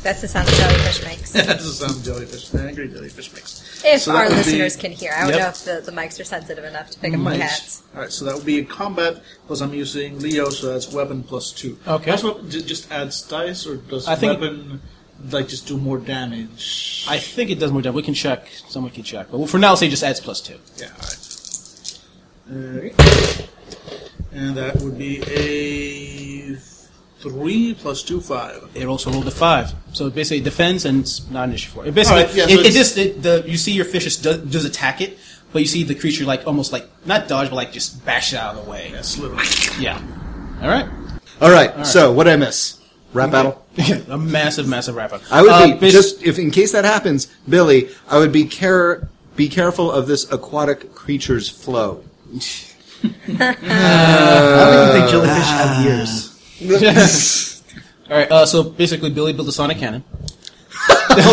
That's the sound the jellyfish makes.
that's a sound jellyfish, an angry jellyfish mix.
If
So that
our
would be-
listeners can hear, I don't
Yep.
know if the, the mics are sensitive enough to pick up the cats.
All right, so that would be in combat because I'm using Leo, so that's weapon plus two.
Okay.
That's what ju- just adds dice, or does
I think-
weapon like just do more damage?
I think it does more damage. We can check. Someone can check. But for now, I'll say it just adds plus two.
Yeah, alright. Uh, and that would be a 3 plus 2, 5.
It also rolled a five, so it basically defends and it's not an issue for it. It basically,
Alright, yeah, so
it, it
it's-
just it, the you see your fish just does, does attack it, but you see the creature like almost like not dodge, but like just bash it out of the way.
That's little.
Yeah. All right.
All right. So what did I miss? Rap battle.
a massive, massive wrap up. Uh,
I would
Uh,
be just if in case that happens, Billy. I would be care be careful of this aquatic creature's flow.
I don't even think jellyfish have ears.
All right. Uh, so basically, Billy built a sonic cannon.
Wait, what?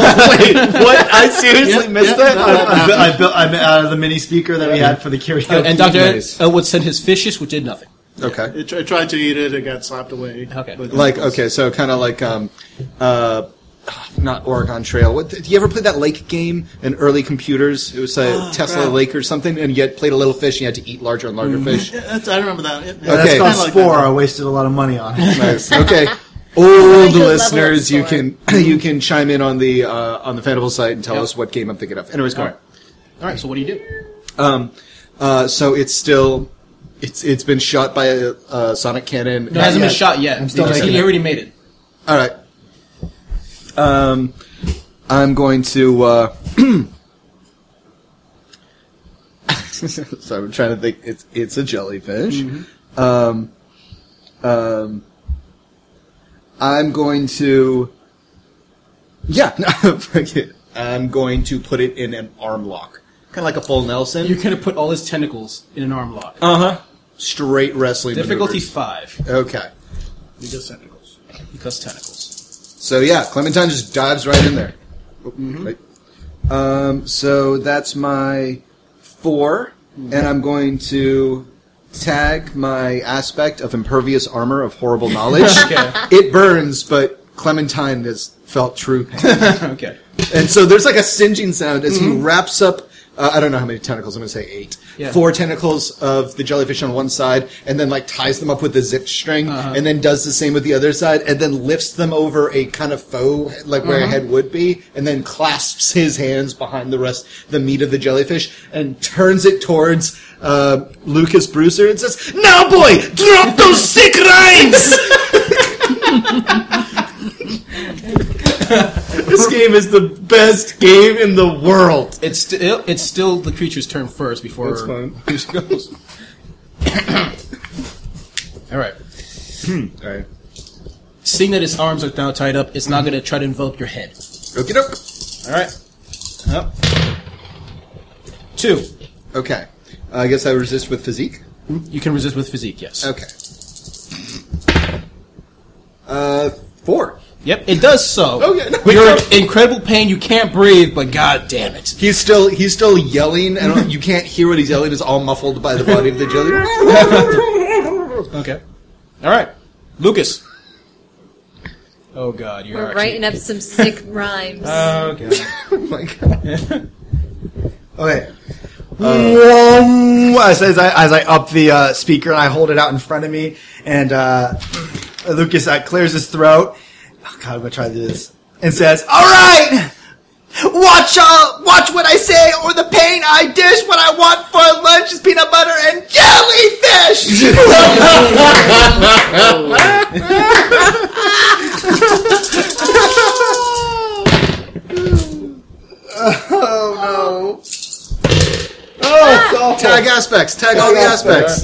I seriously missed that.
I, bu- I built I, bu- uh, the mini speaker that we had for the karaoke.
and Doctor Elwood sent his fishes, which did nothing.
Okay.
It, tr- it tried to eat it, it got slapped away.
Okay.
Like okay, so kind of like um, uh, not Oregon Trail. What, do you ever play that lake game in early computers? It was a
Oh,
Tesla
crap.
Lake or something, and you had played a little fish, and you had to eat larger and
Mm.
larger fish.
Yeah, that's, I remember that. It-
That's
Okay.
called
I like that.
Spore. I wasted a lot of money on it.
Nice. Okay. Old
level
listeners, you
score.
can you can chime in on the uh, on the Fandible site and tell us what game I'm thinking of. Anyways, go on.
All right. So what do you do?
Um, uh, so it's still it's it's been shot by a, uh sonic cannon.
No, it hasn't
Not yet.
been shot yet.
I'm still
He just-
making
he
it.
already made it.
All right. Um,
I'm going to. Uh, so I'm trying to think. It's it's a jellyfish. Um, um, I'm going to. Yeah, no, fuck it. I'm going to put it in an arm lock, kind of like a full Nelson.
You're gonna put all his tentacles in an arm lock.
Uh huh. Straight wrestling.
Difficulty
maneuvers.
five.
Okay.
Because tentacles. Because tentacles. Mm-hmm.
So yeah, Clementine just dives right in there. Right. Um, so that's my 4
Mm-hmm.
and I'm going to tag my aspect of impervious armor of horrible knowledge.
Okay.
It burns, but Clementine has felt true pain,
okay. Mm-hmm.
and so there's like a singeing sound as he wraps up. Uh, I don't know how many tentacles. I'm going to say eight.
Yeah.
Four tentacles of the jellyfish on one side, and then like ties them up with a zip string,
Uh-huh.
and then does the same with the other side, and then lifts them over a kind of faux, like where
Uh-huh.
a head would be, and then clasps his hands behind the rest, the meat of the jellyfish, and turns it towards uh, Lucas Brewster and says, "Now, boy, drop those sick rhymes." this game is the best game in the world.
It's still it's still the creature's turn first before
That's fine.
Bruce goes. All right.
Hmm. All right.
Seeing that his arms are now tied up, it's now going to try to envelop your head.
Okie doke.
All right. Up. Two.
Okay. Uh, I guess I resist with physique.
You can resist with physique. Yes.
Okay. Uh, four.
Yep. It does so.
Oh, yeah, no, we
You're
don't-
in incredible pain. You can't breathe. But god damn it.
He's still he's still yelling, and you can't hear what he's yelling. It's all muffled by the body of the jelly.
Okay. All right. Lucas. Oh god. You're
We're
actually-
writing up some sick rhymes.
Okay.
Okay. Whoa, as, as, I, as I up the uh, speaker and I hold it out in front of me, and uh, Lucas uh, clears his throat. Oh, God, I'm gonna try to do this. And says, "All right, watch uh, watch what I say, or the pain I dish. What I want for lunch is peanut butter and jellyfish."
Tag aspects. Tag all the aspects.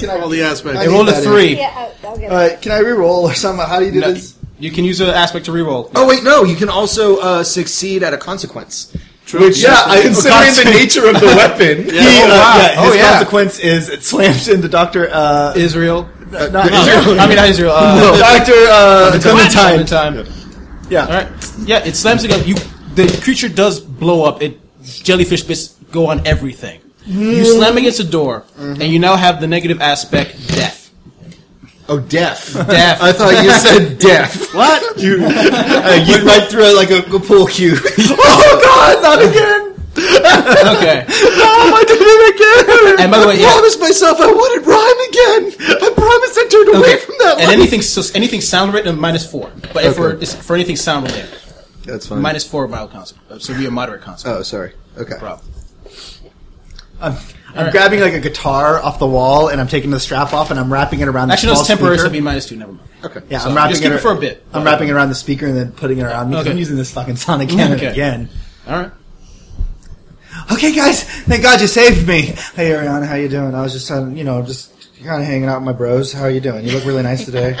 Can I roll the
I
aspects?
need
Roll a
that in.
three.
yeah, I'll, I'll get
All right, can I re-roll or something? How do you do
No,
this?
you can use an aspect to reroll.
Oh wait, no. You can also uh, succeed at a consequence.
Which,
considering the nature of the weapon.
He,
He,
uh, yeah,
oh
his
yeah.
consequence is it slams into Doctor. Uh,
Israel.
not-
Israel. I mean, not Israel. Uh,
Doctor uh, Clementine.
time.
Yeah.
All right. Yeah, it slams against you. The creature does blow up. It jellyfish bits go on everything. You slam against the door, and you now have the negative aspect death.
Oh, deaf.
Death.
I thought you said deaf. What? You uh, you might throw like a, a pool cue.
Oh God, not again!
okay.
Oh, I did it again!
And by the way, yeah.
promised myself I wouldn't rhyme again. I promised I turned away
Okay.
from that
And
one.
anything so anything sound related, minus four. But if for
Okay.
it's for anything sound related,
That's fine.
minus four mild concept. Uh, So be a moderate concept.
Oh, sorry. Okay.
Problem.
I'm, I'm grabbing like a guitar off the wall and I'm taking the strap off and I'm wrapping it around.
Actually, no,
the small
it's temporary. So
Speaker.
it'd be minus two. Never mind.
Okay.
yeah,
so
I'm wrapping
just
it
keep
ar-
it for a bit.
I'm wrapping it around the speaker and then putting it around me. 'cause I'm
Okay.
using this fucking song again
Okay.
and again.
All right.
Okay, guys, thank God you saved me. Hey, Ariana, how you doing? I was just, um, you know, just kind of hanging out with my bros. How are you doing? You look really nice today.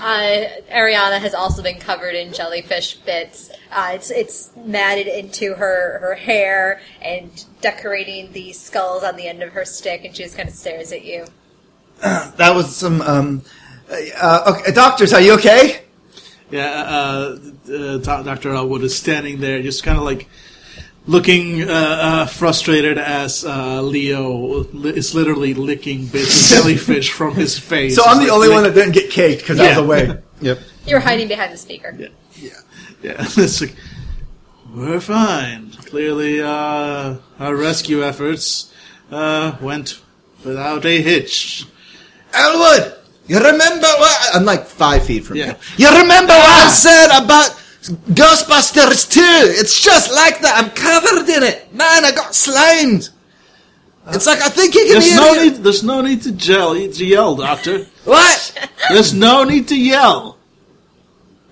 Uh, Ariana has also been covered in jellyfish bits. Uh, it's it's matted into her, her hair and decorating the skulls on the end of her stick, and she just kind of stares at you.
that was some. Um, uh, okay, doctors, are you okay?
Yeah, uh, uh, Doctor Elwood is standing there, just kind of like looking uh, uh, frustrated as uh, Leo li- is literally licking bits of jellyfish from his face.
So I'm
It's like
the only one
lick-
that didn't get caked because I
Yeah.
was away.
Yep.
You're hiding behind the speaker.
Yeah, it's like we're fine. Clearly, uh, our rescue efforts uh, went without a hitch.
Elwood, you remember what? I'm like five feet from
Yeah.
you. You remember what I said about Ghostbusters 2? It's just like that. I'm covered in it. Man, I got slimed. It's like I think you can
There's
hear
no
you.
need. There's no need to yell. To yell, Doctor.
What?
There's no need to yell.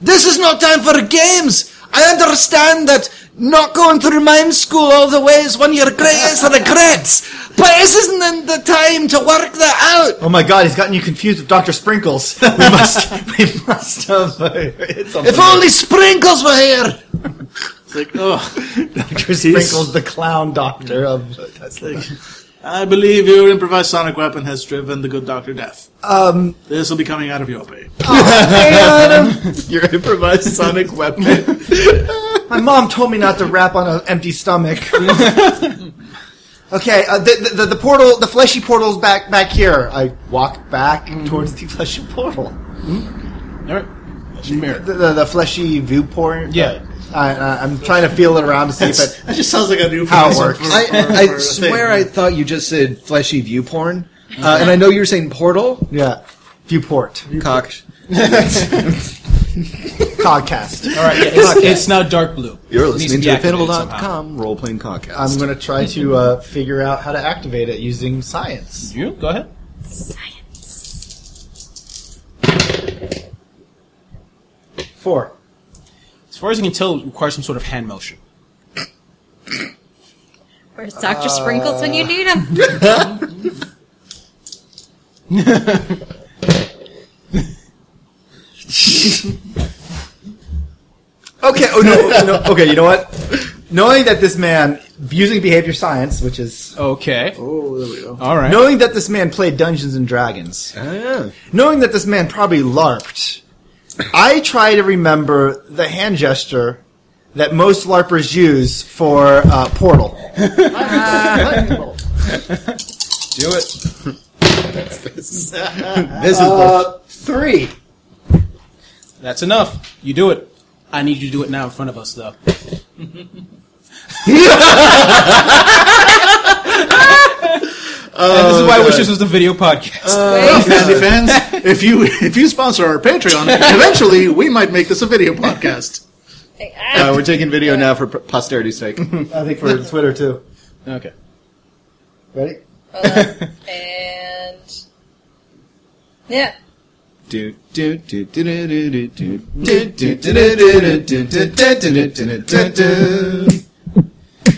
This is not time for games. I understand that not going through mime school all the way is one of your greatest regrets, but this isn't the time to work that out.
Oh my God, he's gotten you confused with Doctor Sprinkles. We must, we must have uh, hit something.
If only Sprinkles were here.
Like, oh,
Doctor Sprinkles, the clown doctor of Tesla.
I believe your improvised sonic weapon has driven the good doctor deaf. Um, this will be coming out of your pay.
Your improvised sonic weapon.
My mom told me not to rap on an empty stomach. okay, uh, the, the the portal, the fleshy portal's back back here. I walk back
Mm-hmm.
towards the fleshy portal,
All right. Mirror.
the, the, the fleshy viewport.
Yeah.
I, I, I'm trying to feel it around to see if it.
That just sounds like a new
How it
for-
works.
for-
I,
for-
I
for a
swear
thing.
I thought you just said fleshy view porn. Uh, and I know you were saying portal.
Yeah, viewport,
Cock.
podcast.
All right. yeah, it's, it's now dark blue.
You're
It needs
listening to
be activated somehow.
Fiddle.com role playing podcast.
I'm gonna try to uh, figure out how to activate it using science.
You go ahead.
Four.
As far as you can tell, it requires some sort of hand motion.
Where's Doctor Sprinkles when you need him?
Okay. Oh no, no. Okay. You know what? Knowing that this man using behavior science, which is
Okay. Oh, there we go. All right.
knowing that this man played Dungeons and Dragons, knowing that this man probably LARPed, I try to remember the hand gesture that most LARPers use for uh, Portal.
Do it.
this is
Uh, three.
That's enough. You do it. I need you to do it now in front of us, though. and this is why I wish this was the video podcast.
Candy fans, if you if you sponsor our Patreon, eventually we might make this a video podcast.
Ah,
uh, we're taking video now for p- posterity's sake.
I think for Twitter too.
Okay.
Ready?
and yeah.
do do do do do do do do do do do do do do do do do do do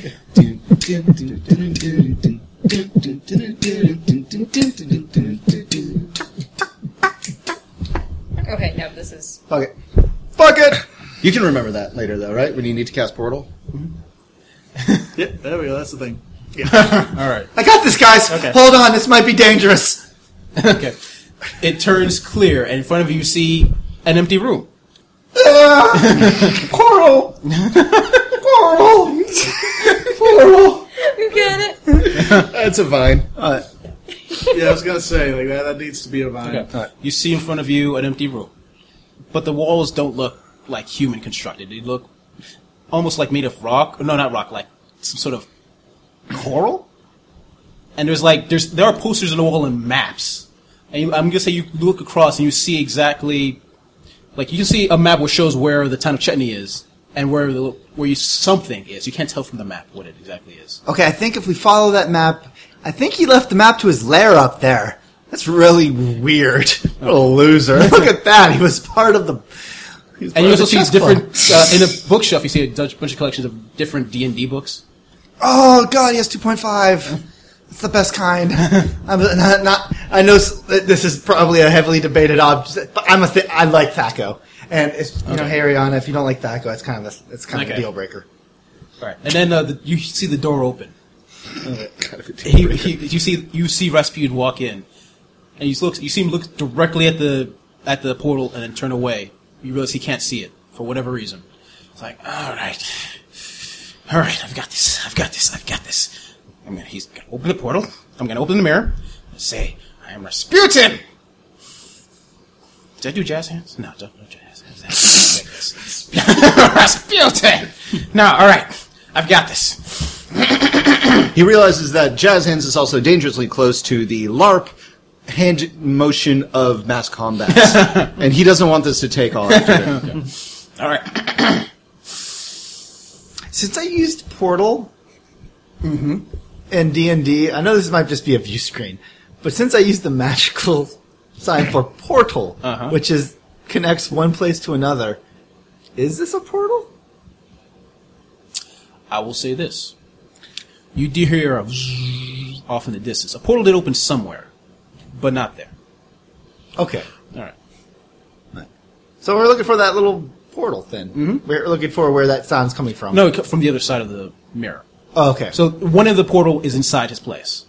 Okay, no, this is
Fuck it.
Fuck it. You can remember that later, though, right? When you need to cast portal.
Yeah, there we go. That's the thing.
All right.
I got this, guys.
Okay.
Hold on. This might be dangerous.
Okay. It turns clear, and in front of you, you see an empty room.
Portal. Portal. Portal.
you get it.
That's a vine.
Yeah, I was gonna say like that. That needs to be a vine.
Okay. You see in front of you an empty room, but the walls don't look like human constructed. They look almost like made of rock. No, not rock. Like some sort of coral. And there's like there's there are posters on the wall and maps. And you, I'm gonna say you look across and you see exactly, like you can see a map which shows where the town of Chetney is and where the where you something is. You can't tell from the map what it exactly is.
Okay, I think if we follow that map, I think he left the map to his lair up there. That's really weird. What a loser! Look at that. He was part of the. he was part
And you
of the
also see
chess
different
club.
uh, in a bookshelf. You see a bunch bunch of collections of different D and D books.
Oh God, he has two point five. It's the best kind. I'm not, not. I know s- that this is probably a heavily debated object, but I'm a. Th- I like Thaco, and it's you know, hey Ariana, if you don't like Thaco, it's kind of a, it's kind of
Okay.
a deal breaker.
Right, and then uh, the, you see the door open. he, he, you see you see Rasputin walk in, and you look you see him look directly at the at the portal and then turn away. You realize he can't see it for whatever reason. It's like all right, all right, I've got this, I've got this, I've got this. I'm gonna he's gonna open the portal. I'm gonna open the mirror. And say I am Rasputin. Did I do jazz hands? No, don't do jazz hands. Like this. Rasputin. No, all right, I've got this.
He realizes that jazz hands is also dangerously close to the LARP hand motion of mass combat, and he doesn't want this to take all afternoon.
All right.
Since I used Portal
Mm-hmm.
and D and D, I know this might just be a view screen, but since I used the magical sign for portal,
Uh-huh.
which is connects one place to another, is this a portal?
I will say this. You do hear a off in the distance. A portal did open somewhere, but not there.
Okay.
All right.
So we're looking for that little portal thing. Mm-hmm. We're looking for where that sound's coming from.
No, it co- from the other side of the mirror.
Oh, okay.
So one end of the portal is inside his place,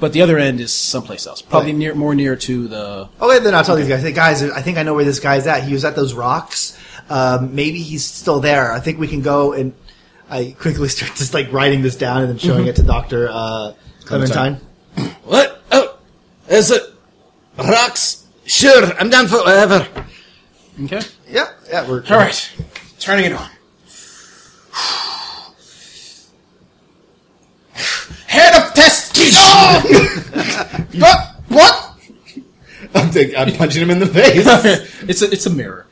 but the other end is someplace else. Probably
Okay.
near, more near to the.
Okay, then I'll tell these guys. Hey, guys, I think I know where this guy's at. He was at those rocks. Um, maybe he's still there. I think we can go and. I quickly start just like writing this down and then
Mm-hmm.
showing it to Doctor uh, Clementine.
What? Oh, is it rocks? Sure, I'm down for whatever.
Okay.
Yeah, yeah, we're
All right. Turning it on.
Head of test. what? What?
I'm, think- I'm punching him in the face.
it's a it's a mirror.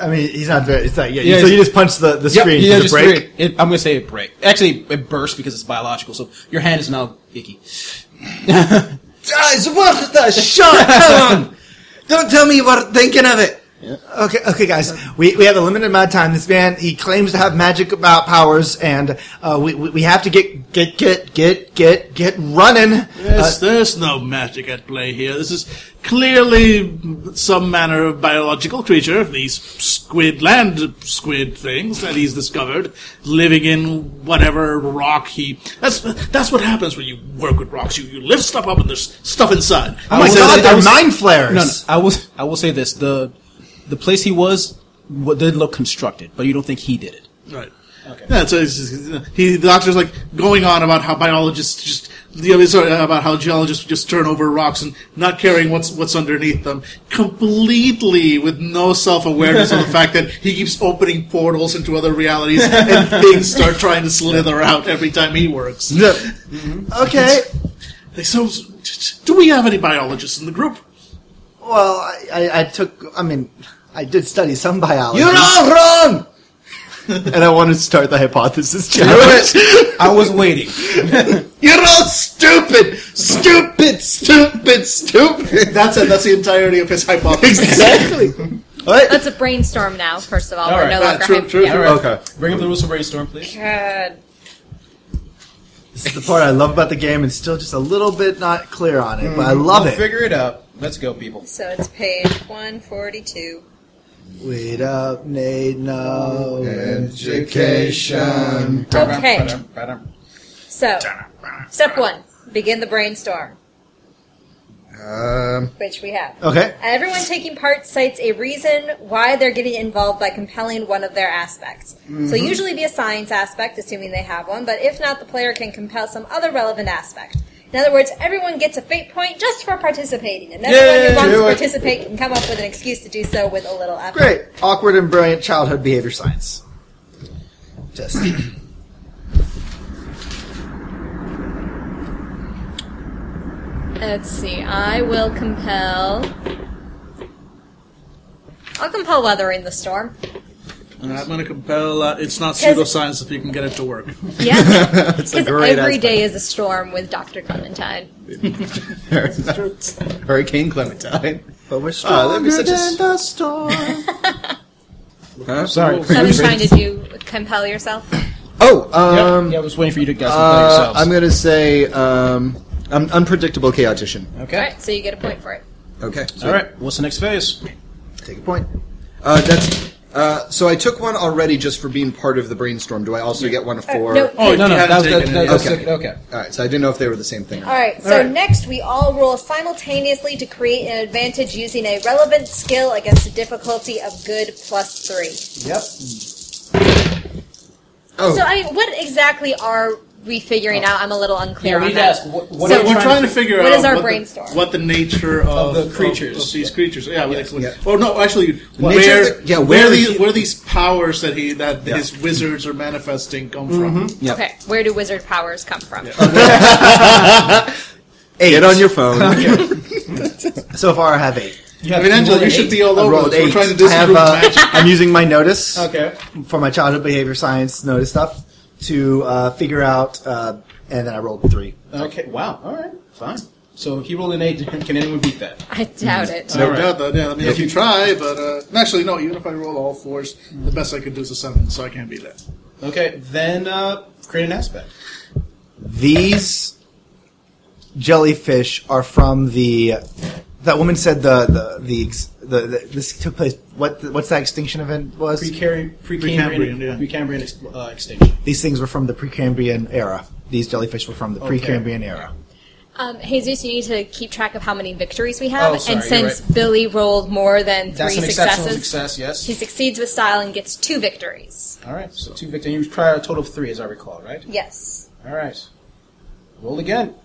I mean, he's not very. It's not, yeah,
Yeah,
so you
it's-
just punch the, the
Yep,
screen
yeah,
to the
just
break.
break. It, I'm going to say it break. Actually, it burst because it's biological. So your hand is now icky.
Guys, what is that shot? Come on! Don't tell me you were thinking of it.
Okay, okay, guys. We, we have a limited amount of time. This man he claims to have magic about powers, and uh, we, we we have to get get get get get get running.
Yes, there's no magic at play here. This is clearly some manner of biological creature, these squid land squid things that he's discovered, living in whatever rock he. That's that's what happens when you work with rocks. You you lift stuff up and there's stuff inside.
Oh my
was-
God,
I
they're
was-
mind flares.
No, no, I will. I will say this: the the place he was w- did look constructed, but you don't think he did it.
Right. Okay. Yeah, so it's just, he, the doctor's like going on about how biologists just, you know, sorry, about how geologists just turn over rocks and not caring what's what's underneath them, completely with no self awareness of the fact that he keeps opening portals into other realities and things start trying to slither out every time he works.
Mm-hmm. Okay.
They- So, do we have any biologists in the group?
Well, I, I, I took. I mean, I did study some biology.
You're all wrong!
and I want to start the hypothesis challenge.
I was waiting.
You're all stupid, stupid, stupid, stupid.
That's it. That's the entirety of his hypothesis.
Exactly.
Let's a brainstorm now. First of all,
All
we're
right,
no
ah,
longer.
true,
hy-
true, true.
Okay.
Bring up the rules for brainstorm, please.
God.
This is the part I love about the game, and still just a little bit not clear on it, but I
Mm.
love
We'll
it.
Figure it out. Let's go, people.
So it's page one forty-two.
We don't need no
Education.
Okay. So, step one: begin the brainstorm,
Um,
which we have.
Okay.
Everyone taking part cites a reason why they're getting involved by compelling one of their aspects.
Mm-hmm.
So, usually be a science aspect, assuming they have one, but if not, the player can compel some other relevant aspect. In other words, everyone gets a fate point just for participating, and everyone who wants to participate can come up with an excuse to do so with a little effort.
Great. Awkward and brilliant childhood behavior science. Just.
Let's see. I will compel. I'll compel weathering the storm.
And I'm going to compel. Uh, it's not
Because-
pseudoscience if you can get it to work.
Yeah, because every day is a storm with Doctor Clementine.
Hurricane Clementine.
But we're
Ah,
stronger
that'd be such a
than
s-
the storm.
Sorry.
I was trying to do compel yourself.
Oh, um,
yeah, I was waiting for you to guys to play
uh,
yourselves.
I'm gonna say um, I'm unpredictable chaotician.
All
okay.
right, so you get a point for it.
Okay.
All right. What's the next phase?
Take a point.
Uh, that's. Uh, so I took one already just for being part of the brainstorm. Do I also get one for?
Uh, no.
Oh, you haven't
that was-
taken
that-
it
that was-
Okay.
okay.
All right. So I didn't know if they were the same thing. Or
All
not.
right, so next we all roll simultaneously to create an advantage using a relevant skill against a difficulty of good plus three.
Yep.
Oh,
Oh.
So, I mean, what exactly are we figuring out? I'm a little unclear on that.
What,
So-
We're, we're trying to figure
what
out
is our
what,
brainstorm?
The, what the nature of,
the
of-
creatures.
of, these creatures. Yeah, what they-
yeah.
Or no, actually,
nature of
where,
the- yeah,
where
where
these
he-
where these powers that he that his wizards are manifesting come from?
Yeah.
Okay, where do wizard powers come from?
get on your phone.
So far, I have eight.
I mean, Angela, you should be all
I
over.
rolled
This. Oh, We're
eight.
trying to
I have,
disprove
uh,
magic.
I'm using my notice
Okay.
for my childhood behavior science notice stuff to uh, figure out, uh, and then I rolled three.
Okay. Wow. All right. Fine. So he rolled an eight. Can anyone beat that?
I doubt it.
No
All right.
doubt that. Yeah, I mean, if you try, but uh, actually, no. Even if I roll all fours, the best I could do is a seven, so I can't beat that.
Okay, then uh, create an aspect.
These jellyfish are from the. That woman said the the the, ex- the, the this took place. What what's that extinction event was?
Precari-
Precambrian, yeah.
Precambrian, Precambrian expl- uh, extinction.
These things were from the Precambrian era. These jellyfish were from the
Okay.
Precambrian era.
Um, Jesus, you need to keep track of how many victories we have.
Oh, sorry,
and
you're
since Billy rolled more than three
That's an
successes,
exceptional success. Yes.
he succeeds with style and gets two victories.
All right. So two victims. You try a total of three, as I recall, right?
Yes.
All right. Roll again.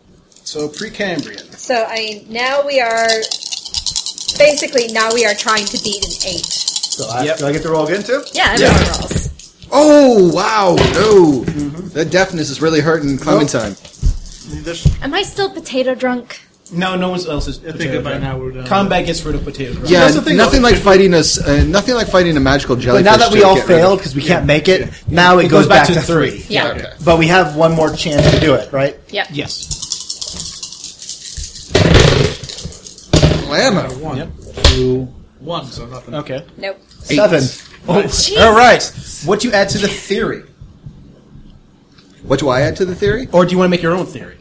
So Precambrian.
So I mean, now we are basically now we are trying to beat an eight.
So I,
Yep.
do I get to roll again too?
Yeah, everyone rolls.
Oh wow! No, that deafness is really hurting Clementine.
This,
Am I still potato drunk?
No, no one else is.
I think by now we're done.
Combat gets rid of potato. Drunk.
Yeah,
That's the thing,
nothing
though.
like fighting a s- uh, nothing like fighting a magical
But
jellyfish.
now that we
to
all
get rid of-
failed because we can't make it, now it, goes, back, to three.
Yeah.
But we have one more chance to do it, right?
Yeah.
Yes.
Blammo.
One,
Yep.
two, one. So nothing.
Okay. Oh,
Nope.
Seven.
All right. What do you add to the theory,
What do I add to the theory?
or do you want to make your own theory?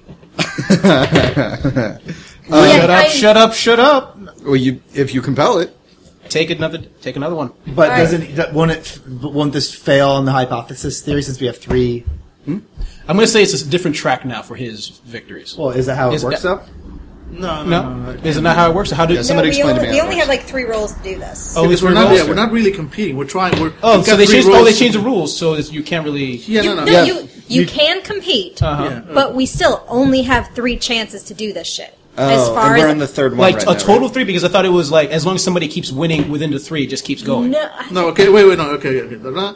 Yeah,
shut up!
I-
shut up! Shut up!
Well, you if you compel it.
Take another. Take another one.
But
Alright.
doesn't that- won't it won't this fail on the hypothesis theory since we have three?
I'm going to say it's a different track now for his victories.
Well, Oh, is that how it
Is
works
that-
though?
No, no, no.
no,
no, no.
is it not how it works? How did
Yes. Somebody
no, we
explain to
only,
me how
we
it
only
works.
have like three rolls to do this.
Oh, it's
We're not,
revolves.
yeah, we're not really competing. We're trying. We're
Oh,
we've
so
got
they
three
changed. Oh, they
rolls.
changed the rules, so that you can't really.
Yeah,
You,
no, no.
no,
yeah.
you, you can compete,
Uh-huh.
Yeah.
but we still only have three chances to do this shit. as
Oh,
far
and we're
as
on the third one
Like
right now,
a total
right?
of three, because I thought it was like as long as somebody keeps winning within the three, it just keeps going.
no,
No, okay, wait, wait, no, okay, okay, okay. da, da.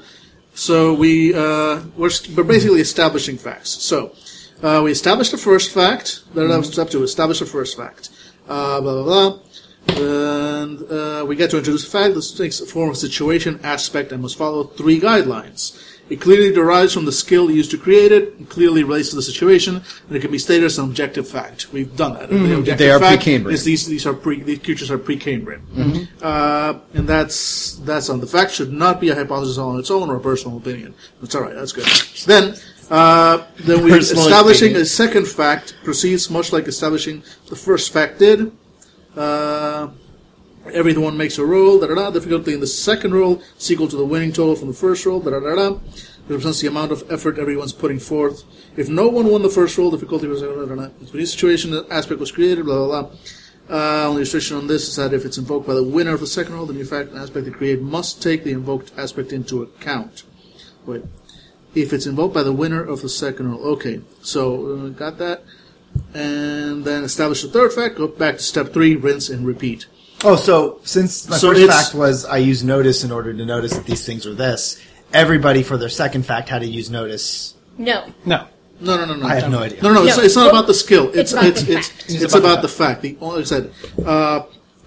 So we uh, we're, st- we're basically establishing facts. So uh, we established the first fact. Da, da, Step two: establish the first fact. Uh, blah blah blah. And uh, we get to introduce a fact. This takes a form of situation, aspect, and must follow three guidelines. It clearly derives from the skill used to create it. It clearly relates to the situation, and it can be stated as an objective fact. We've done that. The objective
Mm-hmm. They are
fact
Precambrian. Mm-hmm.
is these these are pre these creatures are Precambrian, uh, and that's that's on the fact should not be a hypothesis on its own or a personal opinion. That's all right. That's good. Then. Uh, then we're
Personal
establishing
opinion.
a second fact proceeds much like establishing the first fact did. Uh, everyone makes a roll, da da da. Difficulty in the second roll is equal to the winning total from the first roll, da da da da. Represents the amount of effort everyone's putting forth. If no one won the first roll, difficulty was da da da da. If a new situation aspect was created, blah blah blah. Uh, only restriction on this is that if it's invoked by the winner of the second roll, the new fact and aspect they create must take the invoked aspect into account. Wait. If it's invoked by the winner of the second roll. Okay, so uh, got that. And then establish the third fact, go back to step three, rinse and repeat.
Oh, so since my
So
first
it's-
fact was I used notice in order to notice that these things are this. Everybody for their second fact had to use notice.
no.
No.
No, no, no, no.
I have no idea.
No, no, no. It's,
No.
it's not about the skill. It's
It's about
it's
the
it's,
fact.
it's, about, the fact. The only said, uh,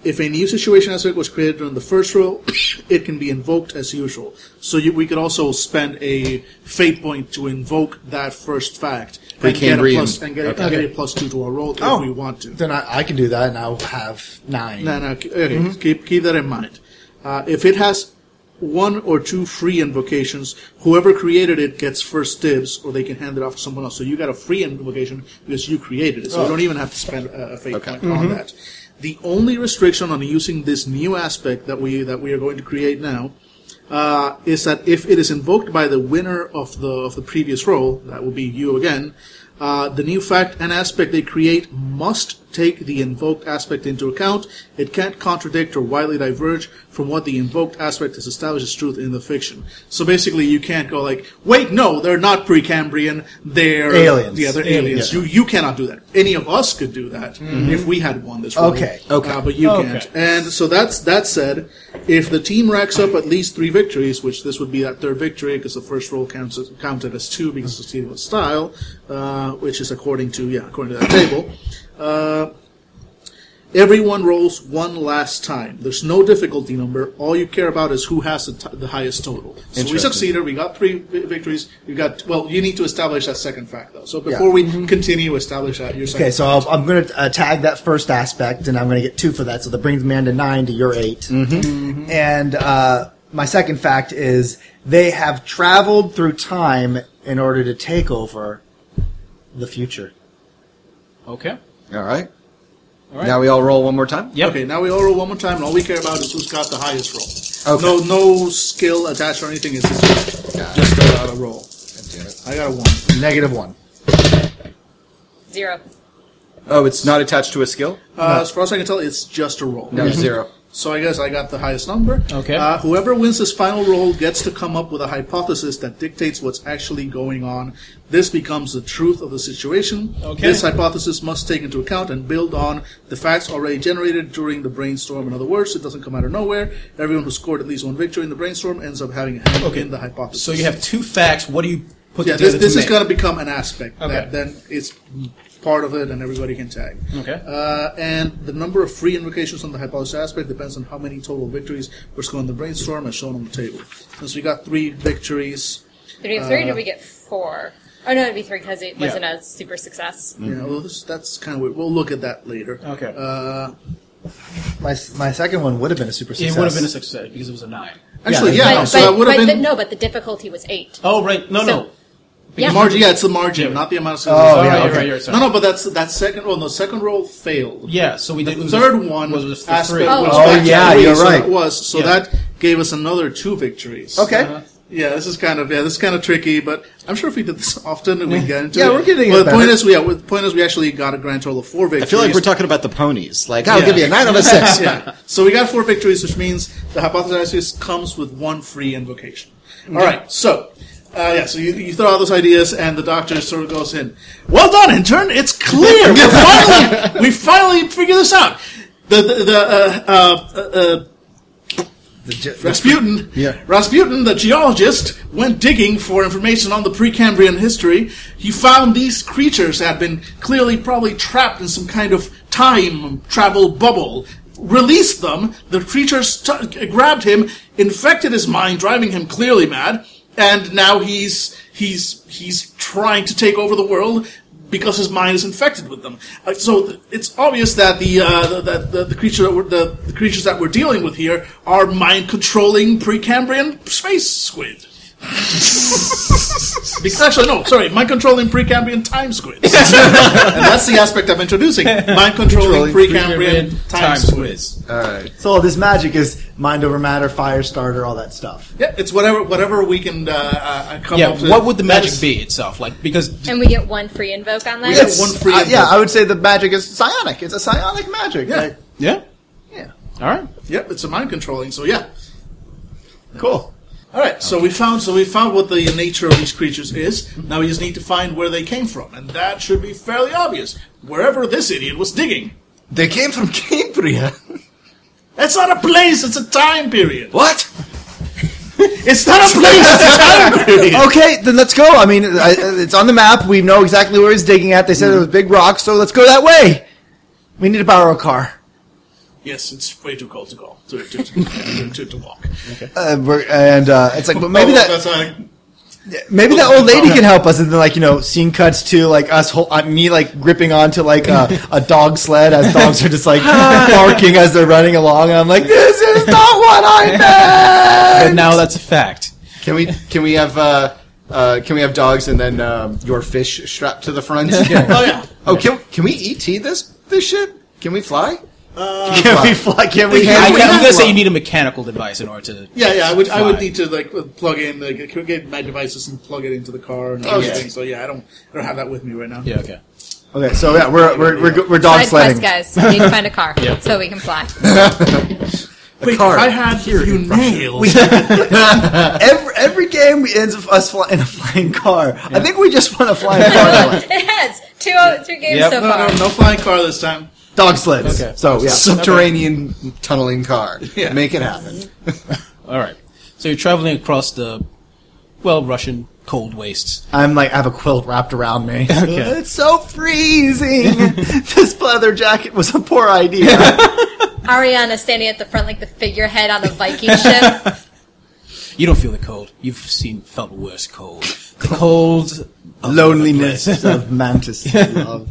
if a new situation aspect was created during the first roll, it can be invoked as usual. So you, we could also spend a fate point to invoke that first fact and get a
Precambrian.
plus and get, a, and get a plus two to our roll
Oh.
if we want to.
Then I, I can do that, and I'll have nine.
No, no. k- Okay, keep keep that in mind. Uh, if it has one or two free invocations, whoever created it gets first dibs, or they can hand it off to someone else. So you got a free invocation because you created it. So you don't even have to spend a, a fate point on that. The only restriction on using this new aspect that we that we are going to create now uh, is that if it is invoked by the winner of the of the previous roll, that will be you again. Uh, the new fact and aspect they create must take the invoked aspect into account. It can't contradict or widely diverge from what the invoked aspect has established as truth in the fiction. So basically, you can't go like, "Wait, no, they're not Precambrian. They're
Aliens.
Yeah, they're aliens. You you cannot do that. Any of us could do that if we had won this. Role.
Okay,
okay.
Uh, but you can't. And so that's that said, if the team racks up at least three victories, which this would be that third victory because the first roll counts as, counted as two because it's succeeded with style, uh, which is according to yeah according to that table. Uh, Everyone rolls one last time. There's no difficulty number. All you care about is who has the, t- the highest total. So we
Interesting.
succeeded. We got three vi- victories. We got well. You need to establish that second fact though. So before we continue, establish that. Your second
Okay, so I'll, I'm going to uh, tag that first
Mm-hmm.
aspect, and I'm going to get two for that. So that brings me down to nine to your 8 Mm-hmm. And uh, my second fact is they have traveled through time in order to take over the future.
Okay.
All right.
All right.
Now we all roll one more time.
Okay, now we all roll one more time, and all we care about is who's got the highest roll.
Okay.
No, no skill attached or anything. It's just, just got a roll. I got a one.
Negative one.
Zero.
Oh, it's not attached to a skill.
Uh, As far as I can tell, it's just a roll.
No, zero.
So I guess I got the highest number.
Okay.
Uh, whoever wins this final roll gets to come up with a hypothesis that dictates what's actually going on. This becomes the truth of the situation.
Okay.
This hypothesis must take into account and build on the facts already generated during the brainstorm. In other words, it doesn't come out of nowhere. Everyone who scored at least one victory in the brainstorm ends up having a hand
Okay.
in the hypothesis.
So you have two facts. What do you put
yeah, this,
together
this
to
is
make?
going to become an aspect
Okay.
that then it's part of it and everybody can tag.
Okay.
Uh, and the number of free invocations on the hypothesis aspect depends on how many total victories were scored in the brainstorm as shown on the table. Since we got three victories,
Three of three, did we get four? Oh, no, it'd be three because it
Yeah.
wasn't a super success.
you know, this, that's kind of weird. We'll look at that later.
Okay.
Uh,
My, my second one would have been a super success.
It would have been a success because it was a nine.
actually, yeah,
But,
no, so
but,
that would have
but
been.
the, no, but the difficulty was eight.
Oh right, no,
So-
no.
The
Yeah.
margin, yeah, it's the margin, not the amount of skills.
Oh, yeah, okay. right,
No, no, but that's that second. Well, no, second roll failed.
Yeah, so we did. it
The
was
third
a-
one
was,
was
was the
aspect
three.
Oh.
was
Oh,
back to
yeah,
three,
you're
so
right.
It was so
Yeah.
that gave us another two victories.
Okay.
Uh-huh.
Yeah, this is kind of yeah, this is kind of tricky, but I'm sure if we did this often and we get into
Yeah,
it.
we're getting
Well,
it
the point
better.
is, we yeah, the point is we actually got a grand total of four victories.
I feel like we're talking about the ponies. Like, I'll give you a nine out of six.
yeah. So we got four victories, which means the hypothesis comes with one free invocation. All right. So, uh, yeah. So you, you throw out those ideas, and the doctor sort of goes in. Well done, intern. It's clear. we finally we finally figure this out. The the, the uh, uh, uh, uh, Rasputin,
Yeah.
Rasputin, the geologist, went digging for information on the Precambrian history. He found these creatures had been clearly probably trapped in some kind of time travel bubble. Released them, the creatures t- grabbed him, infected his mind, driving him clearly mad, and now he's he's he's trying to take over the world because his mind is infected with them. Uh, so th- it's obvious that the, uh, the, that the, the creature that we're, the, the creatures that we're dealing with here are mind controlling Precambrian space squid. Because actually, no, sorry, mind controlling Precambrian time squids. and that's the aspect I'm introducing. Mind controlling Precambrian time, time squids.
So all this magic is mind over matter, fire starter, all that stuff.
Yeah, it's whatever whatever we can uh, uh, come
Yeah,
up with.
what would the
That
magic
is-
be itself? Like because
And we get one free invoke on that?
We get one free.
Uh, yeah, I would say the magic is psionic. It's a psionic magic.
Yeah.
Like,
yeah,
yeah.
all right.
Yep, it's a mind controlling. So yeah.
Cool.
All right. So we found so we found what the nature of these creatures is. Now we just need to find where they came from, and that should be fairly obvious. Wherever this idiot was digging.
They came from Cambria.
That's not a place. It's a time period.
What?
It's not a place. It's a time period.
Okay, then let's go. I mean, I, it's on the map. We know exactly where he's digging at. They said it was big rocks, so let's go that way. We need to borrow a car.
Yes, it's way too cold to go to to, to, to, to walk.
Uh, we're, and uh, it's like, but maybe
Oh,
that
That's not,
maybe that old lady can help us. And then, like you know, scene cuts to like us, hol- uh, me like gripping onto like a, a dog sled as dogs are just like barking as they're running along. And I'm like, this is not what I meant.
And now that's a fact.
Can we can we have uh, uh, can we have dogs and then um, your fish strapped to the front?
oh yeah.
Oh, can can we
E
ET this this shit? Can we fly?
Can we fly? Can we?
I,
Can
you
we
guys say you need a mechanical device in order to.
Yeah, yeah, I would, I would
Fine.
need to like plug in, like get my devices and plug it into the car and everything. So yeah, I don't, I don't have that with me right now.
Yeah. Okay.
okay, so yeah, we're we're we're, go- we're dog
Side quest,
sledding.
guys. We need to find a car so we can fly.
Wait,
car
if I had you nailed.
Every, every game we ends with us fly, in a flying car. I think we just want to fly in a car. now.
it has. Two, oh, two games
Yep.
so
no, no,
far.
no flying car this time.
Dog sleds.
Okay.
So yeah.
Subterranean tunneling car.
Yeah.
Make it happen.
All right. So you're traveling across the, well, Russian cold wastes.
I'm like, I have a quilt wrapped around me.
Okay.
It's so freezing. this pleather jacket was a poor idea.
Ariana standing at the front like the figurehead on the Viking ship.
You don't feel the cold. You've seen felt worse cold. The cold.
Loneliness of mantis love.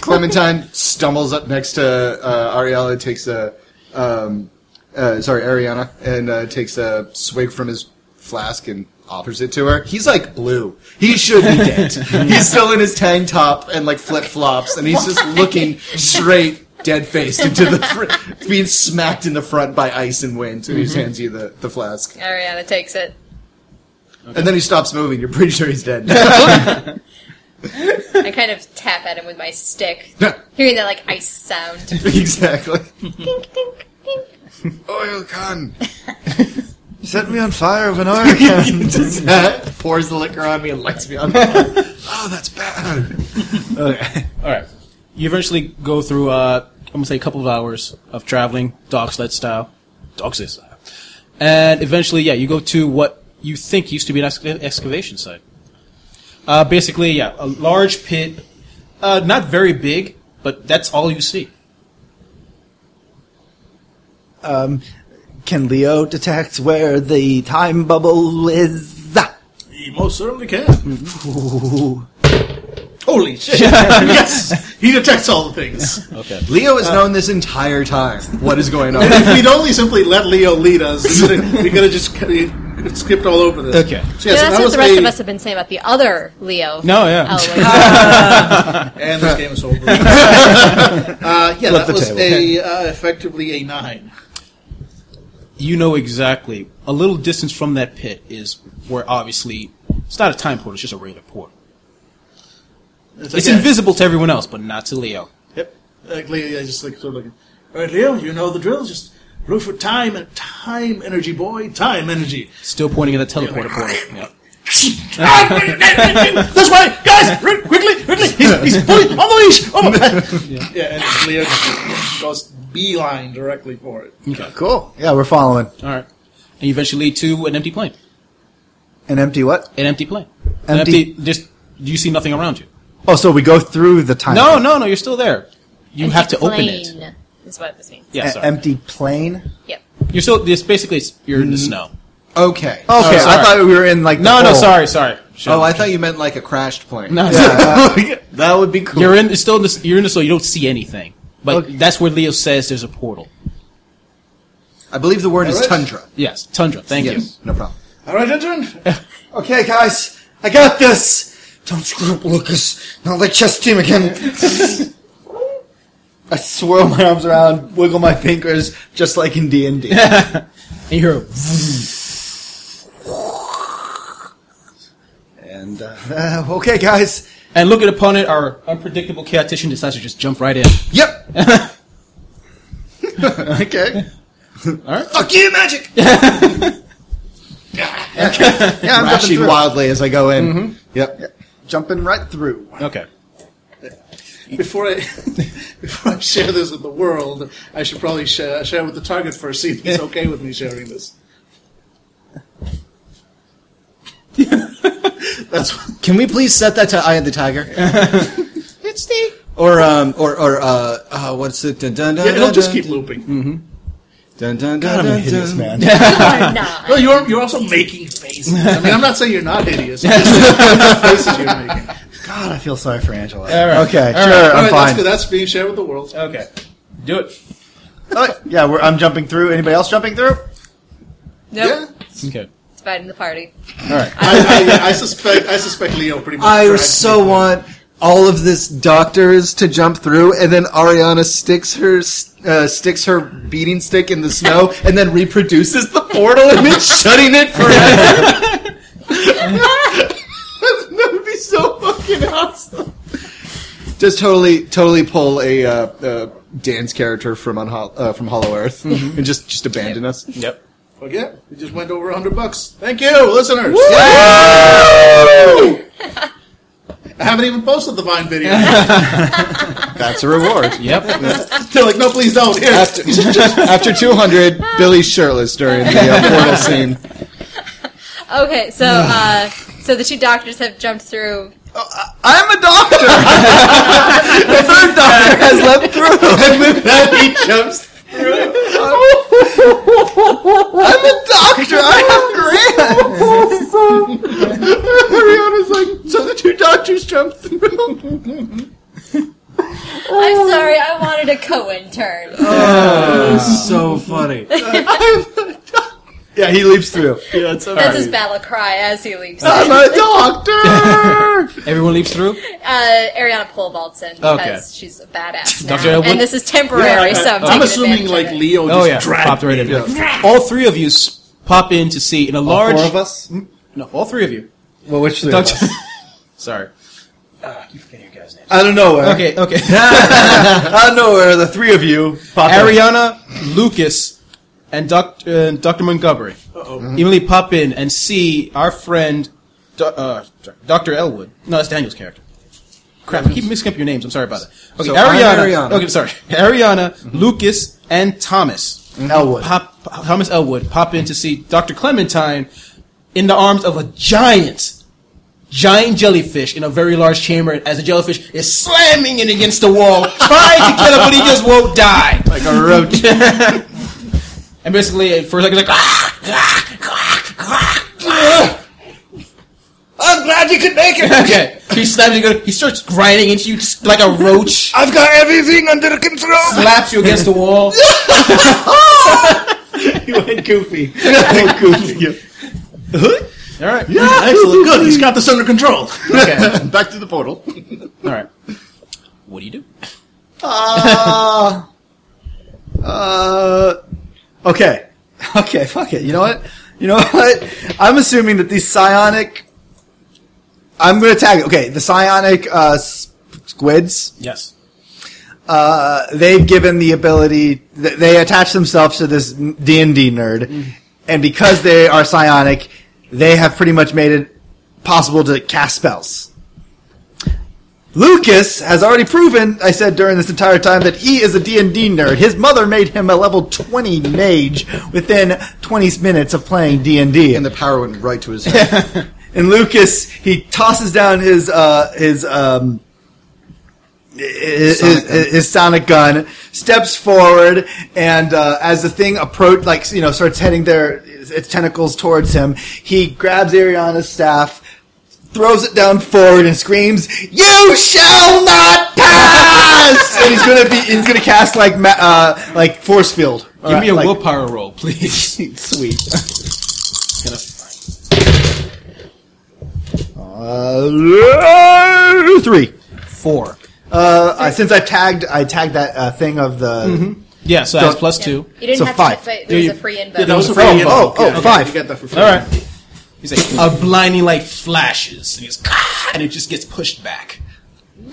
Clementine stumbles up next to uh, Ariella, takes a um,
uh, sorry, Ariana, and uh, takes a swig from his flask and offers it to her. He's like blue. He should be dead. he's still in his tank top and like flip flops, and he's just looking straight. Dead faced into the fr- being smacked in the front by ice and wind, and he just hands you the, the flask.
Ariana takes it.
And then he stops moving. You're pretty sure he's dead.
I kind of tap at him with my stick, hearing that like ice sound.
exactly.
Dink, dink, dink.
Oil can.
Set me on fire with an oil can.
Does that pours the liquor on me and lights me on. oh, that's bad.
All right. You eventually go through, uh, I'm going to say, a couple of hours of traveling, dog sled style. Dog sled style. And eventually, yeah, you go to what you think used to be an exca- excavation site. Uh, basically, yeah, a large pit. Uh, not very big, but that's all you see.
Can Leo detect where the time bubble is?
He most certainly can. Holy shit! yes, he detects all the things.
Okay.
Leo has known this entire time what is going on.
if we'd only simply let Leo lead us, we could have, we could have just we could have skipped all over this.
Okay.
So,
Yeah,
yeah, so
that's
that
what
was
the rest
a-
of us have been saying about the other Leo.
No, yeah.
Elway.
And this game is over. uh, yeah, that was a uh, effectively a nine.
you know exactly a little distance from that pit is where obviously it's not a time portal, it's just a regular portal.
like,
It's
yeah,
invisible to everyone else, but not to Leo.
Yep. Like Leo, I just like sort of like, all right, Leo, you know the drill. Just look for time and time energy, boy. Time energy.
Still pointing at the teleporter portal. Yeah.
This way, guys! Quick- Quickly, quickly! He's, he's pulling on the leash. Oh my. yeah. and Leo just goes beeline directly for it.
Cool. Yeah, we're following.
All right, and you eventually to an empty plane.
An empty what?
An empty plane. An
Empty-
empty. Just you see nothing around you.
Oh, so we go through the time.
No, no, no. You're still there. You have to open it.
Plane Is what this means.
Yeah,
A-
sorry.
empty plane.
Yep.
You're still. This basically it's, you're in the snow. Oh,
Okay.
sorry.
Okay, I thought we were in like the
No, no.
hole.
Sorry, sorry.
Oh, I thought you meant like a crashed plane.
No,
That would be cool.
you're in. It's still. In the, you're in the snow. You don't see anything. But that's where Leo says there's a portal.
I believe the word is
Alright.
tundra.
Yes, tundra. Thank
Yes. No problem.
All right, gentlemen.
Okay, guys, I got this. Don't screw up, Lucas. Not like chess team again. I swirl my arms around, wiggle my fingers, just like in D and D.
you. And you're.
And uh, uh, okay, guys.
And looking upon it, our unpredictable chaotician decides to just jump right in.
Yep. okay.
Alright.
Fuck you, magic. yeah, I'm
jumping
rushing
through.
wildly as I go in. Yep.
Jumping right through.
Okay.
Before I before I share this with the world, I should probably share, share with the target first. See if he's okay with me sharing this.
Can we please set that to "Eye of the Tiger"? it's the or um or or uh, uh what's it? Dun, dun, dun,
Yeah, he'll
dun,
just
dun,
keep looping.
Dun, dun, dun,
I'm a
dun,
hideous man.
dun.
You are not.
Well, you're you're also making faces. I mean, I'm not saying you're not hideous. I'm just saying the faces you're making.
God, I feel sorry for Angela.
right. All
Okay, sure,
right.
All
I'm
right, that's
fine.
good. That's being shared with the world.
Okay. Do it.
All right, Oh, yeah, we're, I'm jumping through. Anybody else jumping through?
Nope.
Okay.
It's bad in the party.
I, I, I suspect I suspect Leo pretty much.
I
dragged
so
me.
want all of this doctors to jump through, and then Ariana sticks her uh, sticks her beating stick in the snow, and then reproduces the portal and then shutting it forever. that would be so fucking awesome. Just totally, totally pull a uh, uh, Dan's character from on Hol- uh, from Hollow Earth and just just abandon us.
Yep.
Well, yeah, we just went over hundred bucks. Thank you, listeners. I haven't even posted the Vine video.
That's a reward.
Yep.
They're like, no, please don't. Here.
After, after 200, Billy's shirtless during the uh, portal scene.
Okay, so uh, so the two doctors have jumped through.
I'm a doctor. the third doctor has leapt through. And with that, he jumps through. I'm a doctor. I have grants. Ariana's like, so the two doctors jumped through.
I'm sorry, I wanted a the co-intern.
so funny.
Yeah, he leaps through.
That's his battle cry as he leaves.
I'm a doctor.
Everyone leaves through.
uh, Ariana Polabalt's in because
Okay.
she's a badass
Dr.
now.
Edwin?
and this is temporary, so I'm,
I'm
taking
assuming
advantage
like
of it.
Leo just
Oh yeah,
dragged
popped right
me.
in. All three of you s- pop in to see in a large.
Four of us.
No, all three of you.
Well, which three?
Doctor. Sorry. Ah, you forget your guys' names.
I don't know where.
Okay, okay.
I don't know where the three of you. Pop in.
Ariana, Lucas, and Dr. Uh, Dr. Montgomery immediately pop in and see our friend, Do- uh, sorry, Dr. Elwood. No, that's Daniel's character. Crap, I keep mixing up your names. I'm sorry about that. Okay,
So I'm
Ariana,
Ariana.
Okay, sorry. Ariana, Lucas, and Thomas.
Mm-hmm. Elwood.
Pop, Thomas Elwood pop in to see Dr. Clementine in the arms of a giant, giant jellyfish in a very large chamber as the jellyfish is slamming it against the wall, trying to kill it, but he just won't die. Like a roach. and basically, at first, like, it's like, "Ah, ah, ah, ah, ah."
I'm glad you could make it.
Okay. He slams you, he starts grinding into you just like a roach,
I've got everything under control.
slaps you against the wall.
you went goofy. went goofy.
All right.
Excellent. Good. He's got this under control.
Okay, back to the portal.
All right. What do you do?
Uh, okay. Okay, fuck it. You know what? You know what? I'm assuming that these psionic. I'm going to tag it. Okay, the psionic uh, s- squids.
Yes.
Uh, they've given the ability. th- They attach themselves to this D and D nerd, and because they are psionic, they have pretty much made it possible to cast spells. Lucas has already proven, I said during this entire time, that he is a D&D nerd. His mother made him a level 20 mage within 20 minutes of playing D&D.
And the power went right to his head.
And Lucas, he tosses down his uh, his um, his,
Sonic gun.
his, his sonic gun, steps forward, and uh, as the thing approach, like you know, starts heading their its tentacles towards him, he grabs Ariana's staff, throws it down forward, and screams, "You shall not pass!" and he's gonna be he's gonna cast like ma- uh, like force field.
Give me a
Like-
willpower roll, please.
Sweet.
Gonna find-
Uh, three.
Four.
Uh, uh, since I tagged, I tagged that uh, thing of the.
Yeah, so that's plus
Yeah.
two.
You didn't
So
have
five.
to fight.
Yeah,
There was
you-
a free invite.
Yeah, that was a
Oh,
free
oh, oh, five.
You got that for free.
All right. He's like a blinding light flashes and he goes, "Gah!" and it just gets pushed back.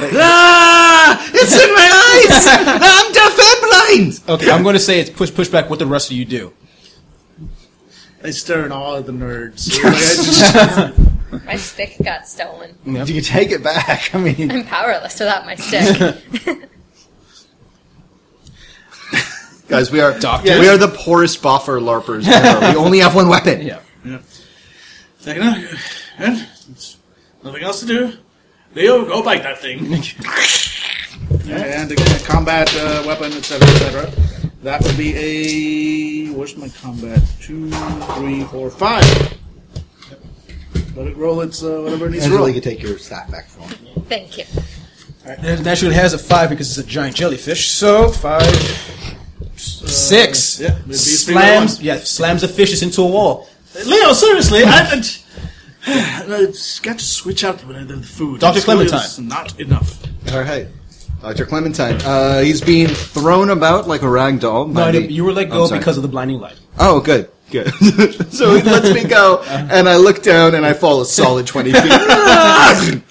Ah! It's in my eyes! I'm deaf and blind!
Okay, I'm going to say it's push push back. What the rest of you do?
I stare at all of the nerds. Like, I just-
My stick got stolen.
You can take it back. I mean,
I'm powerless without my stick.
Guys, we are
Doctors.
we are the poorest buffer larpers. ever. we only have one weapon.
Yeah.
It's like, no, eh, it's nothing else to do. Leo, go bite that thing. and a combat uh, weapon, etc., etc. That would be a. Where's my combat? Two, three, four, five. Let it roll its uh, whatever it needs to roll.
you can take your staff back from him.
Thank you.
And Naturally, it has a five because it's a giant jellyfish. So five, six.
yeah, it'd be three
slams.
by
Yeah, slams the fishes into a wall.
Leo, seriously, I, I, uh, it's got to switch out the, the food.
Dr.
It's really
Clementine.
just not enough.
All right. Dr. Clementine. Uh, he's being thrown about like a rag doll.
No,
by
I
the-
didn't- you were let
I'm
go
sorry.
because of the blinding light.
Oh, good. Good. so he lets me go, and I look down, and I fall a solid 20 feet.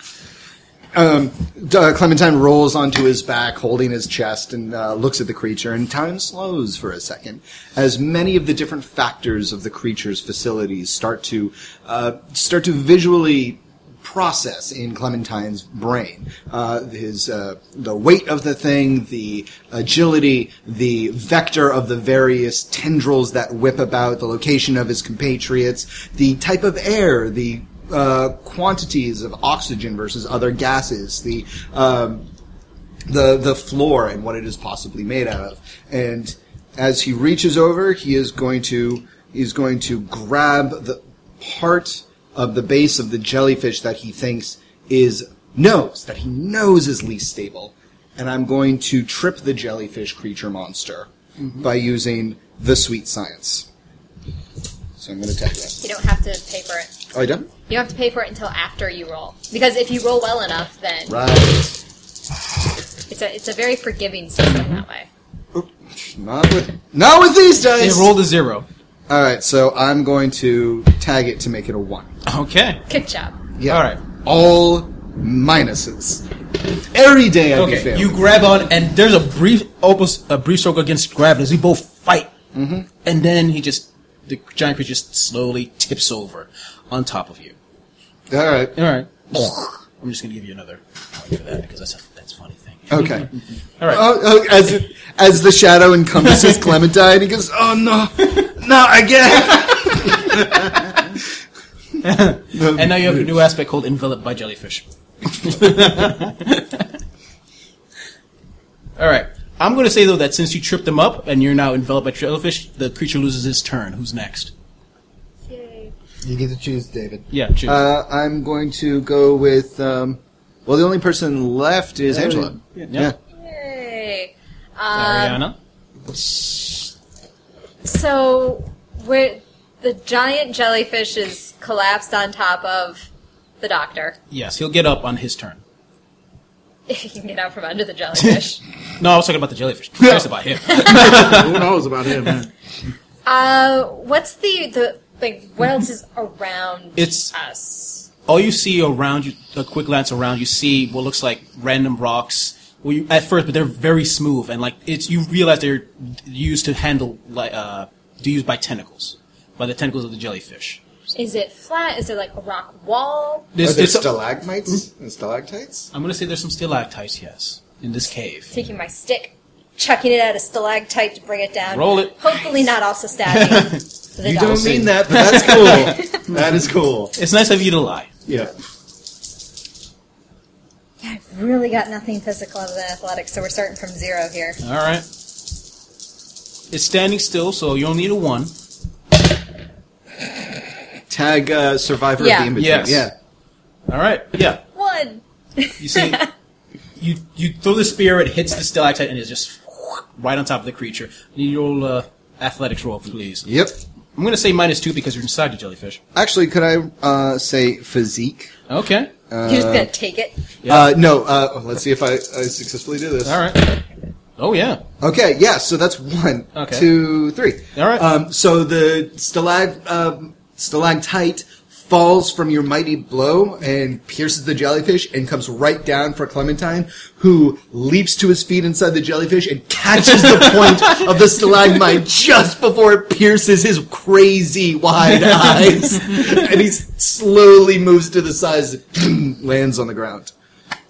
um, D- uh, Clementine rolls onto his back, holding his chest, and uh, looks at the creature, and time slows for a second as many of the different factors of the creature's facilities start to uh, start to visually process in Clementine's brain. Uh, his uh, the weight of the thing, the agility, the vector of the various tendrils that whip about, the location of his compatriots, the type of air, the uh, quantities of oxygen versus other gases, the um, the the floor and what it is possibly made out of. And as he reaches over, he is going to he's going to grab the part of the base of the jellyfish that he thinks is knows that he knows is least stable, and I'm going to trip the jellyfish creature monster by using the sweet science. So I'm going to attack that.
You don't have to pay for it.
Oh, I done?
You don't have to pay for it until after you roll. Because if you roll well enough, then
Right.
it's a it's a very forgiving system that way.
Not with not with these
It
dice.
rolled a zero.
All right, so I'm going to tag it to make it a one.
Okay.
Good job.
Yeah.
All right.
All minuses. Every day I okay,
Okay, you grab on, and there's a brief, almost a brief struggle against gravity as you both fight, mm-hmm. and then he just, the giant creature just slowly tips over on top of you.
All right.
All right, I'm just gonna give you another point for that because that's a that's a funny thing.
Okay.
All right,
Oh, oh, as it, as the shadow encompasses Clementine, he goes, "Oh no, no again!"
and now you have a new aspect called enveloped by jellyfish. All right, I'm gonna say though that since you tripped him up and you're now enveloped by jellyfish, the creature loses his turn. Who's next?
Yay.
You get to choose, David.
Yeah, choose.
Uh, I'm going to go with. Um, well, the only person left is Angela.
yeah.
Yay.
Ariana.
So where the giant jellyfish is collapsed on top of the doctor.
Yes, he'll get up on his turn.
If he can get out from under the jellyfish.
No, I was talking about the jellyfish. I'm curious about him.
Who knows about him? Man?
uh what's the the like what else is around
It's
us?
all you see around you. A quick glance around, you see what looks like random rocks. Well, you, at first, but they're very smooth and like it's. You realize they're used to handle like uh, they're used by tentacles, by the tentacles of the jellyfish.
Is it flat? Is it like a rock wall?
This,
Are there
it's a-
stalagmites and stalactites?
I'm gonna say there's some stalactites, yes, in this cave.
Taking my stick, chucking it at a stalactite to bring it down.
Roll it.
Hopefully not also stabbing the
You
dog.
don't mean that, but that's cool. that is cool.
It's nice of you to lie.
Yeah.
I've really got nothing physical other than athletics, so we're starting from zero here.
All right. It's standing still, so you don't need a one.
Tag uh, survivor
Yeah.
of the in
Yes.
Yeah.
All right. Yeah.
One.
You see, you you throw the spear, it hits the stalactite, and it's just right on top of the creature. Need your old uh, athletics roll, please.
Yep.
I'm gonna say minus two because you're inside the jellyfish.
Actually, could I uh, say physique?
Okay.
You're just gonna take it.
Yeah.
Uh, no. Uh, let's see if I, I successfully do this.
All right. Oh yeah.
Okay, yeah, so that's one,
Okay.
two, three.
All right.
Um, so the stalag, um, stalactite falls from your mighty blow and pierces the jellyfish and comes right down for Clementine, who leaps to his feet inside the jellyfish and catches the point of the stalagmite just before it pierces his crazy wide eyes. and he slowly moves to the sides, lands on the ground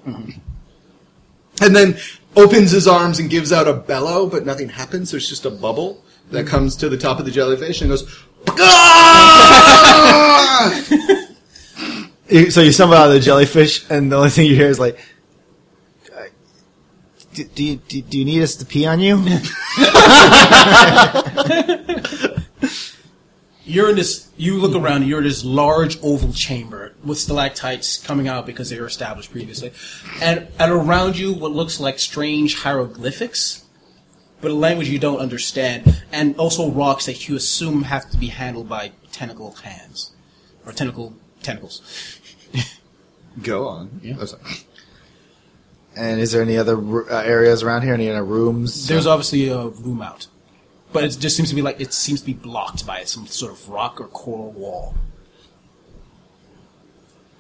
and then opens his arms and gives out a bellow, but nothing happens. There's just a bubble that comes to the top of the jellyfish and goes. "Ah!"
You- So you stumble out of the jellyfish, and the only thing you hear is like, uh, do, do, you, do, do you need us to pee on you?
You're in this. You look around. and You're in this large oval chamber with stalactites coming out because they were established previously, and and around you what looks like strange hieroglyphics, but a language you don't understand, and also rocks that you assume have to be handled by tentacle hands, or tentacle tentacles.
Go on.
Yeah.
Oh, sorry.
and is there any other ro- uh, areas around here? Any other rooms?
There's obviously a room out, but it just seems to be like it seems to be blocked by some sort of rock or coral wall.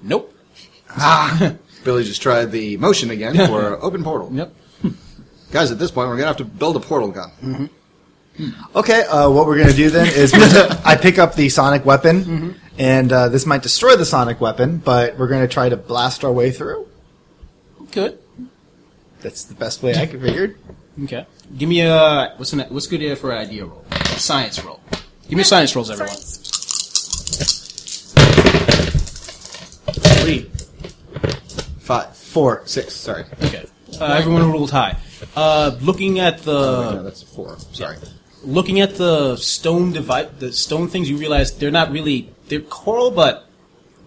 Nope.
Billy just tried the motion again for open portal.
Yep.
Guys, at this point, we're going to have to build a portal gun.
Okay, uh, what we're gonna do then is we're- I pick up the sonic weapon, and uh, this might destroy the sonic weapon, but we're gonna try to blast our way through.
Good.
That's the best way I could figure.
Okay. Give me a what's an, what's good for an idea roll? Science roll. Give me science rolls, everyone.
Science.
Three.
Five,
Four.
six, sorry.
Okay. Uh, everyone rolled high. Uh, looking at
Oh
no,
the
that's four. Sorry.
looking at the stone device, the stone things, you realize they're not really they're coral, but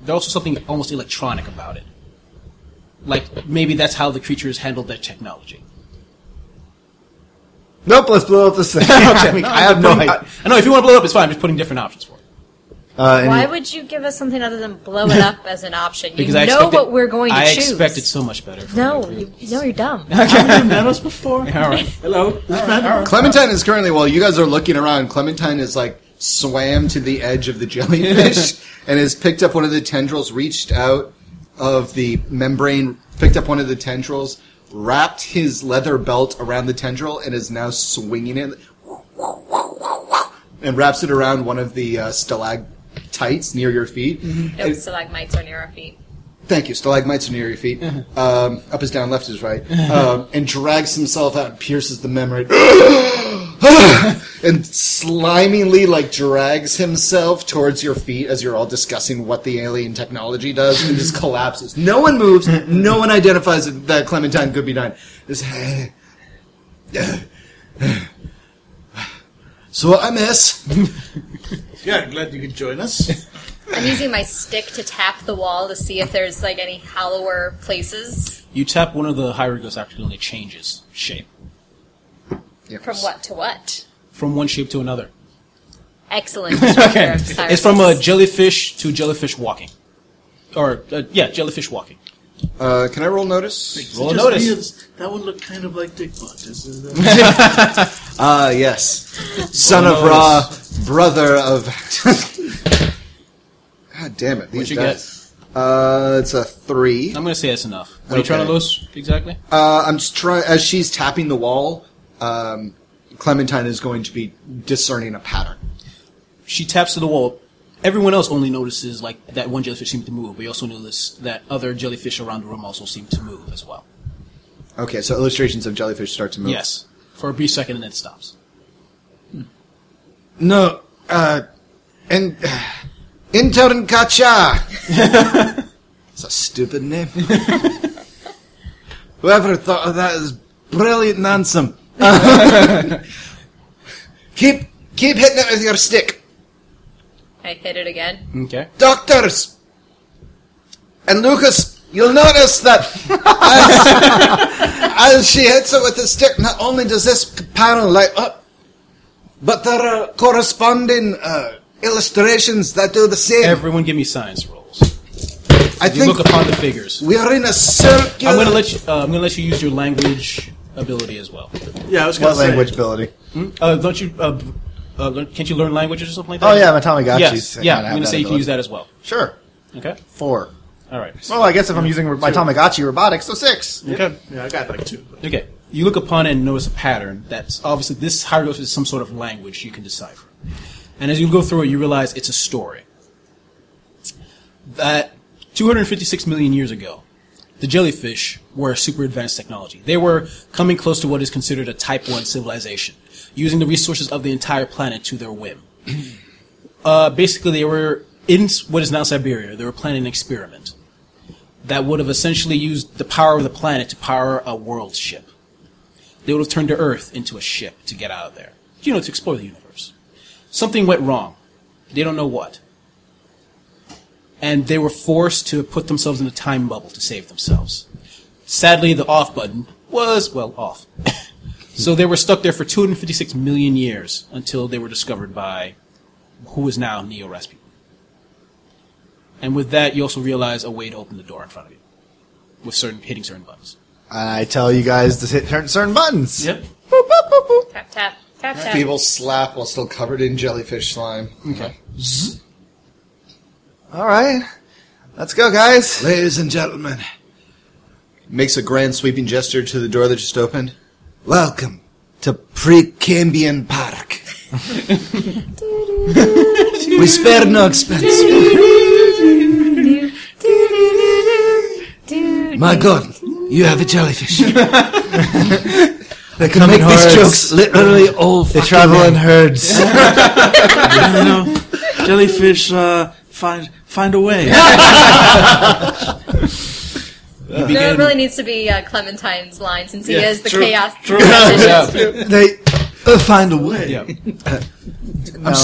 they're also something almost electronic about it. Like maybe that's how the creatures handled their technology.
Nope, let's blow up this thing. I, mean, I have no idea.
I know if you want to blow it up, it's fine. I'm just putting different options for it.
Uh,
Why
and
would you give us something other than blow it up as an option? You
Because
know
I expected,
what we're going to
I
choose.
expected so much better. from
no,
the
you,
group.
no, you're dumb.
All right.
Hello.
Clementine is currently while you guys are looking around. Clementine is like swam to the edge of the jellyfish and has picked up one of the tendrils, reached out of the membrane, picked up one of the tendrils, wrapped his leather belt around the tendril, and is now swinging it and wraps it around one of the uh, stalactites near your feet.
Nope, stalagmites are near our feet.
Thank you. Stalagmites are near your feet. Um, up is down, left is right. Um, and drags himself out and pierces the membrane. and slimily, like, drags himself towards your feet as you're all discussing what the alien technology does and just collapses. No one moves. No one identifies that- that Clementine could be nine. Just, so I miss.
Yeah, glad you could join us.
I'm using my stick to tap the wall to see if there's like any hollower places.
You tap one of the hieroglyphs actually and it changes shape.
From what to what?
From one shape to another.
Excellent. okay.
It's from uh, a jellyfish to jellyfish walking. Or, uh, yeah, jellyfish walking.
Uh, can I roll notice?
Roll
Just
notice.
means That would look kind of like Dick Butt. Is uh, it?
Ah, yes. Son of Ra, brother of. God damn it. These
What'd you
dice. Uh, it's a three.
I'm going to say that's enough. What are you
Okay.
trying to lose exactly?
Uh, I'm just trying. As she's tapping the wall, um, Clementine is going to be discerning a pattern.
she taps to the wall. Everyone else only notices like that one jellyfish seemed to move, but you also notice that other jellyfish around the room also seem to move as well.
Okay, so illustrations of jellyfish start to move.
Yes, for a brief second, and then it stops.
No. Uh, and intern Kacha. it's a stupid name. Whoever thought of that is brilliant Nansen. keep keep hitting it with your stick,
I hit it again.
Hmm.
Okay.
doctors. And Lucas, you'll notice that as, as she hits it with the stick, not only does this panel light up, but there are corresponding uh, illustrations that do the same.
Everyone, give me science rolls.
I
You
think
look upon the figures.
we are in a circular.
I'm gonna let you. Uh, I'm gonna let you use your language ability as well.
Yeah, I was going to
what
say.
language ability?
Uh, don't you? Uh, uh, learn, can't you learn languages or something like
Oh
that?
yeah, my Tommy got
Yes. Yeah. I'm gonna say you can use that as well.
Sure.
Okay.
Four.
All right.
Well, I guess if I'm using my Tamagotchi robotics, so six.
Okay.
Yeah, I got like two.
Okay. You look upon it and notice a pattern that's obviously this hieroglyph is some sort of language you can decipher. And as you go through it, you realize it's a story. That 256 million years ago, the jellyfish were super advanced technology. They were coming close to what is considered a type 1 civilization, using the resources of the entire planet to their whim. Uh, basically, they were in what is now Siberia. They were planning an experiment that would have essentially used the power of the planet to power a world ship. They would have turned the Earth into a ship to get out of there, you know, to explore the universe. Something went wrong. They don't know what. And they were forced to put themselves in a time bubble to save themselves. Sadly, the off button was, well, off. so they were stuck there for 256 million years until they were discovered by who is now Neo Rasputin. And with that, you also realize a way to open the door in front of you with certain hitting certain buttons.
I tell you guys to hit certain- certain buttons.
Yep.
Tap tap tap tap.
feeble slap while still covered in jellyfish slime.
Okay.
All right, let's go, guys.
Ladies and gentlemen, makes a grand sweeping gesture to the door that just opened. Welcome to Precambrian Park. we spare no expense. My God, you have a jellyfish.
They
Can
come
make
in
these
herds.
jokes literally all
They travel in herds.
you know, jellyfish uh, find find a way.
You
No, it
begin,
really needs to be uh, Clementine's line since he is the chaos.
they uh, find a way.
yeah.
Now,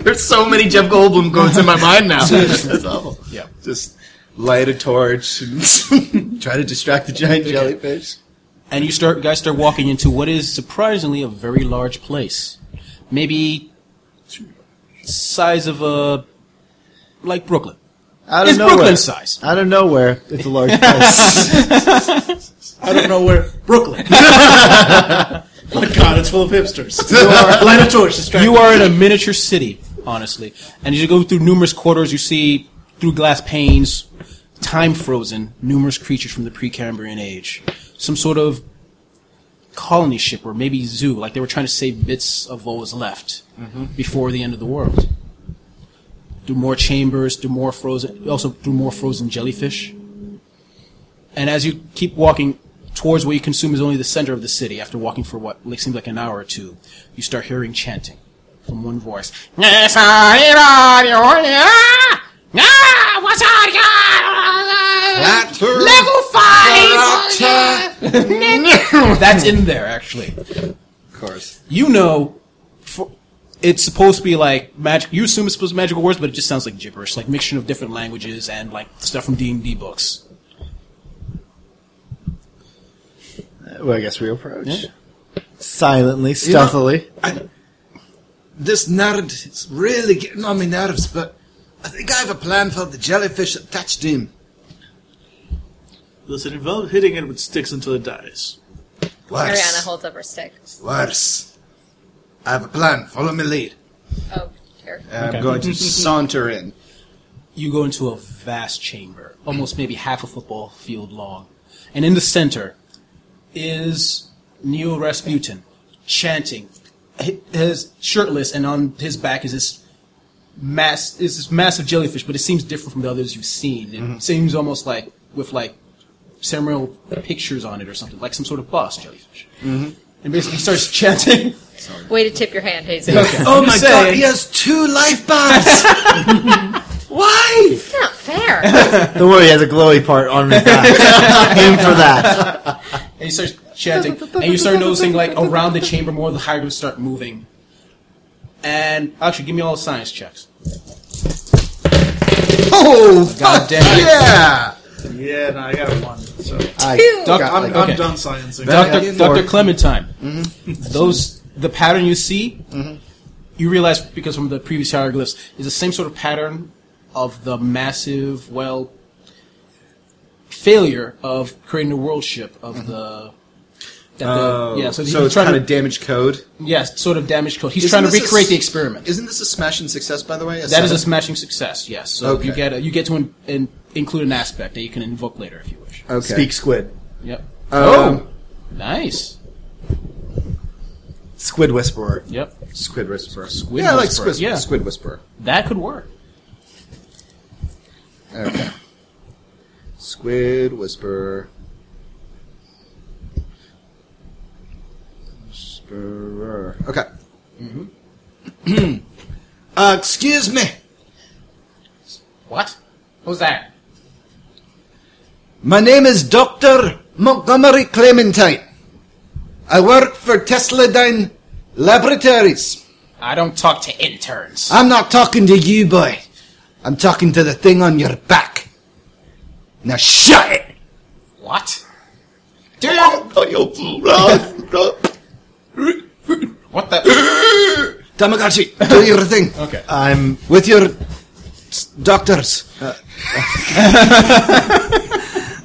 There's so many Jeff Goldblum quotes in my mind now. That's awful.
Yeah.
Just
light a torch, and try to distract the giant jellyfish.
and you start guys start walking into what is surprisingly a very large place maybe size of a like brooklyn
Out of
it's
nowhere.
brooklyn size
Out of nowhere, it's a large place.
I don't know where Brooklyn. My God, it's full of hipsters. Light a torch, distract
you are in a miniature city honestly and as you go through numerous corridors you see through glass panes time frozen numerous creatures from the pre-cambrian age some sort of colony ship or maybe zoo like they were trying to save bits of what was left before the end of the world through more chambers, through more frozen, also through more frozen jellyfish. And as you keep walking towards what you consume is only the center of the city, after walking for what like, seems like an hour or two, you start hearing chanting from one voice. Level five. That's in there actually.
Of course.
You know, for, it's supposed to be like magic. You assume it's supposed to be magical words, but it just sounds like gibberish, like mixture of different languages and like stuff from D and D books.
well, I guess we approach. Silently, stealthily.
This narrative is really getting on my nerves, but I think I have a plan for the jellyfish that touched him.
Listen, involve hitting it with sticks until it dies.
Ariana holds up her stick.
Worse. I have a plan. Follow my lead.
Oh, here.
I'm going to saunter in.
You go into a vast chamber, almost maybe half a football field long, and in the center is Neo Rasputin chanting. Hi- His shirtless, and on his back is this mass is this massive jellyfish, but it seems different from the others you've seen. It seems almost like with like ceremonial pictures on it or something, like some sort of boss jellyfish. And basically he starts chanting.
Way to tip your hand, Hazel.
oh my god!
has two life bars! Why?
It's not fair.
Don't worry, he has a glowy part on his back. Aim for that.
And he starts chanting, and you start noticing like around the chamber more of the hieroglyphs start moving. And actually, give me all the science checks.
Oh,
God damn it!
yeah!
Yeah, no, I got one. So
I,
Doc-
got,
I'm,
like,
okay.
I'm done sciencing.
Doctor,
Yeah.
Doctor Clementine.
Mm-hmm.
Those the pattern you see, you realize because from the previous hieroglyphs is the same sort of pattern of the massive well failure of creating the world ship of the. that the- yeah, so,
Mm-hmm. Oh, so
he's
it's
trying
kind
to
of damaged code.
yes, sort of damage code. He's
Isn't
trying to
this a
recreate
s-
the experiment.
Isn't this a smash and success, by the way?
That is a smashing success. Yes. So
Okay.
you get a, you get to in, in, include an aspect that you can invoke later if you wish.
okay.
Speak squid. Um,
Yep.
Oh,
Nice.
Squid whisperer.
Yep.
Squid Whisperer.
Squid
yeah, I like
Whisperer,
Squid,
yeah.
Squid Whisperer.
That could work.
Okay. Squid Whisperer. Whisperer. Okay. uh, excuse me.
What? Who's that?
My name is Dr. Montgomery Clementine. I work for Tesladine Laboratories.
I don't talk to interns.
I'm not talking to you, boy. I'm talking to the thing on your back. Now shut it!
What?
Oh,
Dude! what
Uh,
the?
Tamagotchi, do your thing.
Okay.
I'm
With your s- doctors.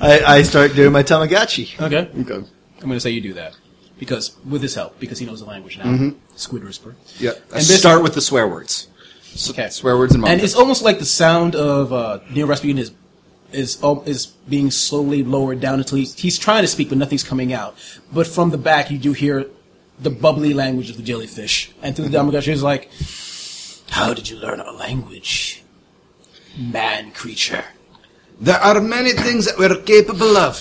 I, I start doing my Tamagotchi.
Okay.
Okay.
I'm gonna say you do that because with his help, because he knows the language now. Squid whisper.
Mm-hmm. Yeah.
And this-
Start with the swear words. S-
Okay.
Swear words and
And
mumbles.
it's almost like the sound of uh, Neil Rasputin is is um, is being slowly lowered down until he's, he's trying to speak, but nothing's coming out. But from the back, you do hear the bubbly language of the jellyfish, and through the
Mm-hmm.
Tamagotchi is like, "How did you learn our language, man creature?"
There are many things that we're capable of.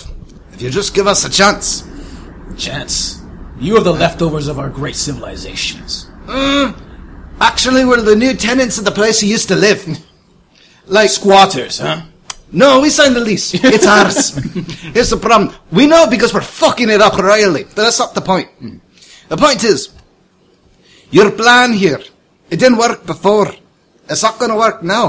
If you just give us a chance.
Chance, you are the leftovers of our great civilizations.
Actually, we're the new tenants of the place you used to live. Like,
Squatters, huh?
no, we signed the lease. It's ours. Here's the problem. We know because we're fucking it up royally. But that's not the point. The point is, your plan here, it didn't work before. It's not gonna work now.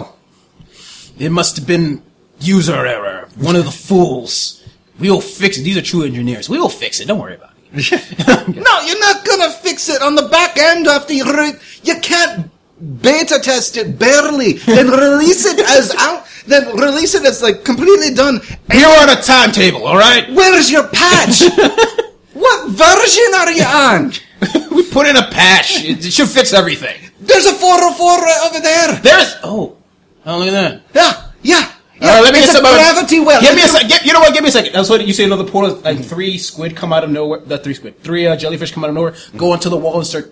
It must have been
User error. One of the fools. We'll fix it. These are true engineers. We'll fix it. Don't worry about it.
No, you're not gonna fix it on the back end after you re- you can't beta test it barely, then release it as out, then release it as like completely done.
You're on a timetable, all right?
Where's your patch? what version are you on?
We put in a patch. It, it should fix everything.
There's a 404 right over there.
There's oh, oh look at that.
Yeah, yeah. yeah.
All right, Uh, let me
it's
get
a
some of-
gravity well.
Give me a sec. Get, you know what? Give me a second. That's what you see. Another portal. Like three squid come out of nowhere. Not three squid. Three uh, jellyfish come out of nowhere. Go onto the wall and start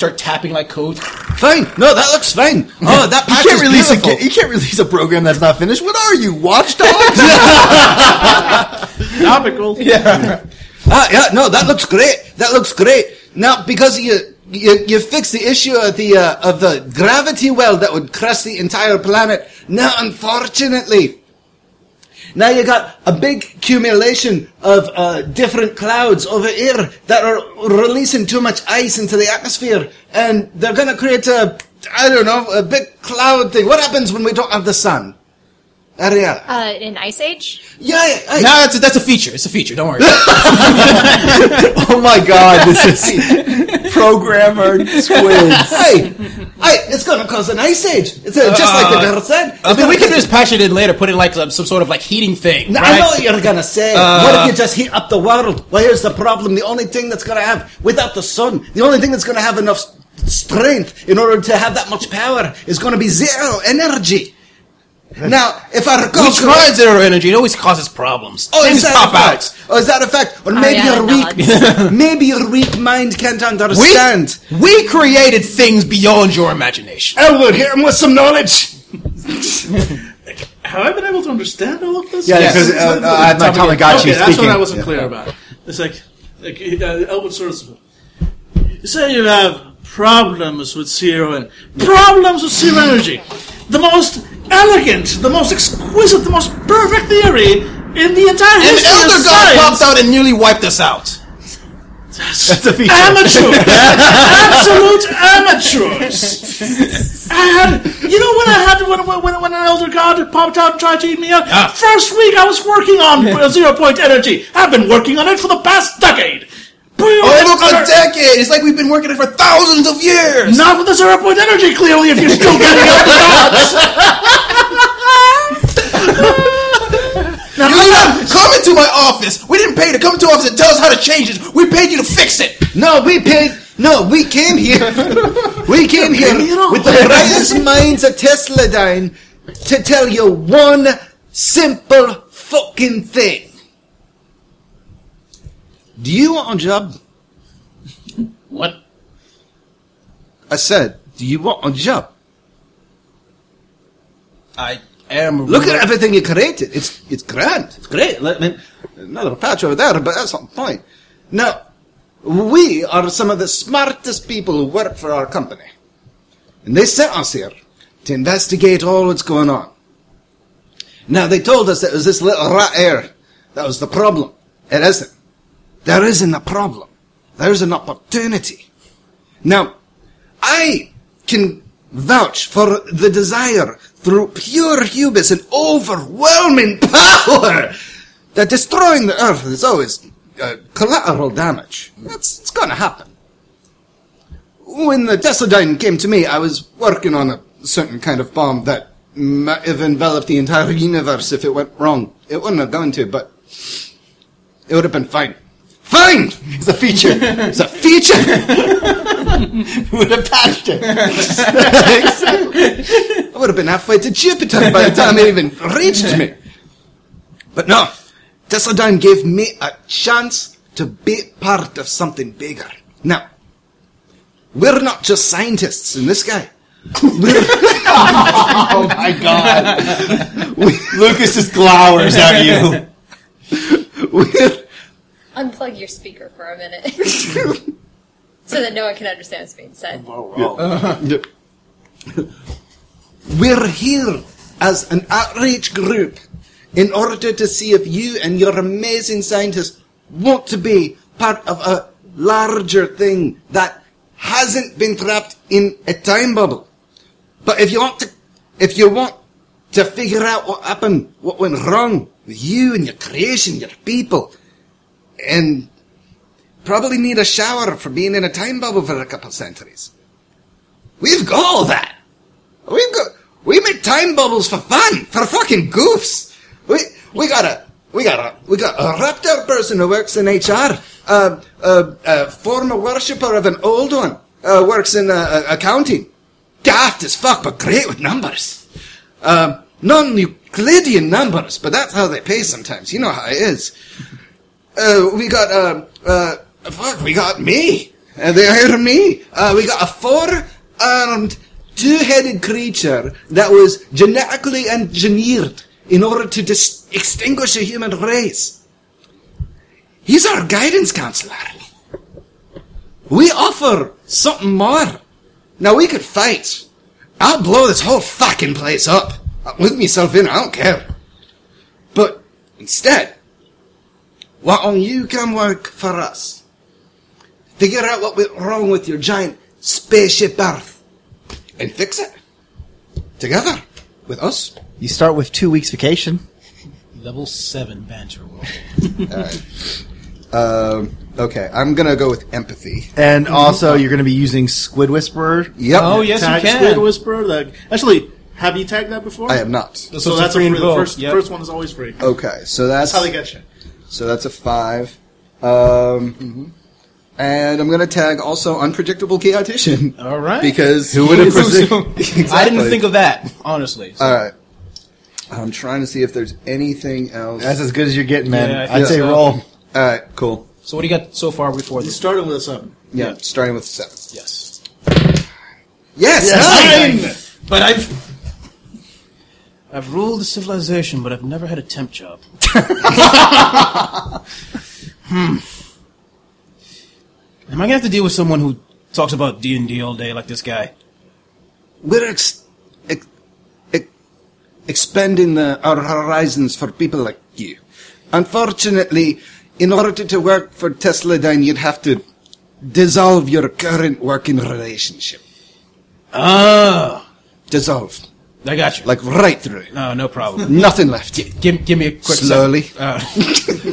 start tapping like code.
Fine. No, that looks fine. Oh, that patch
You can't
is
release a
beautiful.
you can't release a program that's not finished. What are you, watchdogs?
Topical.
Ah, yeah, no, that looks great. That looks great. Now, because you you, you fixed the issue of the uh, of the gravity well that would crush the entire planet. Now, unfortunately, now you got a big accumulation of uh, different clouds over here that are releasing too much ice into the atmosphere, and they're gonna create a I don't know a big cloud thing. What happens when we don't have the sun? Ariel.
Uh, in Ice Age?
Yeah, yeah, I-
No, that's a, that's a feature. It's a feature. Don't worry.
oh my god, this is programmer squids.
hey, hey, it's gonna cause an ice age. It's uh, just like the girl said.
I
It's
mean, we
gonna-
can just patch it in later. Put in like some, some sort of like heating thing.
No, I
right?
know what you're gonna say. what if you just heat up the world? Well, here's the problem. The only thing that's gonna have, without the sun, the only thing that's gonna have enough s- strength in order to have that much power is gonna be zero energy. Now, if I recall
We
correctly-
try zero energy. It always causes problems.
Oh,
Things
is that
pop
a fact?
out.
Oh, is that a fact? Or maybe
yeah,
your
no,
weak, maybe your weak mind can't
We,
understand.
we created things beyond your imagination.
Elwood, hit him with some knowledge.
Have I been able to understand all of this?
Yeah, because uh, uh, I had my Tamagotchi
okay, that's
speaking.
what I wasn't clear about. It's like, like uh, Elwood sort of say you have problems with zero and problems with zero energy. The most elegant, the most exquisite, the most perfect theory in the entire
An
history of
elder god
science.
popped out and nearly wiped us out.
That's a feature.
Amateur, absolute amateurs. I had, you know, when I had when when when an elder god popped out and tried to eat me up.
Ah.
First week I was working on uh, zero point energy. I've been working on it for the past decade.
Oh,
Over a decade. It's like we've been working it for thousands of years.
Not with the zero point energy, clearly. If you're still getting out the gods.
you not come into my office. We didn't pay to come to office and tell us how to change it. We paid you to fix it.
No, we paid. No, we came here. we came here with the brightest minds of Tesladine to tell you one simple fucking thing. Do you want a job?
What?
I said, do you want a job?
I am.
Look at everything you created. It's it's grand. It's great. Let me another patch over there, but that's not the point. Now, we are some of the smartest people who work for our company, and they sent us here to investigate all that's going on. Now they told us that it was this little rat air that was the problem. It isn't. There isn't a problem. There's an opportunity. Now, I can vouch for the desire through pure hubris and overwhelming power that destroying the earth is always uh, collateral damage. That's it's going to happen. When the Tesladine came to me, I was working on a certain kind of bomb that might have enveloped the entire universe if it went wrong. It wouldn't have gone to, but it would have been fine. Fine! It's a feature. It's a feature! would have patched it. Exactly. I would have been halfway to Jupiter by the time it even reached me. But no, Tessadine gave me a chance to be part of something bigger. Now, we're not just scientists in this guy.
Lucas just glowers at you.
We're
Unplug your speaker for a minute. so that no one can understand what's being said.
We're here as an outreach group in order to see if you and your amazing scientists want to be part of a larger thing that hasn't been trapped in a time bubble. But if you want to, if you want to figure out what happened, what went wrong with you and your creation, your people. And probably need a shower for being in a time bubble for a couple centuries. We've got all that. We've got we make time bubbles for fun, for fucking goofs. We we got a we got a we got a raptor person who works in HR, uh, uh, uh, former worshipper of an old one, uh, works in uh, uh, accounting. Daft as fuck, but great with numbers. Um, non-Euclidean numbers, but that's how they pay sometimes. You know how it is. Uh, we got um uh, fuck, we got me. Uh, they hired me. Uh, we got a four-armed, two-headed creature that was genetically engineered in order to dis- extinguish a human race. He's our guidance counselor. We offer something more. Now we could fight. I'll blow this whole fucking place up. I'll move myself in, I don't care. But instead, why don't you come work for us? Figure out what went wrong with your giant spaceship Earth and fix it. Together. With us.
You start with two weeks vacation.
Level 7 banter roll.
Um, okay, I'm gonna go with empathy.
And also, you're going to be using Squid Whisperer.
Yep.
Oh, yes,
Tag
you
Squid
can.
Whisperer. Like, actually, have you tagged that before?
I am not.
So,
it's a
that's a
free
free,
and
the
vote,
first,
yep.
first one is always free.
Okay, so that's
That's how they get you.
so that's a five. Um,
Mm-hmm.
and I'm gonna tag also unpredictable chaotician
All right.
because who
would have
I didn't think of that, honestly. So,
All right. I'm trying to see if there's anything else.
That's as good as you're getting, man.
Yeah, I think
I'd say
so.
roll.
All right, cool.
so what do you got so far before
You
this?
started with a seven.
Yeah, starting with seven.
Yes.
Yes,
But I've I've ruled the civilization, but I've never had a temp job. hmm. Am I gonna have to deal with someone who talks about D and D all day like this guy?
We're ex- ex- ex- expanding uh, our horizons for people like you. Unfortunately, in order to work for Tesla Dine, you'd have to dissolve your current working relationship.
Oh,
Dissolve.
I got you.
Like right through.
no, no problem.
Nothing left.
give, give me a quick sec-
Slowly.
Uh,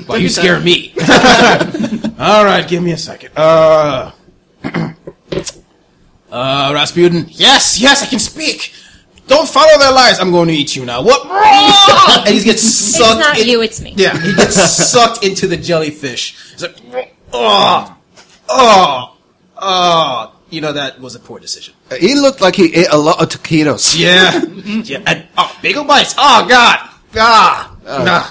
well, you scare me. All right, give me a second. Uh, uh, Rasputin. Yes, yes, I can speak. Don't follow their lies. I'm going to eat you now. What? and he gets
It's
sucked.
not
in-
you, it's me.
Yeah, he gets sucked into the jellyfish. He's like, oh, oh, oh. You know that was a poor decision.
He looked like he ate a lot of taquitos.
Yeah. yeah. And, oh, bagel bites. Oh God. Ah. Nah.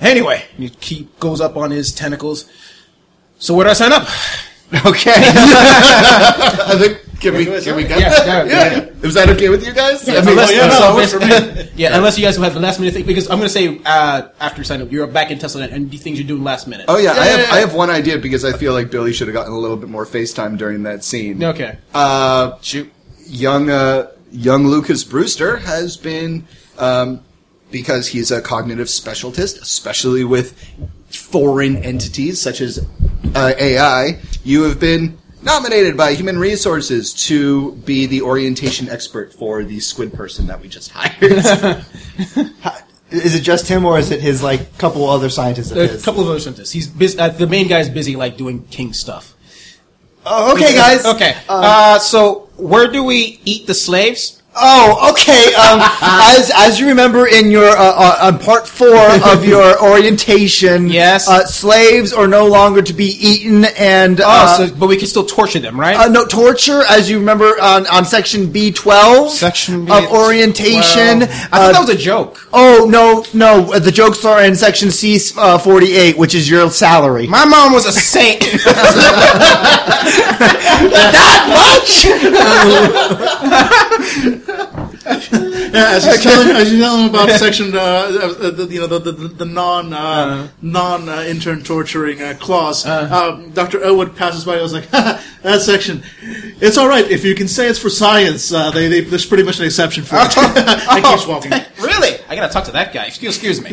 Anyway, he keep goes up on his tentacles. So where do I sign up?
I think, can we, can we get
yeah,
that? Yeah. Is that okay with you guys? I mean,
Unless,
yeah,
unless-
no,
unless- yeah, unless you guys have the last minute thing, because I'm going to say uh, after you sign up, you're back in Tesla and the things you're doing last minute.
Oh yeah, I have
yeah, yeah.
I have one idea because I feel like Billy should have gotten a little bit more FaceTime during that scene.
Okay.
Uh,
Shoot.
young uh, young Lucas Brewster has been um, because he's a cognitive specialist, especially with foreign entities such as uh, AI. You have been nominated by Human Resources to be the orientation expert for the squid person that we just hired.
Is it just him, or is it his like couple other scientists? Of
There are a
his?
couple of other sentences. He's busy, uh, the main guy's busy, like doing king stuff.
Oh, okay, guys.
Okay.
Um,
uh, so where do we eat the slaves?
Oh, okay. Um, as as you remember in your uh, uh, on part four of your orientation,
Yes.
uh, slaves are no longer to be eaten and uh,
oh, so, but we can still torture them, right?
uh, no torture. As you remember on, on section B twelve
Section B
of orientation. Uh,
Well, I thought that was a joke.
Oh no, no! The jokes are in section C uh, forty eight, which is your salary.
My mom was a saint.
Yeah, as you tell him, as you tell him about section, uh, uh, the, you know, the the, the non uh,
Uh-huh.
non uh, intern torturing uh, clause, um, Doctor Elwood passes by. I was like, that section, it's all right if you can say it's for science. Uh, they, they there's pretty much an exception for it.
Oh.
and keeps walking.
really? I gotta talk to that guy. Excuse, excuse me.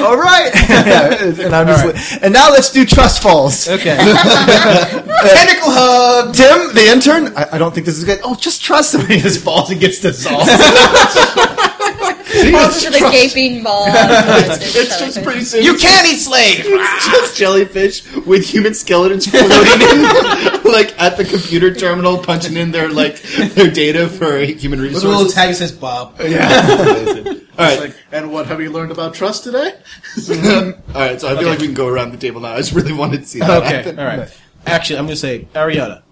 All right. and I'm just li- and now let's do trust falls.
Okay.
Tentacle hug. Tim, the intern. I, I don't think this is good. Oh, just trust him. He just falls and gets dissolved.
Falls into the gaping maw.
It's just pretty soon.
you can't eat slave.
It's just jellyfish with human skeletons floating in, like at the computer terminal, punching in their like their data for human
There's a little
resources.
tag that says Bob.
All right,
Like, and what have you learned about trust today?
all right. So I feel like we can go around the table now. I just really wanted to see that
Okay,
happen.
all right. Actually, I'm going to say, Ariana,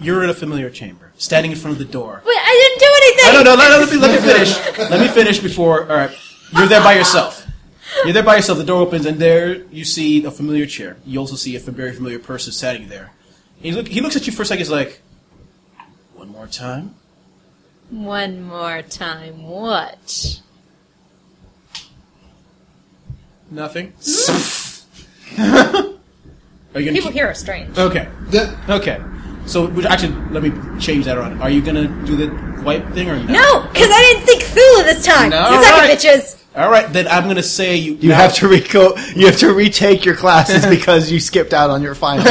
you're in a familiar chamber, standing in front of the door.
But I didn't do anything.
No, no, no, let, let, me, let me finish. Let me finish before. All right, you're there by yourself. You're there by yourself. The door opens, and there you see a familiar chair. You also see a fa- very familiar person standing there. He, look, he looks at you for a second. He's like, "One more time."
One more time. What?
Nothing. Are you gonna
People
keep-
here are strange.
Okay. Okay. So would- actually, let me change that around. Are you gonna do the wipe thing or no?
No, because I didn't think Cthulhu this time.
No,
you suck
right.
it, bitches.
All right, then I'm gonna say you.
You have to reco. You have to retake your classes because you skipped out on your finals.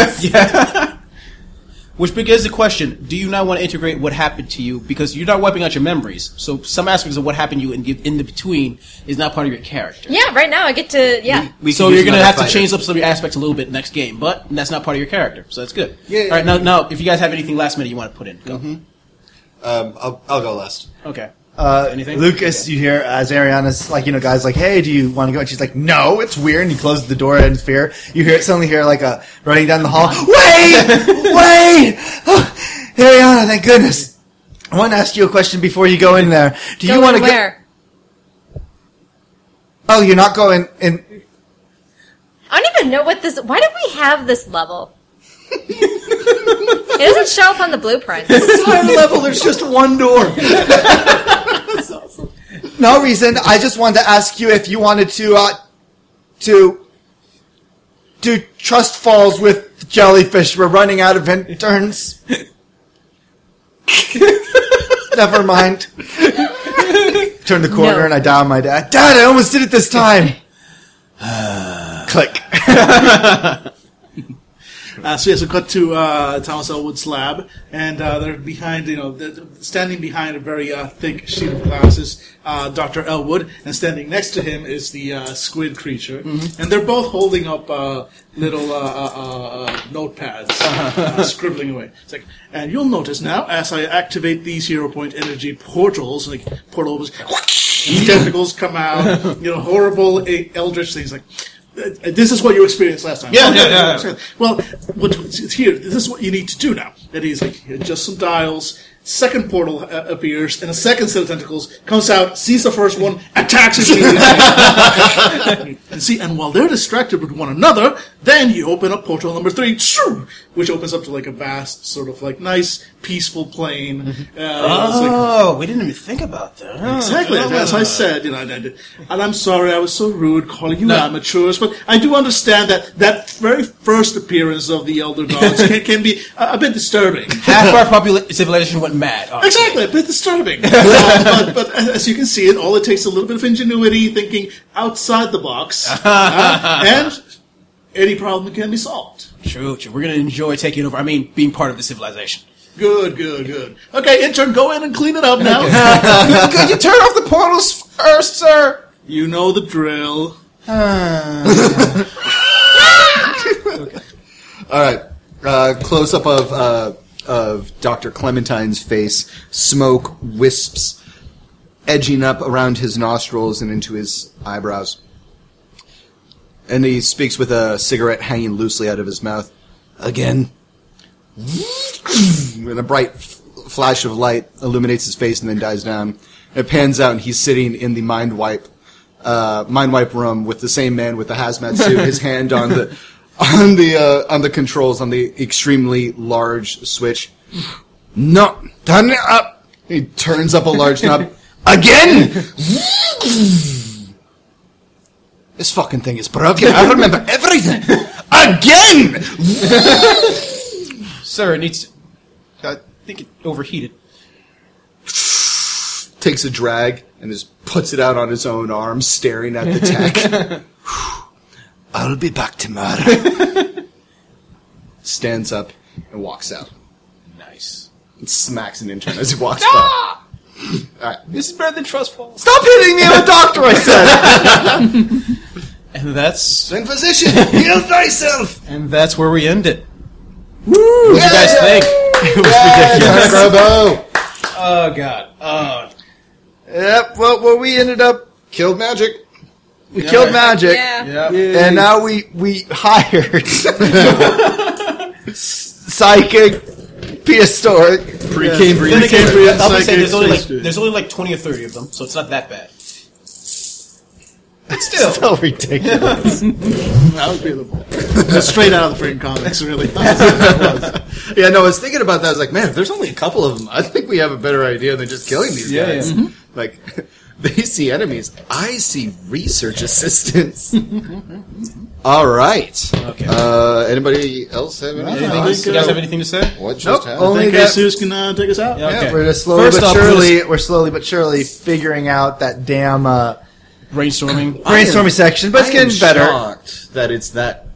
Which begs the question: Do you not want to integrate what happened to you because you're not wiping out your memories? So some aspects of what happened to you in, the- in the between is not part of your character.
Yeah, right now I get to. Yeah.
so you're gonna have to change up some of your aspects a little bit next game, but that's not part of your character, so that's good. Yeah. All right, now, now if you guys have anything last minute you want to put in, go.
Um, I'll, I'll go last.
Okay.
Uh,
Anything?
Lucas, you hear as Ariana's like, you know, guys like, hey, do you want to go? And she's like, no, it's weird. And he closes the door in fear. You hear suddenly hear like a running down the hall. Wait, wait, oh, Ariana, thank goodness. I want to ask you a question before you go in there. Do you
Go
want to go?
where?
Oh, you're not going in.
I don't even know what this. Why did we have this level? it doesn't show up on the blueprints.
higher level, there's just one door. No reason. I just wanted to ask you if you wanted to uh, to do trust falls with jellyfish. We're running out of interns. Never mind. Turn the corner
No.
and I dial my dad. Dad, I almost did it this time. Click.
Uh, so yes, we cut to uh, Thomas Elwood's lab, and uh, they're behind, you know, they're standing behind a very uh, thick sheet of glasses, uh, Doctor Elwood, and standing next to him is the uh, squid creature,
Mm-hmm.
and they're both holding up uh, little uh, uh, uh, uh, notepads,
Uh-huh.
uh, scribbling away. It's like, and you'll notice now as I activate these hero point energy portals, like portals, tentacles come out, you know, horrible eh, eldritch things like. uh, This is what you experienced last time.
Yeah, yeah, yeah.
Well, what, here, this is what you need to do now. And he's like, here, just some dials. Second portal uh, appears, and a second set of tentacles comes out, sees the first one, attacks it immediately. and see, and while they're distracted with one another, then you open up portal number three, shoo, which opens up to like a vast, sort of like nice, peaceful plain. Uh, it's like-
Oh, we didn't even think about that. Oh,
Exactly,
oh.
as I said, you know, and, and- and I'm sorry I was so rude calling you amateurs, but I do understand that that very first appearance of the Elder Gods can, can be a, a bit disturbing.
Half our population civilization went mad. Oh,
Exactly, a bit disturbing. Uh, but, but as you can see, it all it takes is a little bit of ingenuity, thinking outside the box, uh, and any problem can be solved.
True, true. We're gonna enjoy taking over. I mean, being part of the civilization.
Good, good, good. Okay, intern, go in and clean it up now.
Could you turn off the portals first, sir?
You know the drill.
All right. Uh, close up of uh, of Doctor Clementine's face, smoke wisps edging up around his nostrils and into his eyebrows. And he speaks with a cigarette hanging loosely out of his mouth. Again, and a bright f- flash of light illuminates his face and then dies down. It pans out, and he's sitting in the mind wipe, uh, mind wipe room with the same man with the hazmat suit, his hand on the on the uh, on the controls on the extremely large switch. No, turn it up. He turns up a large knob again. This fucking thing is broken. I remember everything. Again!
Sir, it needs. To, I think it overheated.
takes a drag and just puts it out on his own arm, staring at the tech.
I'll be back tomorrow.
stands up and walks out.
Nice.
And smacks an intern as he walks by.
This is better than trust falls.
Stop hitting me! I'm a doctor. I said.
And that's
Then physician, heal thyself.
and that's where we end it. Woo! What do you guys think? It was ridiculous.
Garbo
Oh god. Oh,
yep. Well, well, we ended up
killed magic.
we killed
right.
magic,
Yeah.
yeah.
and now we we hired psychic, prehistoric.
Then
Pre-Cambrian.
again,
Pre-Cambrian
I was gonna say,
psychics.
there's only like there's only like twenty or thirty of them, so it's not that bad. But still,
So ridiculous.
That was beautiful. That's straight out of the freaking comics, really.
Yeah, no, I was thinking about that. I was like, man, if there's only a couple of them, I think we have a better idea than just killing these
Yeah,
guys. Like, they see enemies. I see research assistants. All right.
okay.
Uh, anybody else have anything?
I
else?
think,
you guys
uh,
have anything to say?
What just happened?
Only
think
that-
Jesus can uh, take us out.
Yeah,
Yeah,
okay.
we're just slowly
First
but
off,
surely we're slowly but surely figuring out that damn uh,
Brainstorming.
brainstorming section, but it's
I am
getting better.
Shocked that it's that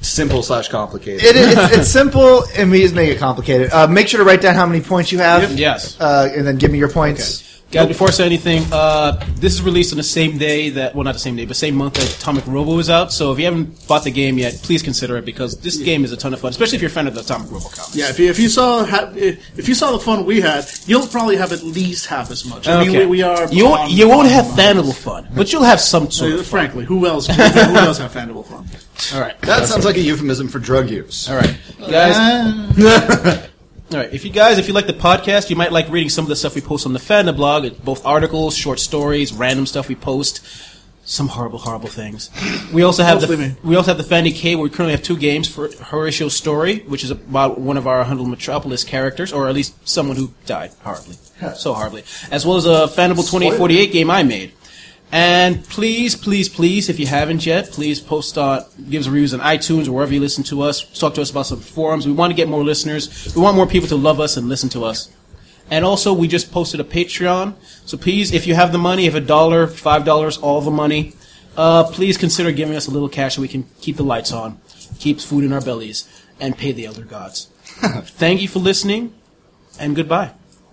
simple slash complicated.
It, is- it's, it's simple, and we just make it complicated. Uh, make sure to write down how many points you have,
Yes.
uh, and then give me your points.
Guys, before I say anything, uh, this is released on the same day that, well, not the same day, but same month that Atomic Robo is out. So if you haven't bought the game yet, please consider it because this game is a ton of fun, especially if you're a fan of the Atomic Robo comics.
Yeah, if you, if you saw ha- if if you saw the fun we had, you'll probably have at least half as much. I mean, we, we are.
You won't,
beyond-
you won't have
beyond-
Thanimal fun, but you'll have some sort
Uh,
of fun.
Frankly, who else? Who else have fandible fun?
All right,
that sounds like a euphemism for drug use.
all right, guys.
Uh,
All right, if you guys, if you like the podcast, you might like reading some of the stuff we post on the Fandom blog. It's both articles, short stories, random stuff we post. Some horrible, horrible things. We also have
Mostly
the
me.
we also have the Fandy K. Where we currently have two games for Horatio's story, which is about one of our Hundred Metropolis characters, or at least someone who died horribly, so horribly, as well as a Fandible twenty eight forty eight game I made. And please, please, please, if you haven't yet, please post on, give us reviews on iTunes or wherever you listen to us. Talk to us about some forums. We want to get more listeners. We want more people to love us and listen to us. And also, we just posted a Patreon. So please, if you have the money, if a dollar, five dollars, all the money, uh, please consider giving us a little cash so we can keep the lights on, keep food in our bellies, and pay the elder gods. Thank you for listening, and goodbye.